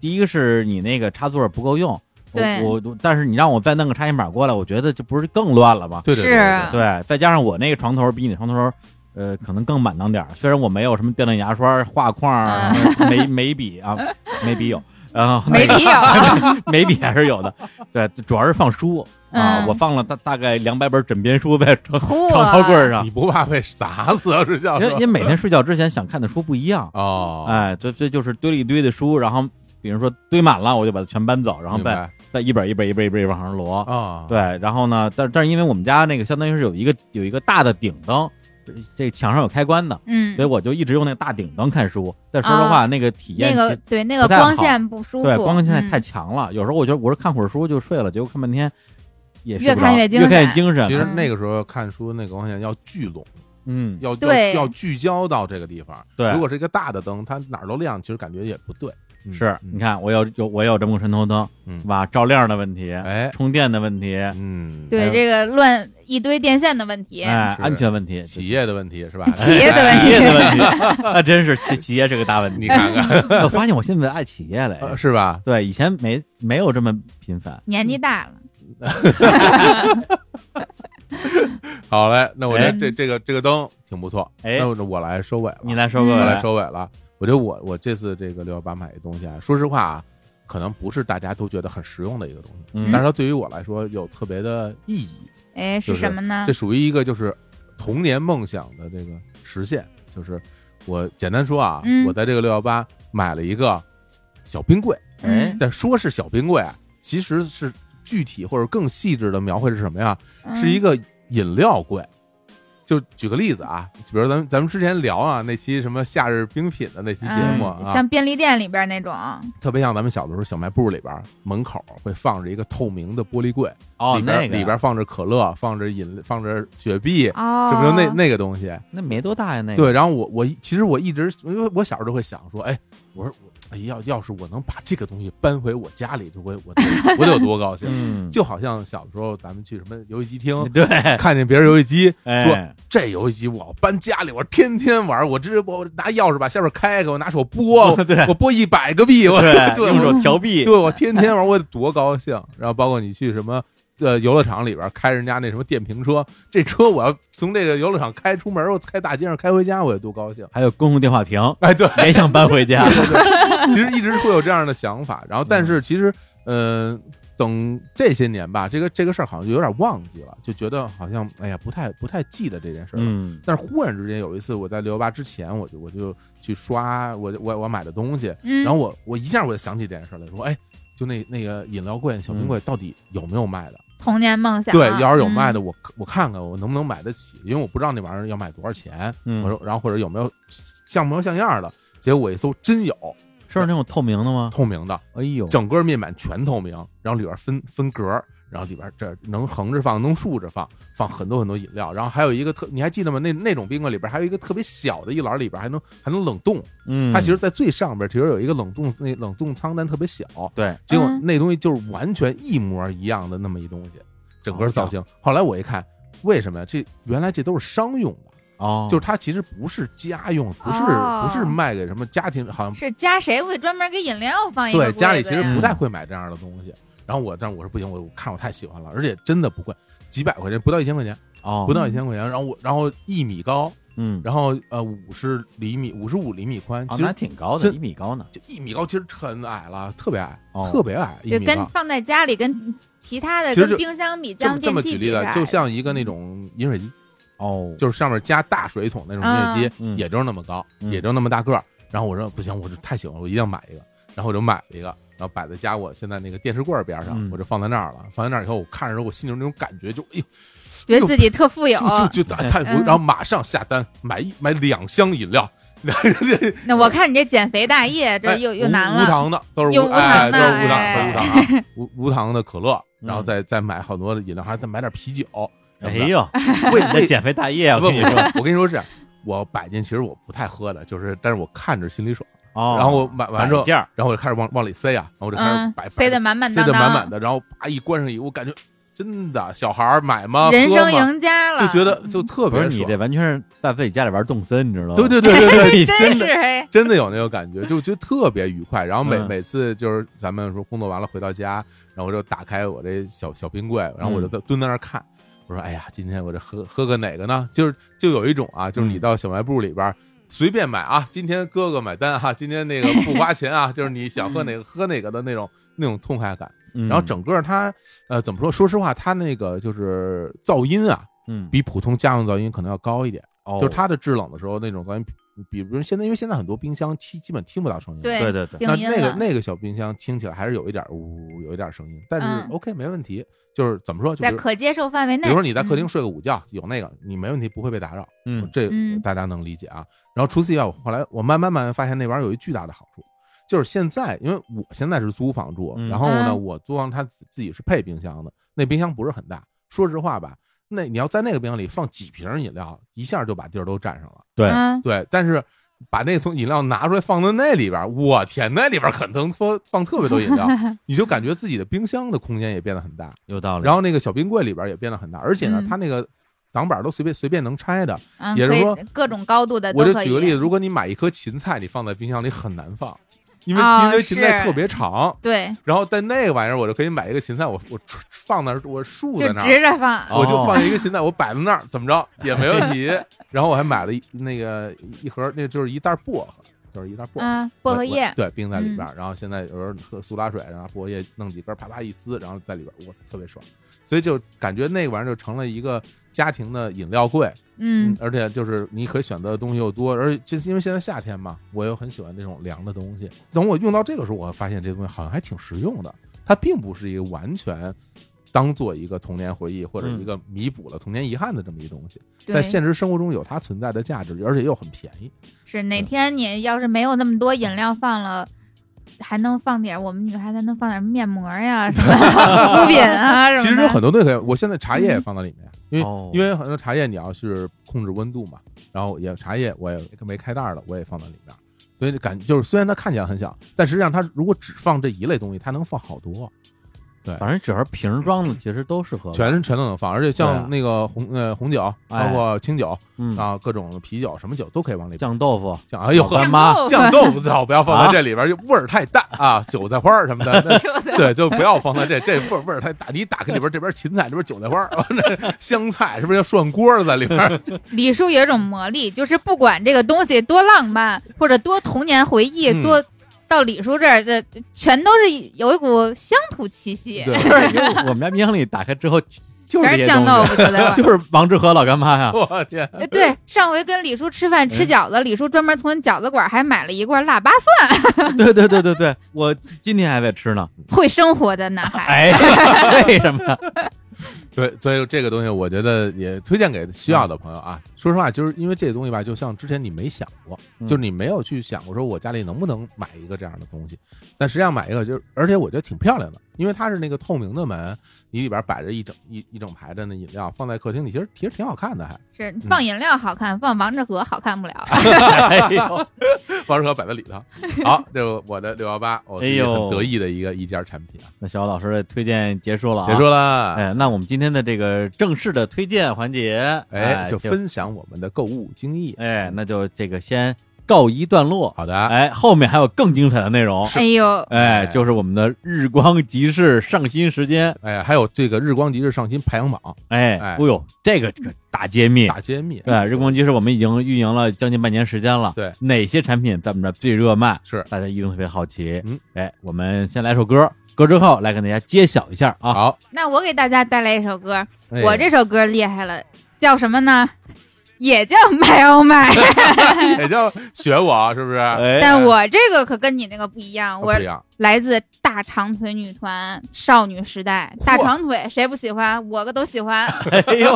A: 第一个是你那个插座不够用，
C: 对
A: 我我但是你让我再弄个插线板过来，我觉得就不是更乱了吗？
B: 对对对对
C: 是啊
A: 对，再加上我那个床头比你床头，呃，可能更满当点儿。虽然我没有什么电动牙刷、画框
C: 嗯
A: 儿、眉眉笔啊，眉笔 有，然后
C: 没必要。啊
A: 眉笔还是有的。对，主要是放书啊，
C: 嗯
A: 我放了大大概两百本枕边书在 床
C: 嚯
A: 床头柜
C: 啊
A: 儿上
B: 你，不怕被砸死啊？睡觉
A: 啊因为因为每天睡觉之前想看的书不一样，
B: 哦，
A: 哎，这这就是堆了一堆的书，然后比如说堆满了，我就把它全搬走，然后
B: 明白
A: 再再一本一本一本一本一本往上摞。
C: 哦
B: 啊，
A: 对，然后呢，但但是因为我们家那个相当于是有一个有一个大的顶灯，这这墙上有开关的，
C: 嗯啊
A: 所以，我就一直用那大顶灯看书。但说实话，那个体验
C: 那
A: 是、
C: 个对那个
A: 不太
C: 光
A: 好
C: 线不舒服，
A: 对光线
C: 嗯
A: 太强了，有时候我觉得我是看会儿书就睡了，结果看半天也
C: 越
A: 睡不
C: 看
A: 着
C: 越
A: 越
C: 精
A: 看
C: 神
A: 精神。
B: 其实那个时候看书那个光线要聚拢，
A: 嗯，
B: 要要
C: 对
B: 要聚焦到这个地方。
A: 对
B: 如果是一个大的灯，它哪儿都亮，其实感觉也不对。嗯
A: 是你，看我有有我有这么个渗透灯，
B: 嗯
A: 是吧？照亮的问题，
B: 哎，
A: 充电的问题，
B: 嗯，
A: 哎
C: 对
A: 呦
C: 这个乱一堆电线的问题，
A: 哎，
B: 是
A: 安全问题，
B: 企业的问题是吧？
C: 企业的问
A: 企
C: 题
A: 业的问 题，那真是企企业是个大问
B: 你
A: 题。
B: 看看
A: 我发现我现在爱企业了，
B: 呃
A: 哎
B: 是吧？
A: 对，以前没没有这么频繁。
C: 年
B: 嗯
C: 纪大了，
B: 好嘞，那我觉得
A: 哎
B: 这这个这个灯挺不错。
A: 哎
B: 那我我来收尾了，
A: 你来收个
B: 我
C: 嗯
B: 来
A: 来，
B: 收尾了。我觉得我我这次这个六幺八买的东西啊，说实话啊，可能不是大家都觉得很实用的一个东西，
A: 嗯
B: 但是它对于我来说有特别的意义。
C: 哎，
B: 就是是
C: 什么呢
B: 这？属于一个就是童年梦想的这个实现，就是我简单说啊，
C: 嗯
B: 我在这个六幺八买了一个小冰柜，
A: 哎
C: 嗯
B: 但说是小冰柜啊，其实是具体或者更细致的描绘是什么呀？是一
C: 嗯
B: 个饮料柜。就举个例子啊，比如咱们咱们之前聊啊那期什么夏日冰品的那期节目
C: 嗯
B: 啊，
C: 像便利店里边那种，
B: 特别像咱们小的时候小卖部里边儿门口会放着一个透明的玻璃柜，
A: 哦
B: 里，边
A: 那
B: 儿
A: 个
B: 里边儿放着可乐，放着饮放着雪碧，
C: 哦，
B: 这不就那那个东西？
A: 那没多大呀，那个
B: 对，然后我我一其实我一直因为我小时候都会想说，哎，我说我哎要要是我能把这个东西搬回我家里，就会我得我得有多高兴。
A: 嗯，
B: 就好像小时候咱们去什么游戏机厅，
A: 对，
B: 看见别人游戏机，
A: 哎，
B: 这游戏机我要搬家里，我天天玩，我这我拿钥匙把下边开开，我拿 手拨，我
A: 对
B: 我拨一百个币，我 对
A: 用手
B: 我
A: 调臂，
B: 对我天天玩，我得多高兴。然后包括你去什么。呃，游乐场里边开人家那什么电瓶车，这车我要从这个游乐场开出门，我开大街上开回家，我得多高兴！
A: 还有公共电话 亭，
B: 哎，对，
A: 也想搬回家。
B: 其实一直会有这样的想法，然后但是其实，呃，等这些年吧，这个这个事儿好像就有点忘记了，就觉得好像哎呀不太不太记得这件事儿了。
A: 嗯，
B: 但是忽然之间有一次，我在六幺八之前，我就我就去刷我我我买的东西，
C: 嗯，
B: 然后我我一下我就想起这件事儿来，说哎，就那那个饮料柜、
A: 嗯
B: 小冰柜到底有没有卖的？
C: 童年梦想，
B: 对，要是有卖
C: 嗯
B: 的，我我看看我能不能买得起，因为我不知道那玩意儿要卖多少钱。
A: 嗯
B: 我说，然后或者有没有像模像样的？结果我一搜，真有
A: 是那种透明的吗？
B: 透明的，
A: 哎呦，
B: 整个面板全透明，然后里边分分格，然后里边这能横着放，能竖着放，放很多很多饮料。然后还有一个特，你还记得吗？那那种冰柜里边还有一个特别小的一栏，里边还能还能冷冻。
A: 嗯，
B: 它其实，在最上边其实有一个冷冻那冷冻仓，但特别小。
A: 对，
B: 结果
C: 嗯
B: 那东西就是完全一模一样的那么一东西，整
A: 哦
B: 个造型。后来我一看，为什么呀？这原来这都是商用的，
A: 哦，
B: 就是它其实不是家用，不是
C: 哦
B: 不是卖给什么家庭，好像
C: 嗯是家谁会专门给饮料放一个
B: 对，家里
C: 柜
B: 其
C: 子
B: 实
C: 呀嗯
B: 不太会买这样的东西。然后我，但是我说不行，我我看我太喜欢了，而且真的不贵，几百块钱，不到一千块钱，
A: 哦，
B: 不到一千块钱。然后我，然后一米高，
A: 嗯，
B: 然后呃五十厘米、五十五厘米宽，
A: 哦
B: 其
A: 那还
B: 实
A: 挺高的，
B: 真
A: 一米高呢。
B: 就一米高，其实很矮了，特别矮，
A: 哦
B: 特别矮，一
C: 就
B: 米
C: 跟
B: 高。
C: 放在家里跟其他的
B: 其实就
C: 跟冰箱比，
B: 这
C: 家
B: 么
C: 用
B: 这
C: 电
B: 么
C: 器
B: 举
C: 比
B: 例
C: 啥
B: 子
C: 的，，
B: 就像一
C: 嗯
B: 个那种饮水机，
A: 哦，
B: 就是上面加大水桶那种饮水机，
A: 嗯
B: 也就是那么高，
A: 嗯
B: 也就那么大个儿。然后我说不行，我就太喜欢了，我一定要买一个。然后我就买了一个，然后摆在家我现在那个电视柜儿边上，
A: 嗯
B: 我就放在那儿了。放在那儿以后，我看着时候我心里有那种感觉就，哎呦，
C: 觉得自己特富有。
B: 就就就太，我
C: 嗯
B: 然后马上下单买一买两箱饮料，
C: 那我看你这减肥大业，这
B: 哎
C: 又又
B: 无
C: 难
B: 无
C: 了。
B: 糖的都是
C: 又
B: 无
C: 无糖的
B: 哎都是无糖，都是无糖啊，无无糖的可乐，
A: 嗯
B: 然后再再买好多的饮料，还再买点啤酒。
A: 哎呦，
B: 为
A: 你
B: 为
A: 的减肥大业，我
B: 不
A: 跟你说，，
B: 不我跟你说是这样，我摆进其实我不太喝的，就是但是我看着心里爽。
A: 哦，
B: 然后我买完之后
A: 摆件儿
B: 然后我就开始往往里塞啊，然后我就开始
C: 嗯
B: 摆，摆
C: 塞得满满
B: 塞
C: 当
B: 得
C: 当，
B: 满满的，然后啪一关上以后，我感觉真的小孩儿买吗？
C: 人
B: 喝
C: 生
B: 吗
C: 赢家了，
B: 就觉得就特
A: 不
B: 别
A: 是你
B: 爽
A: 这完全是在自己家里玩动森，你知道吗？
B: 对对对对 对，
A: 你
C: 真
A: 真
C: 是
A: 的
C: 哎，
B: 真的有那个感觉，就觉得 特别愉快。然后每、
A: 嗯
B: 每次就是咱们说工作完了回到家，然后我就打开我这小小冰柜，然后
A: 嗯
B: 我就蹲在那儿看。我说：“哎呀，今天我这喝喝个哪个呢？就是就有一种啊，就是你
A: 嗯
B: 到小卖部里边儿随便买啊，今天哥哥买单哈、啊今天那个不花钱啊，就是你想喝哪个喝哪个的那种那种痛快感。
A: 嗯
B: 然后整个它呃怎么说？说实话，它那个就是噪音啊，
A: 嗯，
B: 比普通家用噪音可能要高一点。
A: 哦
B: 就是它的制冷的时候那种噪音，比比如现在，因为现在很多冰箱基基本听不到声音，
C: 对
A: 对对对，
B: 那
C: 静音
B: 那个
C: 了，
B: 那个小冰箱听起来还是有一点呜，有一点声音，但
C: 嗯
B: 是 OK 没问题，就是怎么说，就比
C: 在
B: 如
C: 可接受范围
B: 比
C: 内
B: 如。说你在客厅睡个午觉，有那个你没问题，不会被打扰，
A: 嗯
B: 这
C: 嗯
B: 大家能理解啊。然后除此以外，我后来我慢慢慢慢发现那玩意儿有一巨大的好处。就是现在，因为我现在是租房住，
A: 嗯
B: 然后呢，
C: 啊
B: 我租房它自己是配冰箱的，那冰箱不是很大。说实话吧，那你要在那个冰箱里放几瓶饮料，一下就把地儿都占上了。
A: 对，
C: 嗯，
B: 对，但是把那从饮料拿出来放到那里边儿，我天，那里边儿可能说放特别多 饮料，你就感觉自己的冰箱的空间也变得很大，
A: 有道理。
B: 然后那个小冰柜里边儿也变得很大，而且呢
C: 嗯，
B: 它那个挡板儿都随便随便能拆的。
C: 嗯
B: 也是
C: 可以
B: 说
C: 各种高度的
B: 我
C: 呃都
B: 就
C: 可以。
B: 举个例子，如果你买一颗芹菜，你放在冰箱里很难放，因为、
C: 哦
B: 因为芹菜
C: 是
B: 特别长。
C: 对，
B: 然后但那个玩意儿，我就可以买一个芹菜，我我戳放那儿，我竖
C: 就
B: 在那儿，啊
C: 直着放，
A: 哦
B: 我就放一个芹菜，我摆在那儿，怎么着也没问题。然后我还买了一那个一盒，那就是一袋薄荷，就是一袋薄荷。
C: 嗯，薄荷
B: 我
C: 叶嗯
B: 我，对，冰在里边儿。然后现在有时候喝苏打水，然后薄荷叶弄几根儿，啪啪一撕，然后在里边儿，我特别爽。所以就感觉那玩意儿就成了一个家庭的饮料柜，
C: 嗯，
B: 而且就是你可以选择的东西又多，而且就是因为现在夏天嘛，我又很喜欢这种凉的东西。等我用到这个时候，我发现这东西好像还挺实用的，它并不是一个完全当做一个童年回忆或者
A: 嗯
B: 一个弥补了童年遗憾的这么一东西，在
C: 对，
B: 现实生活中有它存在的价值，而且又很便宜。
C: 是
A: 嗯
C: 哪天你要是没有那么多饮料放了，还能放点我们女孩子能放点面膜呀，什么护肤品啊什么的。
B: 其实有很多东西可以，我现在茶叶也放到里面，因为、
A: 哦
B: 因为很多茶叶你要是控制温度嘛，然后也茶叶我也没开袋儿的，我也放到里面，所以感就是虽然它看起来很小，但实际上它如果只放这一类东西，它能放好多，
A: 反正只要是瓶装的，其实都适合。
B: 全全都能放，而且
A: 对啊
B: 像那个红呃红酒，包括清酒、
A: 嗯，
B: 啊，各种啤酒什么酒都可以往里放。
A: 酱豆腐，
B: 酱哎呦
A: 干
B: 呵，
C: 酱
A: 妈
C: 豆腐
B: 酱豆腐最好不要放在这里边，就味儿太淡啊，韭菜花儿什么的， 那
C: 就在
B: 对，就不要放在这这味儿味儿太大。你一打开里边这边芹菜，这边韭菜花， 那香菜是不是要涮锅了在里边？
C: 李叔有一种魔力，就是不管这个东西多浪漫或者多童年回忆，
B: 嗯
C: 多到李叔这儿，这全都是有一股乡土气息，
B: 对，
A: 不是因为我们家冰箱里打开之后就是
C: 全
A: 这
C: 是
A: 些
C: 酱豆
A: 东
C: 腐就在味儿
A: 西， 就是王致和老干妈呀。
B: 我天，
C: 哎对，上回跟李叔吃饭
A: 嗯
C: 吃饺子，李叔专门从饺子馆还买了一罐腊八蒜，
A: 对对对对对，我今天还在吃呢。
C: 会生活的男孩。
A: 哎，为什么呀？
B: 对，所以这个东西我觉得也推荐给需要的朋友啊。说实话，就是因为这个东西吧，就像之前你没想过，
A: 嗯
B: 就是你没有去想过说我家里能不能买一个这样的东西，但实际上买一个就是，而且我觉得挺漂亮的，因为它是那个透明的门，你里边摆着一整一一整排的那饮
A: 嗯
B: 料，放在客厅里，其实其实挺好看的还。
C: 是放饮料好看，放王致和好看不了。
A: 哎呦
B: 包师哥摆在里头。 好，这是我的六幺八，我自己
A: 哎呦
B: 很得意的一个一家产品啊。
A: 那小欧老师的推荐结束了、啊，
B: 结束。了，
A: 哎，那我们今天的这个正式的推荐环节，哎，
B: 哎，就分享我们的购物经历。
A: 哎，那就这个先告一段落。
B: 好的，
A: 哎，后面还有更精彩的内容。
C: 哎呦，
A: 哎，
B: 哎
A: 就是我们的日光集市上新时间。
B: 哎，还有这个日光集市上新排行榜
A: 哎，
B: 哎
A: 呦，这个可大揭秘。
B: 大揭秘，啊
A: 对，日光集市我们已经运营了将近半年时间了。
B: 对，
A: 哪些产品在我们这儿最热卖？
B: 是
A: 大家一定特别好奇。
B: 嗯，
A: 哎，我们先来首歌，歌之后来跟大家揭晓一下啊。
B: 好，
C: 那我给大家带来一首歌，
B: 哎
C: 我这首歌厉害了，叫什么呢？也叫买哦买，
B: 哎 也叫学我啊是不是？
A: 哎，
C: 但我这个可跟你那个不一样，我
B: 不一样，
C: 来自大长腿女团少女时代，
B: 嚯
C: 大长腿谁不喜欢？我个都喜 欢。
A: 哎呦，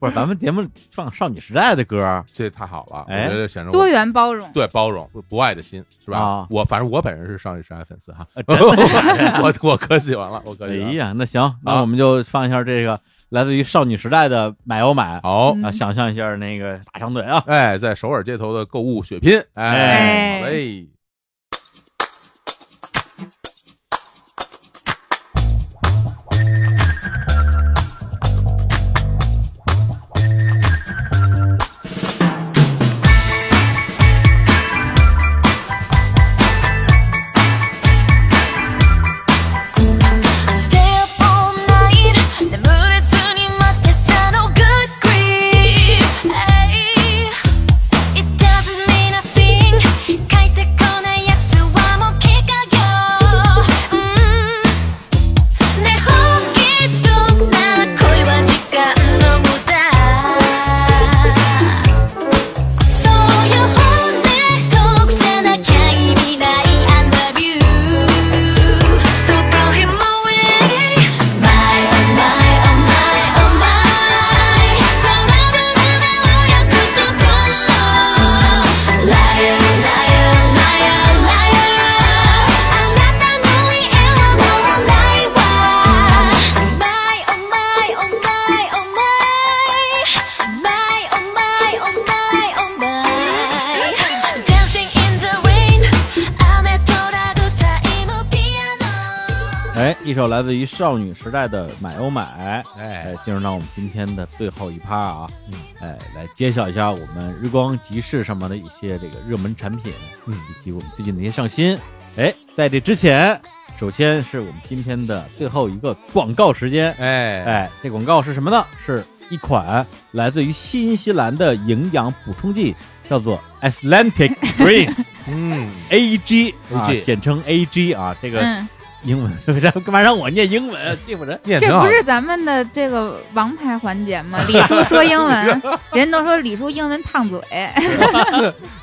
A: 不是咱们节目放少女时代的歌儿，
B: 这太好了，我
A: 哎
B: 觉得显示
C: 多
B: 我。
C: 元包容，
B: 对，包容不不爱的心是吧
A: 啊？
B: 我反正我本人是少女时代粉丝哈，
A: 呃真
B: 我我可喜欢了，我可喜
A: 哎
B: 欢了。
A: 呀，那行，
B: 啊
A: 那我们就放一下这个来自于少女时代的《买哦买》
B: 好，
A: 啊，
C: 嗯
A: 想象一下那个大长腿啊，
B: 哎，在首尔街头的购物血拼，
A: 哎
B: 哎，好嘞。
E: Thank
A: 哎一首来自于少女时代的《买哦买》。
B: 哎
A: 哎，，进入到我们今天的最后一趴啊，
B: 嗯，
A: 哎，来揭晓一下我们日光集市上面的一些这个热门产品，
B: 嗯
A: 以及我们最近的一些上新。哎，在这之前，首先是我们今天的最后一个广告时间。
B: 哎，
A: 哎，这广告是什么呢？是一款来自于新西兰的营养补充剂，叫做 Atlantic Greens
B: 嗯，
A: AG，啊
B: AG
A: 简称 AG 啊，这个
C: 嗯，
A: 英文为啥干嘛让我念英 文？啊欺负人！
B: 念挺
C: 这
B: 好
C: 不
B: 的。
C: 是咱们的这个王牌环节 吗？李叔说英文，人都说李叔英文烫嘴，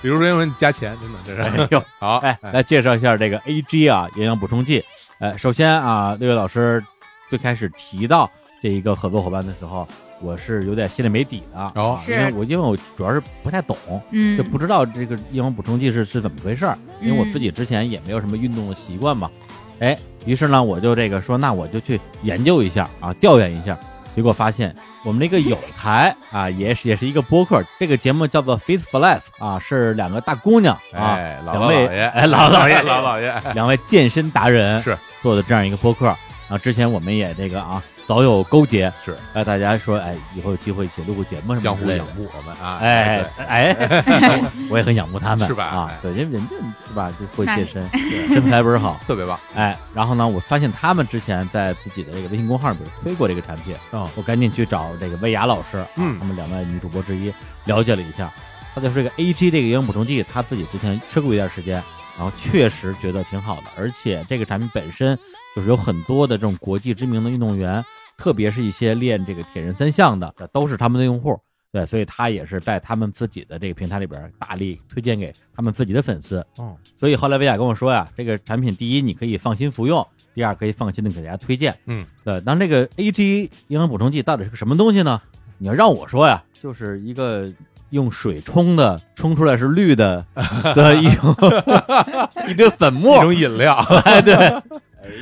B: 比如说英文加钱，真的这
A: 哎
B: 是
A: 呦，
B: 好。
A: 哎，来介绍一下这个 AG 啊，营养补充剂。呃，首先啊，六月老师最开始提到这一个合作伙伴的时候，我是有点心里没底的。
B: 哦
A: 因为
C: 是
A: 我因为我主要是不太懂，
C: 嗯
A: 就，不知道这个营养补充剂是是怎么回事儿，因为我自己之前也没有什么运动的习惯嘛。哎，于是呢，我就这个说，那我就去研究一下啊，调研一下。结果发现我们这个有台啊，也是也是一个播客，这个节目叫做《Face for Life》啊，是两个大姑娘啊，
B: 哎，姥
A: 两
B: 姥
A: 位
B: 姥爷，
A: 哎姥姥 姥爷哎
B: 姥姥姥爷，
A: 两位健身达人
B: 是
A: 做的这样一个播客啊。之前我们也这个啊早有勾结，
B: 是
A: 哎，大家说哎以后有机会一起录个节目什
B: 相
A: 么之
B: 互
A: 类
B: 仰
A: 的。
B: 慕我们 啊，
A: 哎哎，哎我也很仰慕他们，
B: 是吧
A: 啊
B: 哎，
A: 对，因为人家是吧，就会
C: 那
A: 健身， 身材倍儿好。
B: 对，特别棒，
A: 哎，然后呢，我发现他们之前在自己的这个微信公号里边推过这个产品，
B: 哦
A: 我赶紧去找这个薇娅老师，啊
B: 嗯
A: 他们两位女主播之一，了解了一下，她就说这个 A G 这个营养补充剂，她自己之前吃过一段时间，然后确实觉得挺好的，而且这个产品本身就是有很多的这种国际知名的运动员，特别是一些练这个铁人三项的，都是他们的用户。对，所以她也是在他们自己的这个平台里边大力推荐给他们自己的粉丝。
B: 哦，
A: 所以后来薇娅跟我说呀，这个产品第一你可以放心服用，第二可以放心的给大家推荐。
B: 嗯，
A: 对。那这个 A G 营养补充剂到底是个什么东西呢？你要让我说呀，就是一个用水冲的，冲出来是绿 的的一种一堆粉
B: 一
A: 末。
B: 种饮料，
A: 哎，对，哎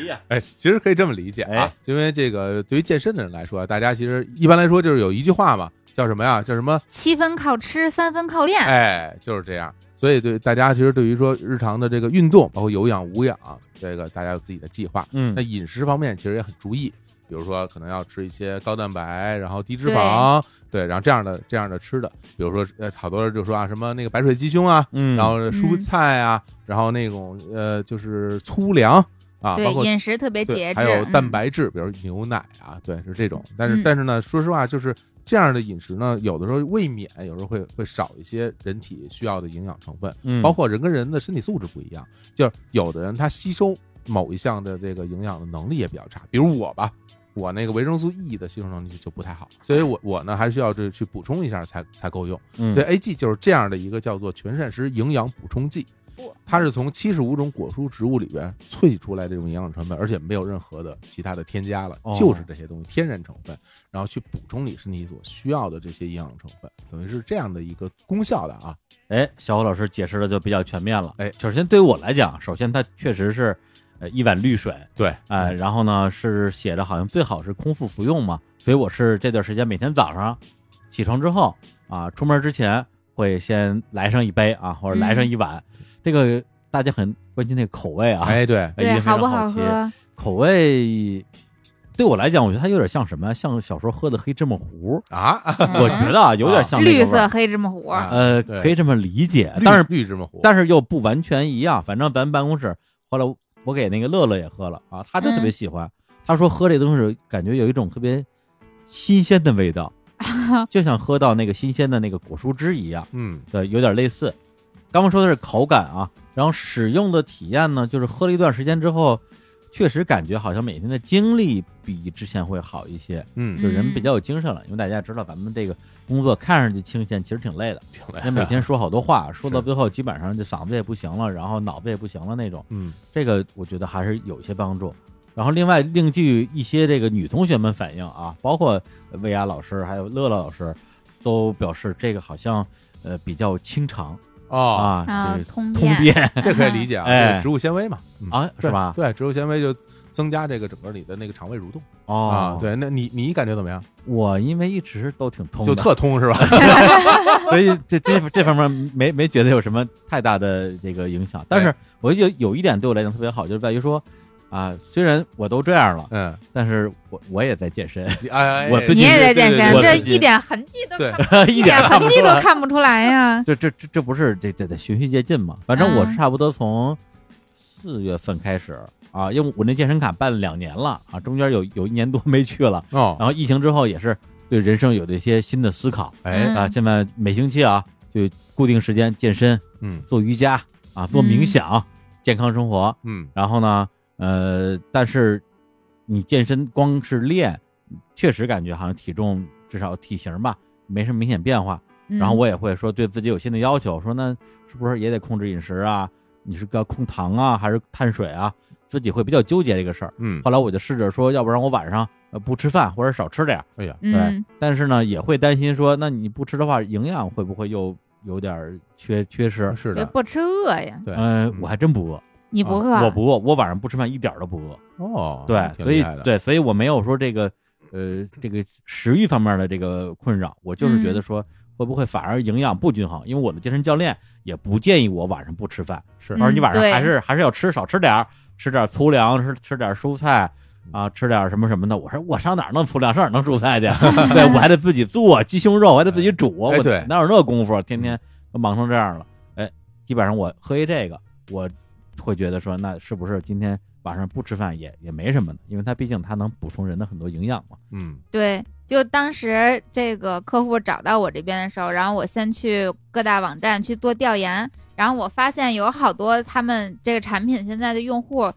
A: 呀，
B: 哎，其实可以这么理解啊
A: 哎，
B: 因为这个对于健身的人来说，啊大家其实一般来说就是有一句话嘛，叫什么呀？叫什么？
C: 七分靠吃，三分靠练，
B: 哎，就是这样。所以对大家其实对于说日常的这个运动，包括有氧、无氧，啊这个大家有自己的计划。
A: 嗯
B: 那，饮食方面其实也很注意，比如说可能要吃一些高蛋白，然后低脂肪，对，然后这样的这样的吃的，比如说呃，好多人就说啊，什么那个白水鸡胸啊，
A: 嗯，
B: 然后蔬菜啊，然后那种呃就是粗粮啊，
C: 对
B: 包括
C: 饮食特别
B: 对，
C: 节制，
B: 还有蛋
C: 嗯
B: 白质，比如牛奶啊，对，是这种。但是
C: 嗯
B: 但是呢，说实话，就是这样的饮食呢，有的时候未免有时候会会少一些人体需要的营养成分，
A: 嗯
B: 包括人跟人的身体素质不一样，就是有的人他吸收某一项的这个营养的能力也比较差，比如我吧。我那个维生素 E 的吸收能力就不太好，所
C: 哎
B: 以我我呢还需要这去补充一下才才够用。
A: 嗯
B: 所以 AG 就是这样的一个叫做全膳食营养补充剂，它是从七十五种果蔬植物里边萃取出来这种营养成分，而且没有任何的其他的添加了
A: 哦，
B: 就是这些东西天然成分，然后去补充你身体所需要的这些营养成分，等于是这样的一个功效的啊。
A: 哎，小虎老师解释的就比较全面了。
B: 哎
A: 首先对于我来讲，首先它确实是呃一碗绿水，
B: 对，
A: 哎，然后呢是写的好像最好是空腹服用嘛，所以我是这段时间每天早上起床之后啊，出门之前会先来上一杯啊，或者来上
B: 嗯
A: 一碗。这个大家很关心那个口味啊，
B: 哎，对，
A: 一定
C: 对，
A: 非常
C: 不
A: 好
C: 好
A: 奇
C: 喝？
A: 口味对我来讲，我觉得它有点像什么呀？像小时候喝的黑芝麻糊，
B: 啊，
A: 我
C: 嗯
A: 觉得啊有点像那个味
C: 绿
A: 儿
C: 色，黑芝麻糊，
B: 啊
A: 呃，
B: 对
A: 可以这么理解，
B: 绿
A: 哎但 是
B: 绿芝麻糊，
A: 但是又不完全一样。反正咱办公室后来我给那个乐乐也喝了啊，他就特别喜欢，他说喝这东西感觉有一种特别新鲜的味道，就像喝到那个新鲜的那个果蔬汁一样，
B: 嗯，
A: 对，有点类似。刚刚说的是口感啊，然后使用的体验呢，就是喝了一段时间之后，确实感觉好像每天的精力比之前会好一些，
B: 嗯
A: 就人
C: 嗯
A: 比较有精神了。因为大家知道咱们这个工作看上去清闲，其实挺累的。
B: 挺累
A: 那每天说好多话，说到
B: 哎是
A: 最后基本上就嗓子也不行了，然后脑子也不行了那种。
B: 嗯，
A: 这个我觉得还是有一些帮助。然后另外，另据一些这个女同学们反映啊，包括薇娅老师还有乐乐老师，都表示这个好像呃比较清肠
B: 哦，
A: 啊，
C: 然后
A: 这个
C: 通
A: 通
C: 便，
A: 便
B: 这可以理解啊，
A: 哎
B: 这植物纤维嘛，嗯
A: 啊，是
B: 对
A: 吧？
B: 对，植物纤维就增加这个整个你的那个肠胃蠕动
A: 哦，。，
B: 啊对，那你你感觉怎么样？
A: 我因为一直都挺通
B: 就
A: 的，
B: 特通是吧？
A: 所以这这这方面没没觉得有什么太大的这个影响。但是我有有一点对我来讲特别好，就是在于说，啊，虽然我都这样了，
B: 嗯，
A: 但是我我也在健 身，
B: 你哎，哎
A: 我
B: 哎
A: 最
C: 你
A: 近
C: 也在
B: 对
C: 健
B: 对
A: 对
C: 身，
A: 我
C: 这
B: 最近
C: 一点痕迹都
B: 对
C: 看 不
A: 一
C: 一
A: 点
C: 点
A: 看
C: 痕
A: 不
C: 迹
A: 出
C: 都
A: 来。
C: 看不出来呀。
A: 这这这这不是这这得循序渐进嘛？反正我
C: 嗯
A: 差不多从四月份开始啊，因为我那健身卡办了两年了啊，中间有有一年多没去了，
B: 哦，
A: 然后疫情之后也是对人生有了一些新的思考
B: 哎，
C: 嗯
A: 啊。现在每星期啊，就固定时间健身、
B: 嗯
A: 做瑜伽啊、做
C: 嗯
A: 冥想、健康生活。
B: 嗯，
A: 然后呢，呃，但是你健身光是练，确实感觉好像体重至少体型吧没什么明显变化。
C: 嗯
A: 然后我也会说对自己有新的要求，说那是不是也得控制饮食啊？你是要控糖啊，还是碳水啊？自己会比较纠结这个事儿。
B: 嗯，
A: 后来我就试着说，要不然我晚上呃不吃饭或者少吃点儿，
B: 哎呀，
A: 对
C: 嗯
A: 但是呢也会担心说，那你不吃的话，营养会不会又有点儿缺缺失？
B: 是
C: 别
B: 的，
C: 不吃饿呀，
B: 对，
A: 呃
B: 嗯，
A: 我还真不饿，
C: 你不饿？
A: 啊我不饿，我晚上不吃饭一点儿都不饿。
B: 哦，
A: 对，
B: 挺
A: 所以
B: 厉害的，
A: 对，所以我没有说这个呃这个食欲方面的这个困扰，我就是
C: 嗯
A: 觉得说会不会反而营养不均衡？因为我的健身教练也不建议我晚上不吃饭，
B: 是
A: 而你晚上
C: 嗯对
A: 还是还是要吃，少吃点儿，吃点儿粗粮，吃吃点儿蔬菜。啊，吃点儿什么什么的，我说我上哪儿弄粗粮，上哪儿弄蔬 菜去？对我还得自己做鸡胸肉，我还得自己煮，
B: 哎
A: 我
B: 对
A: 哪有那功夫？天天都忙成这样了，哎，基本上我喝一这个，我会觉得说，那是不是今天晚上不吃饭也也没什么呢？因为它毕竟它能补充人的很多营养嘛。
B: 嗯
C: 对，就当时这个客户找到我这边的时候，然后我先去各大网站去做调研，然后我发现有好多他们这个产品现在的用户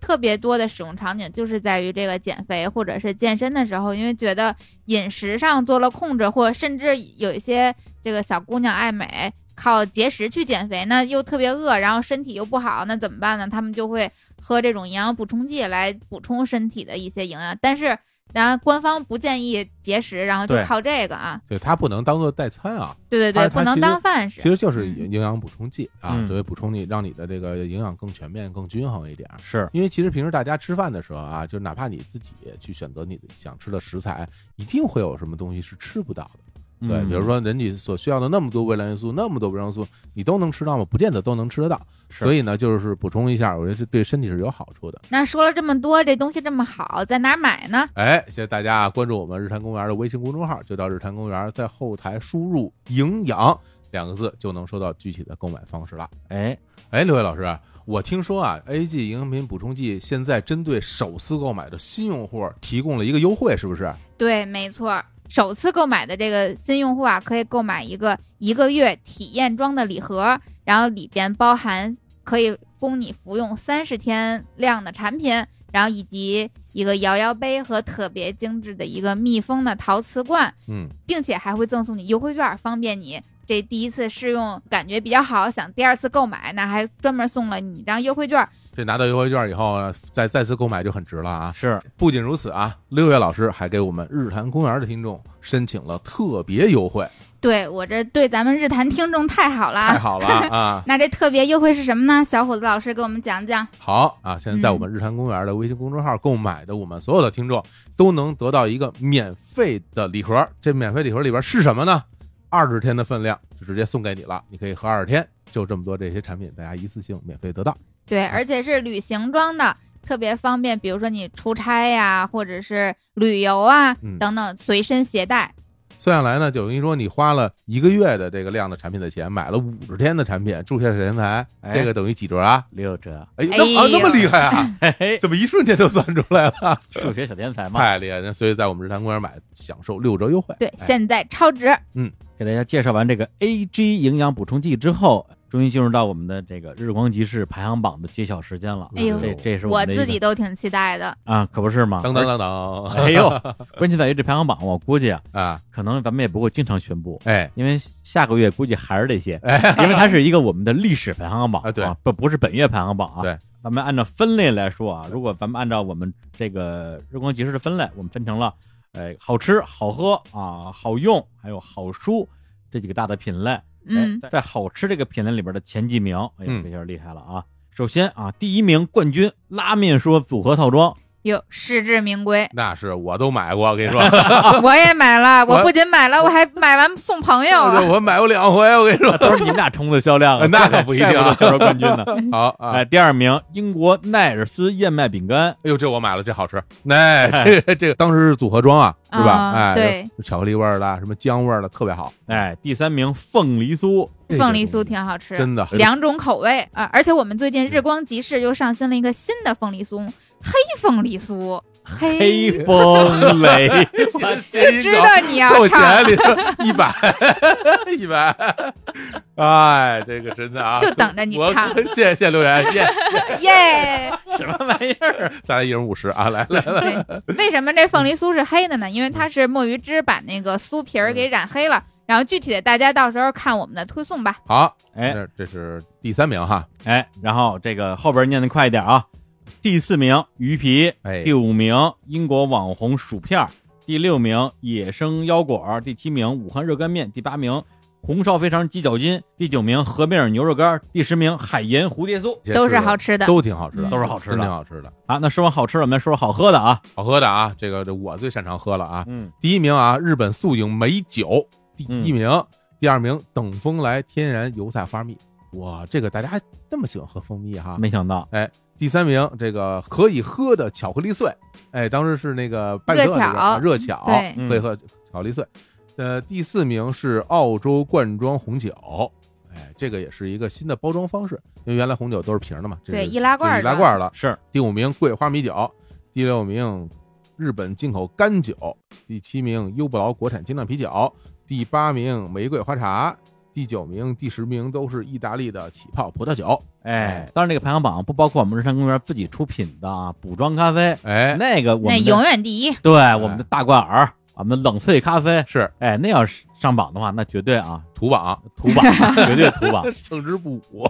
C: 特别多的使用场景就是在于这个减肥或者是健身的时候，因为觉得饮食上做了控制，或者甚至有一些这个小姑娘爱美。靠节食去减肥，那又特别饿，然后身体又不好，那怎么办呢？他们就会喝这种营养补充剂来补充身体的一些营养，但是然后官方不建议节食，然后就
A: 对
C: 靠这个啊，
B: 对，它不能当做代餐啊，
C: 对对
B: 它它
C: 对，不能
B: 其实
C: 当饭
B: 其
C: 吃。
B: 实就是
C: 嗯
B: 营营养补充剂啊，
A: 嗯
B: 作为补充你，让你的这个营养更全面、更均衡一点儿。
A: 是，
B: 因为其实平时大家吃饭的时候啊，就哪怕你自己去选择你想吃的食材，一定会有什么东西是吃不到的。对，
A: 嗯
B: 比如说人体所需要的那么多微量元素，那么多维生素，你都能吃到吗？不见得都能吃得到。
A: 是
B: 所以呢，就是补充一下，我觉得是对身体是有好处的。
C: 那说了这么多，这东西这么好，在哪儿买呢？
B: 哎，谢谢大家啊！关注我们日坛公园的微信公众号，就到日坛公园，在后台输入“营养”两个字，就能收到具体的购买方式了。
A: 哎，
B: 哎，六位老师，我听说啊，A G 营养品补充剂现在针对首次购买的新用户提供了一个优惠，是不是？
C: 对，没错，首次购买的这个新用户啊，可以购买一个一个月体验装的礼盒，然后里边包含可以供你服用三十天量的产品，然后以及一个摇摇杯和特别精致的一个密封的陶瓷罐，
B: 嗯，
C: 并且还会赠送你优惠券，方便你这第一次试用感觉比较好，想第二次购买，那还专门送了你一张优惠券。
B: 这拿到优惠券以后啊，再再次购买就很值了啊！
A: 是
B: 不仅如此啊，六月老师还给我们日坛公园的听众申请了特别优惠，
C: 对我这对咱们日坛听众太好了啊，
B: 太好了啊！
C: 那这特别优惠是什么呢？小伙子老师给我们讲讲。
B: 好啊，现在在我们日坛公园的微信公众号购买的，我们所有的听众都能得到一个免费的礼盒。这免费礼盒里边是什么呢？二十天的分量就直接送给你了，你可以喝二十天，就这么多这些产品，大家一次性免费得到。
C: 对，而且是旅行装的，特别方便。比如说你出差呀、或者是旅游啊、
B: 嗯
C: 等等，随身携带。
B: 算下来呢，就等于说你花了一个月的这个量的产品的钱，买了五十天的产品，注册前台，
A: 哎
B: 这个等于几折啊？
A: 六哲，
B: 哎，那么、啊
C: 哎呦
B: 那么厉害啊？
A: 嘿嘿，
B: 怎么一瞬间就算出来 了？
A: 数学小天才嘛，
B: 太厉害了！所以在我们日坛公园买，享受六折优惠。
C: 对，
B: 哎
C: 现在超值。
A: 给大家介绍完这个 A G 营养补充剂之后，终于进入到我们的这个日光集市排行榜的揭晓时间了。
C: 哎呦
A: 这这是
C: 我
A: 们的一个
C: 自己都挺期待的。
A: 啊，可不是吗？
B: 当当当 当
A: 哎呦，关键在于这排行榜，我估计啊，
B: 啊！
A: 可能咱们也不会经常宣布，
B: 哎，
A: 因为下个月估计还是这些， 因为它是一个我们的历史排行榜
B: 啊对
A: 不不是本月排行榜啊。
B: 对，
A: 咱们按照分类来说啊，如果咱们按照我们这个日光集市的分类，我们分成了，呃，好吃、好喝啊、好用，还有好书这几个大的品类。
C: 嗯，
A: 哎在好吃这个品类里边的前几名，哎呀
B: 嗯，，
A: 这下厉害了啊！首先啊，第一名冠军拉面说组合套装，
C: 哟，实至名归
B: 那是我都买过，我 跟你说，
C: 我也买了，
B: 我
C: 我不仅买了，我还买完送朋友
B: 我
C: 了。
B: 就我买过两回，我跟你说，，
A: 都是你们俩冲的销量
C: 哦
A: 啊
B: 那可不一定啊
A: 盖不得销售冠军呢。
B: 好啊，
A: 哎，第二名，英国奈尔斯燕麦饼干，
B: 哎呦，这我买了，这好吃。哎，这个这个当时是组合装啊，是吧？
C: 嗯
B: 哎，
C: 对，
B: 巧克力味儿的，什么姜味儿的，特别好。
A: 哎，第三名凤梨酥，
B: 这个
C: 凤梨酥挺好吃，
B: 真的
C: 两种口味啊、而且我们最近日光集市又上新了一个新的凤梨酥，黑凤 梨酥，黑
A: 黑风雷，
C: 就知道你要
B: 够
C: 看，
B: 钱， 你说一百一百，哎，这个真的啊，
C: 就等着你
B: 我
C: 看
B: 谢谢谢谢留言，谢谢，
C: 耶！
A: 什么玩意儿？
B: 咱俩一人五十啊，来来来，
C: 对，为什么这凤梨酥是黑的呢？因为它是墨鱼汁把那个酥皮儿
B: 嗯
C: 给染黑了。然后具体的，大家到时候看我们的推送吧。
B: 好，
A: 哎
B: 那这是第三名哈，
A: 哎，然后这个后边念的快一点啊。第四名鱼皮，
B: 哎
A: 第五名英国网红薯片儿，第六名野生腰果儿，第七名武汉热干面，第八名红烧肥肠鸡脚筋，第九名和面牛肉干儿，第十名海盐蝴蝶酥。
B: 这
C: 都是
B: 是
C: 好吃的
B: 都挺好吃的，
C: 嗯都
A: 是好吃的
B: 真挺好吃的，
A: 啊，那说完好吃的，我们来说说好喝的啊。
B: 好喝的啊，这个这我最擅长喝了啊，
A: 嗯，
B: 第一名啊，日本素饮美酒，第一名；第二名，等风来天然油菜花蜜。哇，这个大家还这么喜欢喝蜂蜜哈。
A: 没想到，
B: 第三名，这个可以喝的巧克力碎，哎，当时是那个拜
C: 热
B: 特那个
C: 巧
B: 啊热巧，
C: 对
A: 嗯
B: 可以喝巧克力碎。呃，第四名是澳洲罐装红酒，哎，这个也是一个新的包装方式，因为原来红酒都是瓶儿的嘛，这
C: 对
B: 是
C: 易拉罐
B: 就
C: 儿
B: 是易拉
C: 的
B: 罐儿了。
A: 是
B: 第五名桂花米酒，第六名日本进口干酒，第七名优布劳国产精酿啤酒，第八名玫瑰花茶，第九名、第十名都是意大利的起泡葡萄酒。
A: 哎，当然这个排行榜不包括我们日山公园自己出品的啊，补装咖啡，
B: 哎，
A: 那个我
C: 那
A: 们
C: 永
A: 的
C: 远第一，
A: 对我们的大罐耳，我们的冷萃咖啡，
B: 是
A: 哎，那要是上榜的话，那绝对啊，
B: 土榜，
A: 土榜，啊绝对土榜，
B: 胜之不武。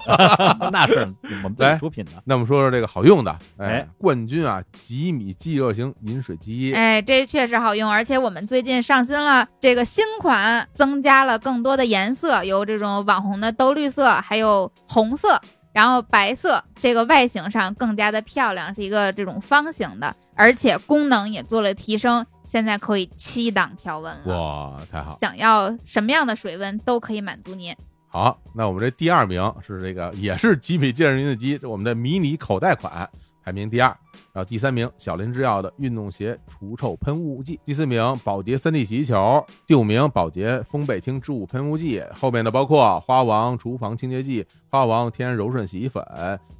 A: 那是我们自己出品的。
B: 那我们说说这个好用的，哎
A: 哎，
B: 冠军啊，吉米即热型饮水机，
C: 哎，这确实好用，而且我们最近上新了这个新款，增加了更多的颜色，有这种网红的豆绿色，还有红色，然后白色，这个外形上更加的漂亮，是一个这种方形的，而且功能也做了提升，现在可以七档调温了。
B: 哇，太好！
C: 想要什么样的水温都可以满足您。
B: 好，那我们这第二名是这个，也是极品健身饮水机，这我们的迷你口袋款排名第二。然后第三名，小林制药的运动鞋除臭喷雾剂；第四名，宝洁三 D 洗衣球；第五名，宝洁风贝烃织物喷雾剂。后面的包括花王厨房清洁剂、花王天然柔顺洗衣粉、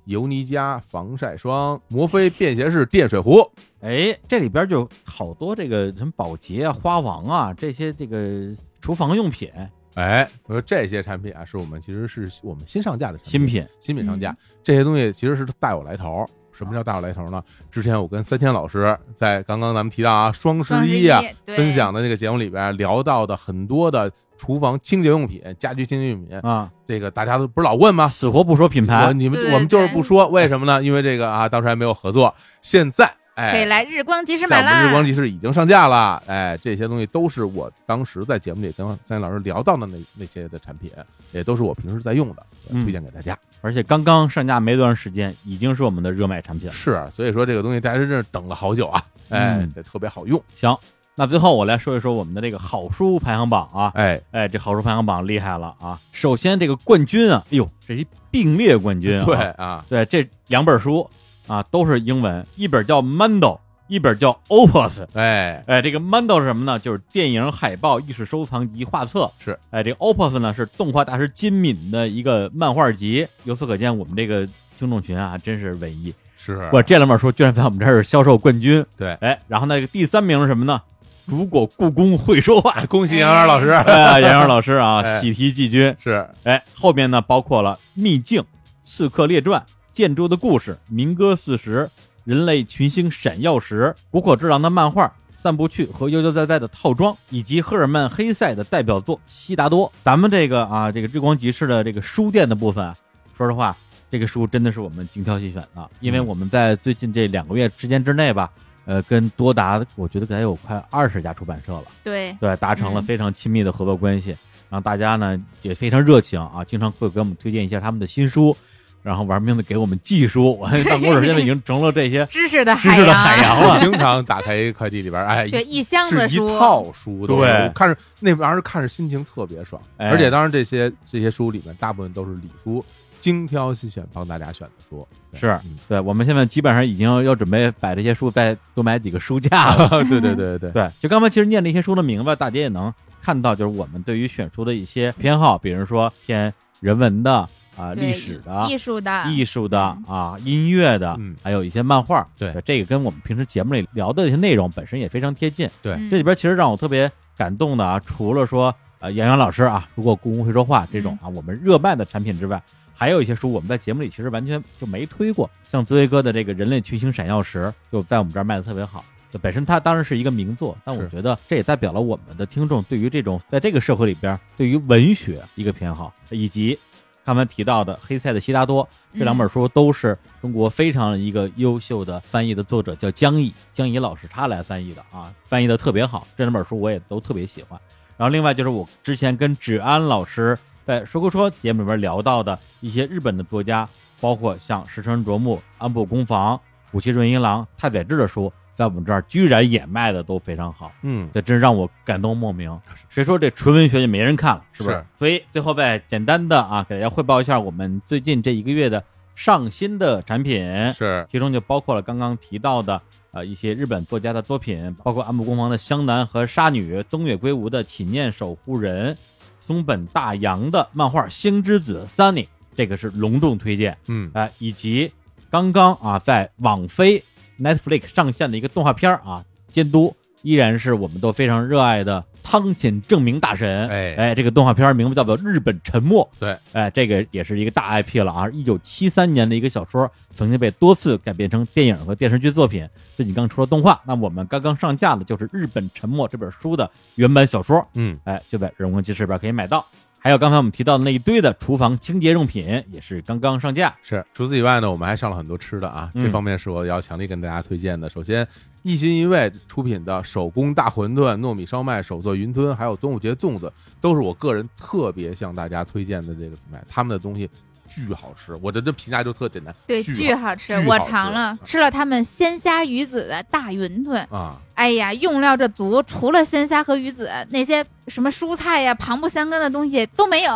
B: 尤妮佳防晒霜、摩飞便携式电水壶。
A: 哎，这里边就好多这个什么宝洁啊、花王啊这些这个厨房用品
B: 哎，我说这些产品啊，是我们其实是我们新上架的产
A: 新品，
B: 新品上架，
C: 嗯
B: 这些东西其实是大有来头儿。什么叫大有来头儿呢？之前我跟三千老师在刚刚咱们提到啊，双十一啊
C: 双十一对
B: 分享的那个节目里边聊到的很多的厨房清洁用品、家居清洁用
C: 嗯
B: 品，
A: 啊，
B: 这个大家都不是老问吗？
A: 死活不说品
B: 我
A: 牌，
B: 你们
C: 对对
B: 我们就是不说，为什么呢？因为这个啊，当时还没有合作，现在
C: 可
B: 哎。
C: 以来日光集市
B: 在
C: 买
B: 我们日光
C: 啦！
B: 集市已经上架了，哎，这些东西都是我当时在节目里跟三千老师聊到的那那些的产品，也都是我平时在用的，
A: 嗯
B: 推荐给大家。
A: 而且刚刚上架没多长时间，已经是我们的热卖产品了。
B: 是，啊所以说这个东西大家真是等了好久啊，哎
A: 嗯，
B: 这特别好用，
A: 行，那最后我来说一说我们的这个好书排行榜啊，
B: 哎，
A: 哎，这好书排行榜厉害了啊！首先这个冠军啊，哎呦，这是一并列冠军啊，
B: 对啊，
A: 对，这两本书啊都是英文，一本叫《Mando》，一本叫《Opus》。
B: 哎，
A: 哎，这个 Mando 是什么呢？就是电影海报、艺术收藏及画册。
B: 是，
A: 哎，这个 Opus 呢是动画大师金敏的一个漫画集。由此可见，我们这个听众群啊，真是文艺。
B: 是，
A: 哇，这两本书居然在我们这儿销售冠军。
B: 对，，
A: 哎，然后那个第三名是什么呢？如果故宫会说话
B: 恭喜杨洋老师，
A: 哎，杨洋老师啊，
B: 哎
A: 喜提季军。
B: 是，
A: 哎，后边呢包括了《秘境》《刺客列传》《建筑的故事》《民歌四十》《人类群星闪耀时》《古火之狼》的漫画。散步去和悠悠哉哉的套装，以及赫尔曼·黑塞的代表作《悉达多》。咱们这个啊，这个日光集市的这个书店的部分，说实话，这个书真的是我们精挑细选的，因为
B: 嗯
A: 我们在最近这两个月时间之内吧，呃，跟多达我觉得得有快二十家出版社了。
C: 对，
A: 对，达成了
C: 嗯
A: 非常亲密的合作关系。然后大家呢也非常热情啊，经常会给我们推荐一下他们的新书。然后玩命的给我们寄书。 我办公室现在已经成了这 些
C: 知识的
A: 知
C: 海
A: 识
C: 洋，
A: 的海洋
B: 我
A: 了。
B: 经常打开快递里边，哎，
C: 对一箱子
B: 是一
C: 书，
B: 套书都有，
A: 对
B: 我看着那玩意儿看着心情特别爽，
A: 哎
B: 而且当然这些这些书里面大部分都是李叔精挑细选帮大家选的书，对
A: 是
B: 嗯
A: 对，我们现在基本上已经要准备把这些书再多买几个书架 了。
B: 对对对对对，
A: 对，就刚才其实念了一些书的名字，大家也能看到，就是我们对于选书的一些偏好，比如说偏人文的啊、
C: 对
A: 历史
B: 啊
A: 的、啊
C: 艺术的，
A: 艺术的啊、音乐的
B: 嗯，
A: 还有一些漫画。
B: 对
A: 这个跟我们平时节目里聊的一些内容本身也非常贴近。
C: 嗯
A: 这里边其实让我特别感动的啊，除了说呃杨洋老师啊，如果故宫会说话这种啊我们热卖的产品之外，还有一些书我们在节目里其实完全就没推过，像紫薇哥的这个《人类群星闪耀时》就在我们这儿卖的特别好。就本身它当然是一个名作，但我
B: 是
A: 觉得这也代表了我们的听众对于这种在这个社会里边对于文学一个偏好，以及刚才提到的黑塞的《悉达多》这两本书都是中国非常一个优秀的翻译的作者叫江毅，江毅老师他来翻译的啊，翻译的特别好，这两本书我也都特别喜欢。然后另外就是我之前跟芷安老师在说说说节目里边聊到的一些日本的作家，包括像石城卓木、安部公房、武崎润一郎、太宰治的书，在我们这儿居然也卖的都非常好。
B: 嗯，
A: 这真是让我感动莫名。谁说这纯文学就没人看了，是不是？
B: 是
A: 所以最后再简单的啊，给大家汇报一下我们最近这一个月的上新的产品，
B: 是
A: 其中就包括了刚刚提到的呃一些日本作家的作品，包括安部公房的《湘南》和《杀女》，东野圭吾的《祈念守护人》，松本大洋的漫画《星之子 Sunny》，这个是隆重推荐。
B: 嗯
A: 呃，以及刚刚啊在网飞 Netflix 上线的一个动画片儿啊，监督依然是我们都非常热爱的汤浅证明大神。
B: 哎
A: 哎，这个动画片儿名字叫做《日本沉默》。
B: 对，
A: 哎，这个也是一个大 IP 了啊！一九七三年的一个小说，曾经被多次改编成电影和电视剧作品。最近刚出了动画，那我们刚刚上架的就是《日本沉默》这本书的原版小说。
B: 嗯
A: 哎，就在人工记事里边可以买到。还有刚才我们提到的那一堆的厨房清洁用品，也是刚刚上架。
B: 是。除此以外呢，我们还上了很多吃的啊，
A: 嗯
B: 这方面是我要强力跟大家推荐的。首先，一心一味出品的手工大馄饨、糯米烧麦、手做云吞，还有端午节粽子，都是我个人特别向大家推荐的这个品牌，他们的东西。巨好吃，我的这评价就特简单，
C: 对，
B: 巨
C: 巨
B: 好
C: 好吃
B: 巨，
C: 我
B: 好吃
C: 尝了，吃了他们鲜虾鱼子的大云吞，
B: 啊！
C: 哎呀，用料这足，除了鲜虾和鱼子，那些什么蔬菜呀、旁不相干的东西都没有，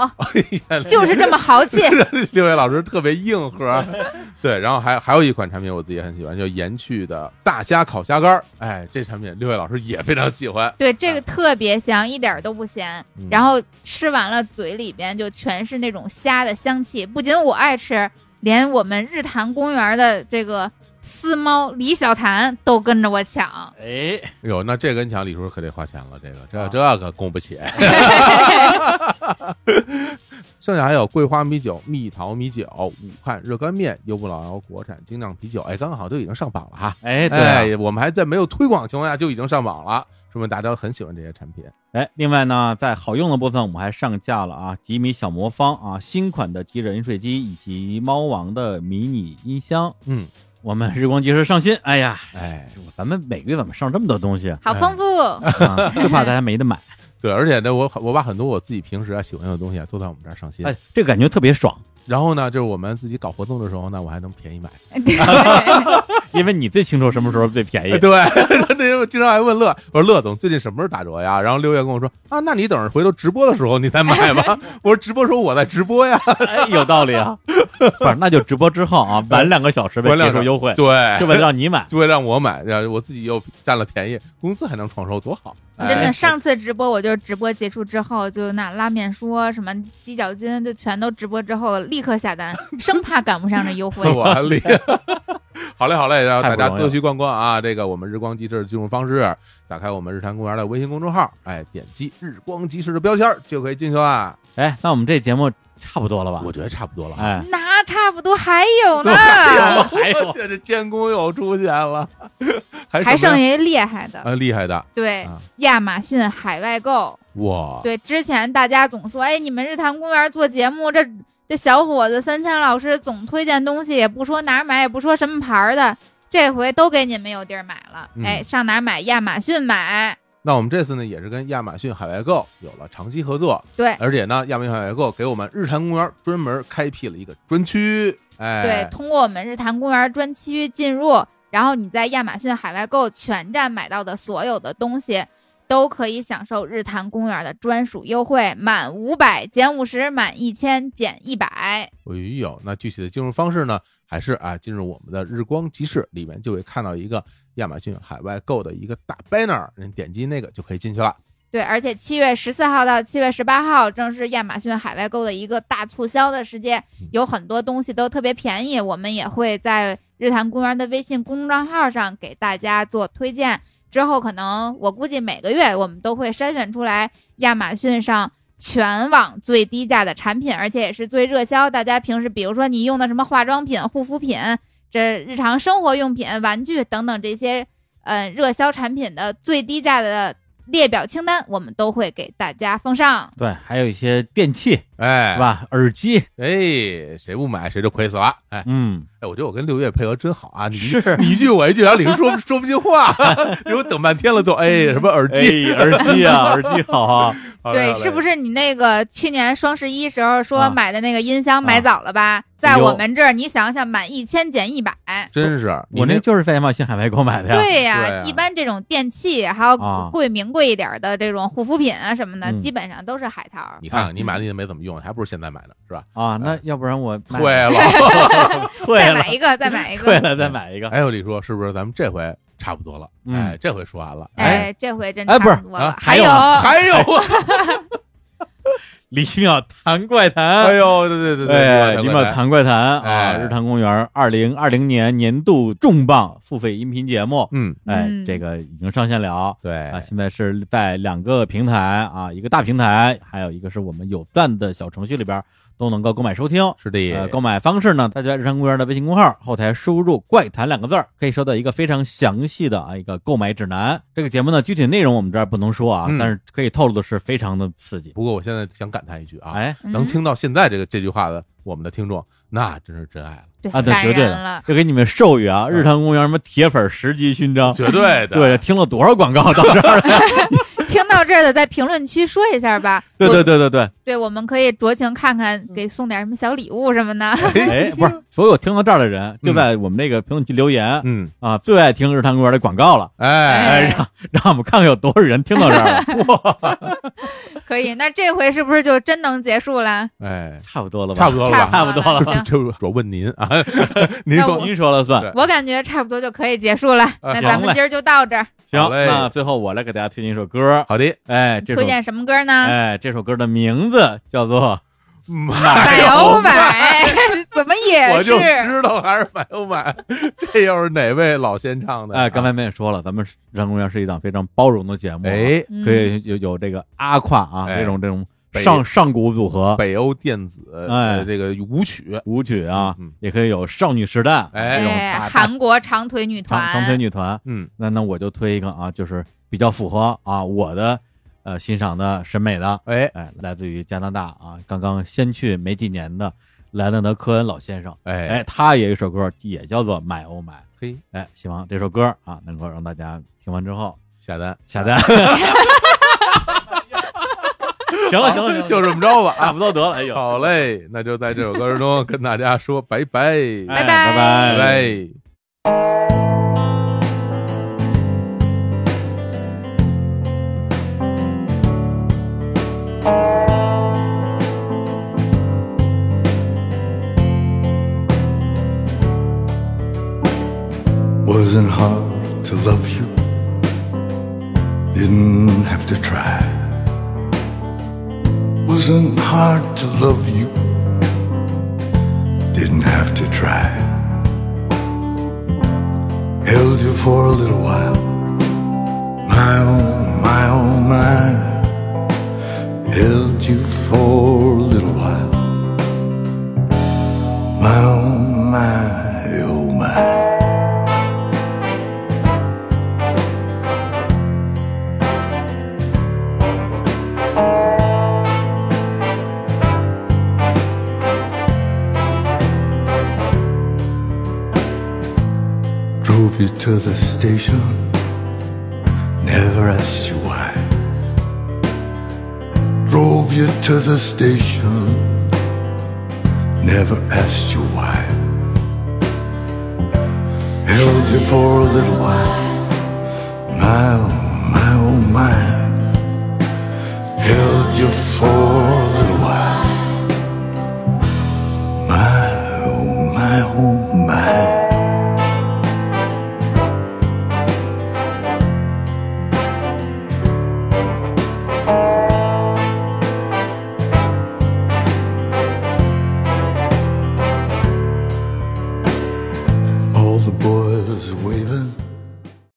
B: 哎
C: 就是这么 豪气。
B: 六位老师特别硬核， 对，然后还还有一款产品我自己也很喜欢，叫盐趣的大虾烤虾干儿，哎，这产品六位老师也非常喜欢，
C: 对，这个特别香，一点儿都不咸。
B: 嗯
C: 然后吃完了，嘴里边就全是那种虾的香气。不仅我爱吃，连我们日坛公园的这个私猫李小谭都跟着我抢。
A: 哎，
B: 哟，那这跟你讲，李叔可得花钱了，这个这
A: 啊
B: 这个供不起。 剩下还有桂花米酒、蜜桃米酒、武汉热干面、优步老姚国产精酿啤酒，哎，刚好都已经上榜了哈。
A: 哎，对啊、
B: 哎，我们还在没有推广的情况下就已经上榜了，说明大家都很喜欢这些产品。
A: 哎，另外呢，在好用的部分，我们还上架了啊，吉米小魔方啊，新款的吉人饮水机以及猫王的迷你音箱，
B: 嗯，
A: 我们日光集市上新。哎呀，
B: 哎，
A: 咱们每个月怎么上这么多东 西啊？啊
C: 好丰富，
A: 就怕大家没得买。
B: 对，而且呢，我我把很多我自己平时啊喜欢用的东西啊都在我们这儿上新。
A: 哎，这个感觉特别爽，
B: 然后呢，就是我们自己搞活动的时候呢，我还能便宜买。
C: 对
A: 因为你最清楚什么时候最便宜。
B: 哎对，那天我经常还问乐，我说乐总最近什么时候打折呀？然后六月跟我说啊，那你等着回头直播的时候你再 买吧。我说直播时候我在直播呀，
A: 哎，有道理 啊。不是，那就直播之后啊，晚两个小时呗，
B: 哎晚两
A: 结
B: 个
A: 束优惠，
B: 对，
A: 就为了让你买。
B: 就会让我买，然后我自己又占了便宜，公司还能创收，多 好！哎
C: 真的，上次直播我就是直播结束之后，就那拉面说什么鸡脚筋，就全都直播之后立刻下单，生怕赶不上这优惠。
B: 我还厉害。 好嘞，好嘞，然后大
A: 太不容易
B: 家
A: 了
B: 多去逛逛啊！这个我们日光集市的进入方式，打开我们日坛公园的微信公众号，哎，点击“日光集市”的标签儿就可以进去啦。
A: 哎，那我们这节目差不多了吧
B: 我？觉得差不多了啊。
A: 哎，
C: 那差不多还有呢，
A: 有
B: 哎呦 我去，这监工又出现了，还
C: 还
B: 什么呀
C: 剩一厉害的，
B: 啊，厉害的
C: 对，
B: 啊
C: 亚马逊海外购。
B: 哇！
C: 对，之前大家总说，哎，你们日坛公园做节目，这这小伙子三千老师总推荐东西，也不说哪儿买，也不说什么牌儿的，这回都给你们有地儿买了。
B: 嗯
C: 哎，上哪儿买？亚马逊买。
B: 那我们这次呢，也是跟亚马逊海外购有了长期合作，
C: 对
B: 而且呢，亚马逊海外购给我们日坛公园专门开辟了一个专区，
C: 对
B: 哎，，
C: 通过我们日坛公园专区进入，然后你在亚马逊海外购全站买到的所有的东西，都可以享受日坛公园的专属优惠，满五百减五十，满一千减一百。
B: 哎呦，那具体的进入方式呢，还是啊，进入我们的日光集市里面就会看到一个亚马逊海外购的一个大 banner，您点击那个就可以进去了。
C: 对，而且七月十四号到七月十八号正是亚马逊海外购的一个大促销的时间，有很多东西都特别便宜。我们也会在日坛公园的微信公众号上给大家做推荐。之后可能我估计每个月我们都会筛选出来亚马逊上全网最低价的产品，而且也是最热销。大家平时比如说你用的什么化妆品、护肤品、这日常生活用品、玩具等等这些，嗯、热销产品的最低价的列表清单，我们都会给大家奉上。
A: 对，还有一些电器
B: 哎，
A: 是？吧？耳机，
B: 哎，谁不买谁就亏死了。哎
A: 嗯，
B: 哎，我觉得我跟六月配合真好啊，你一
A: 是
B: 你一句我一句，然后李叔说说不进话， 李叔等半天了都哎什么耳机，
A: 哎耳机 啊，耳机好啊，
B: 好嘞
C: 对
B: 好，嘞
C: 是不是你那个去年双十一时候
A: 啊哎
C: 说买的那个音箱买早了吧？在我们这儿，你想想，满一千减一百。
B: 真是
A: 我
B: 你
A: 那就是在亚马逊海外购买的呀。
C: 对呀、
B: 对呀
C: 一般这种电器还有
A: 啊
C: 贵名贵一点的这种护肤品啊什么的，
A: 嗯
C: 基本上都是海淘。
B: 你看看你买的也没怎么用，还不如现在买呢，是吧？
A: 啊，那要不然我嗯买
B: 退 了。
A: 退
C: 再
A: 了
C: 买一个，再买一
A: 退
C: 个。
A: 了再买一个。
B: 哎呦，李叔，是不是咱们这回差不多了？
A: 嗯
B: 哎，这回说完了。
A: 哎
C: 哎，这回真
A: 哎
C: 差
A: 不是
C: 多了。
B: 啊
A: 还
C: 还
A: 有啊
B: 还有啊，
A: 李淼谈怪
B: 哎
A: 谈，
B: 呦，对对对
A: 哎，
B: 对，
A: 李淼谈怪谈啊，
B: 哎
A: 日坛公园二零二零年年度重磅付费音频节目，
B: 嗯，
A: 哎，
C: 嗯
A: 这个已经上线了。
B: 对
A: 啊，，现在是在两个平台啊，一个大平台，还有一个是我们有赞的小程序里边都能够购买收听。
B: 是的，
A: 呃，购买方式呢，大家在日常公园的微信公号后台输入“怪谈”两个字儿，可以收到一个非常详细的啊一个购买指南。这个节目呢，具体内容我们这儿不能说啊，
B: 嗯
A: 但是可以透露的是非常的刺激。
B: 不过我现在想感叹一句啊，
A: 哎
B: 能
C: 嗯
B: 听到现在这个这句话的我们的听众，那真是真爱了，
C: 对
A: 啊，对，
C: 感
A: 绝对
C: 人
A: 的
C: 了，，
A: 就给你们授予 啊，日坛公园什么铁粉十级勋章。
B: 绝对的，
A: 对，听了多少广告到 这儿？
C: 听到这儿的，在评论区说一下吧。
A: 对
C: 我
A: 对嗯对对对，
C: 对，我们可以酌情看看，给送点什么小礼物什么的。
A: 哎，不是，所有听到这儿的人，就在我们那个评论区留言
B: 嗯，
A: 啊，最爱听日坛公园的广告了。
B: 哎，
A: 哎，让让我们看看有多少人听到这儿了，
C: 可以，那这回是不是就真能结束了？
B: 哎，
A: 差不多了吧？
B: 差不多了吧？
A: 哦差不多了
C: 行
B: 这我问您啊，您
C: 那
B: 说
C: 我
A: 您说了算。
B: 对
C: 我感觉差不多就可以结束了。那咱
A: 啊行
C: 们
A: 嘞
C: 今儿就到这儿，
A: 行，
B: 好嘞
A: 那最后我来给大家推荐一首歌，
B: 好的，
A: 哎，这首
C: 推荐什么歌呢？
A: 哎这首歌的名字叫做哎
B: 买
C: 买
B: 欧
C: 欧， 买，怎么也
B: 我就是知道还是买欧买，这又是哪位老先唱的啊？
A: 哎，刚才们也说了，咱们《人公园》是一档非常包容的节目，，啊
B: 哎，
C: 嗯
A: 可以有有这个阿胯啊
B: 哎
A: 这种这种
B: 北
A: 上上古组合
B: 北欧电子，
A: 哎
B: 呃这个舞曲，
A: 舞曲啊
B: 嗯嗯，
A: 也可以有少女时代
B: 哎
A: 这种
C: 哎，
A: 大
C: 韩国长腿女
A: 长
C: 团，
A: 长腿女团。
B: 嗯，
A: 那那我就推一个啊，就是比较符合啊我的呃欣赏的审美的，
B: 哎
A: 哎，来自于加拿大啊，刚刚先去没几年的莱昂德科恩老先生。
B: 哎
A: 哎，他也有一首歌，也叫做《买欧买》。
B: 嘿，
A: 哎，希望这首歌啊，能够让大家听完之后
B: 下单，
A: 下 单。行了行了，行了
B: 就这么着吧
A: 差
B: 啊。
A: 不多得了。 哎呦，
B: 好嘞，那就在这首歌中跟大家说拜拜，
A: 哎
C: 拜
A: 拜
B: 拜拜。
F: Wasn't hard to love you. Didn't have to try. Wasn't hard to love you. Didn't have to try. Held you for a little while. My oh, my oh, my. Held you for a little while. My oh, my oh, my. drove you to the station, never asked you why. drove you to the station. Never asked you why. Held you for a little while. My, oh, my, oh, my. Held you for oh,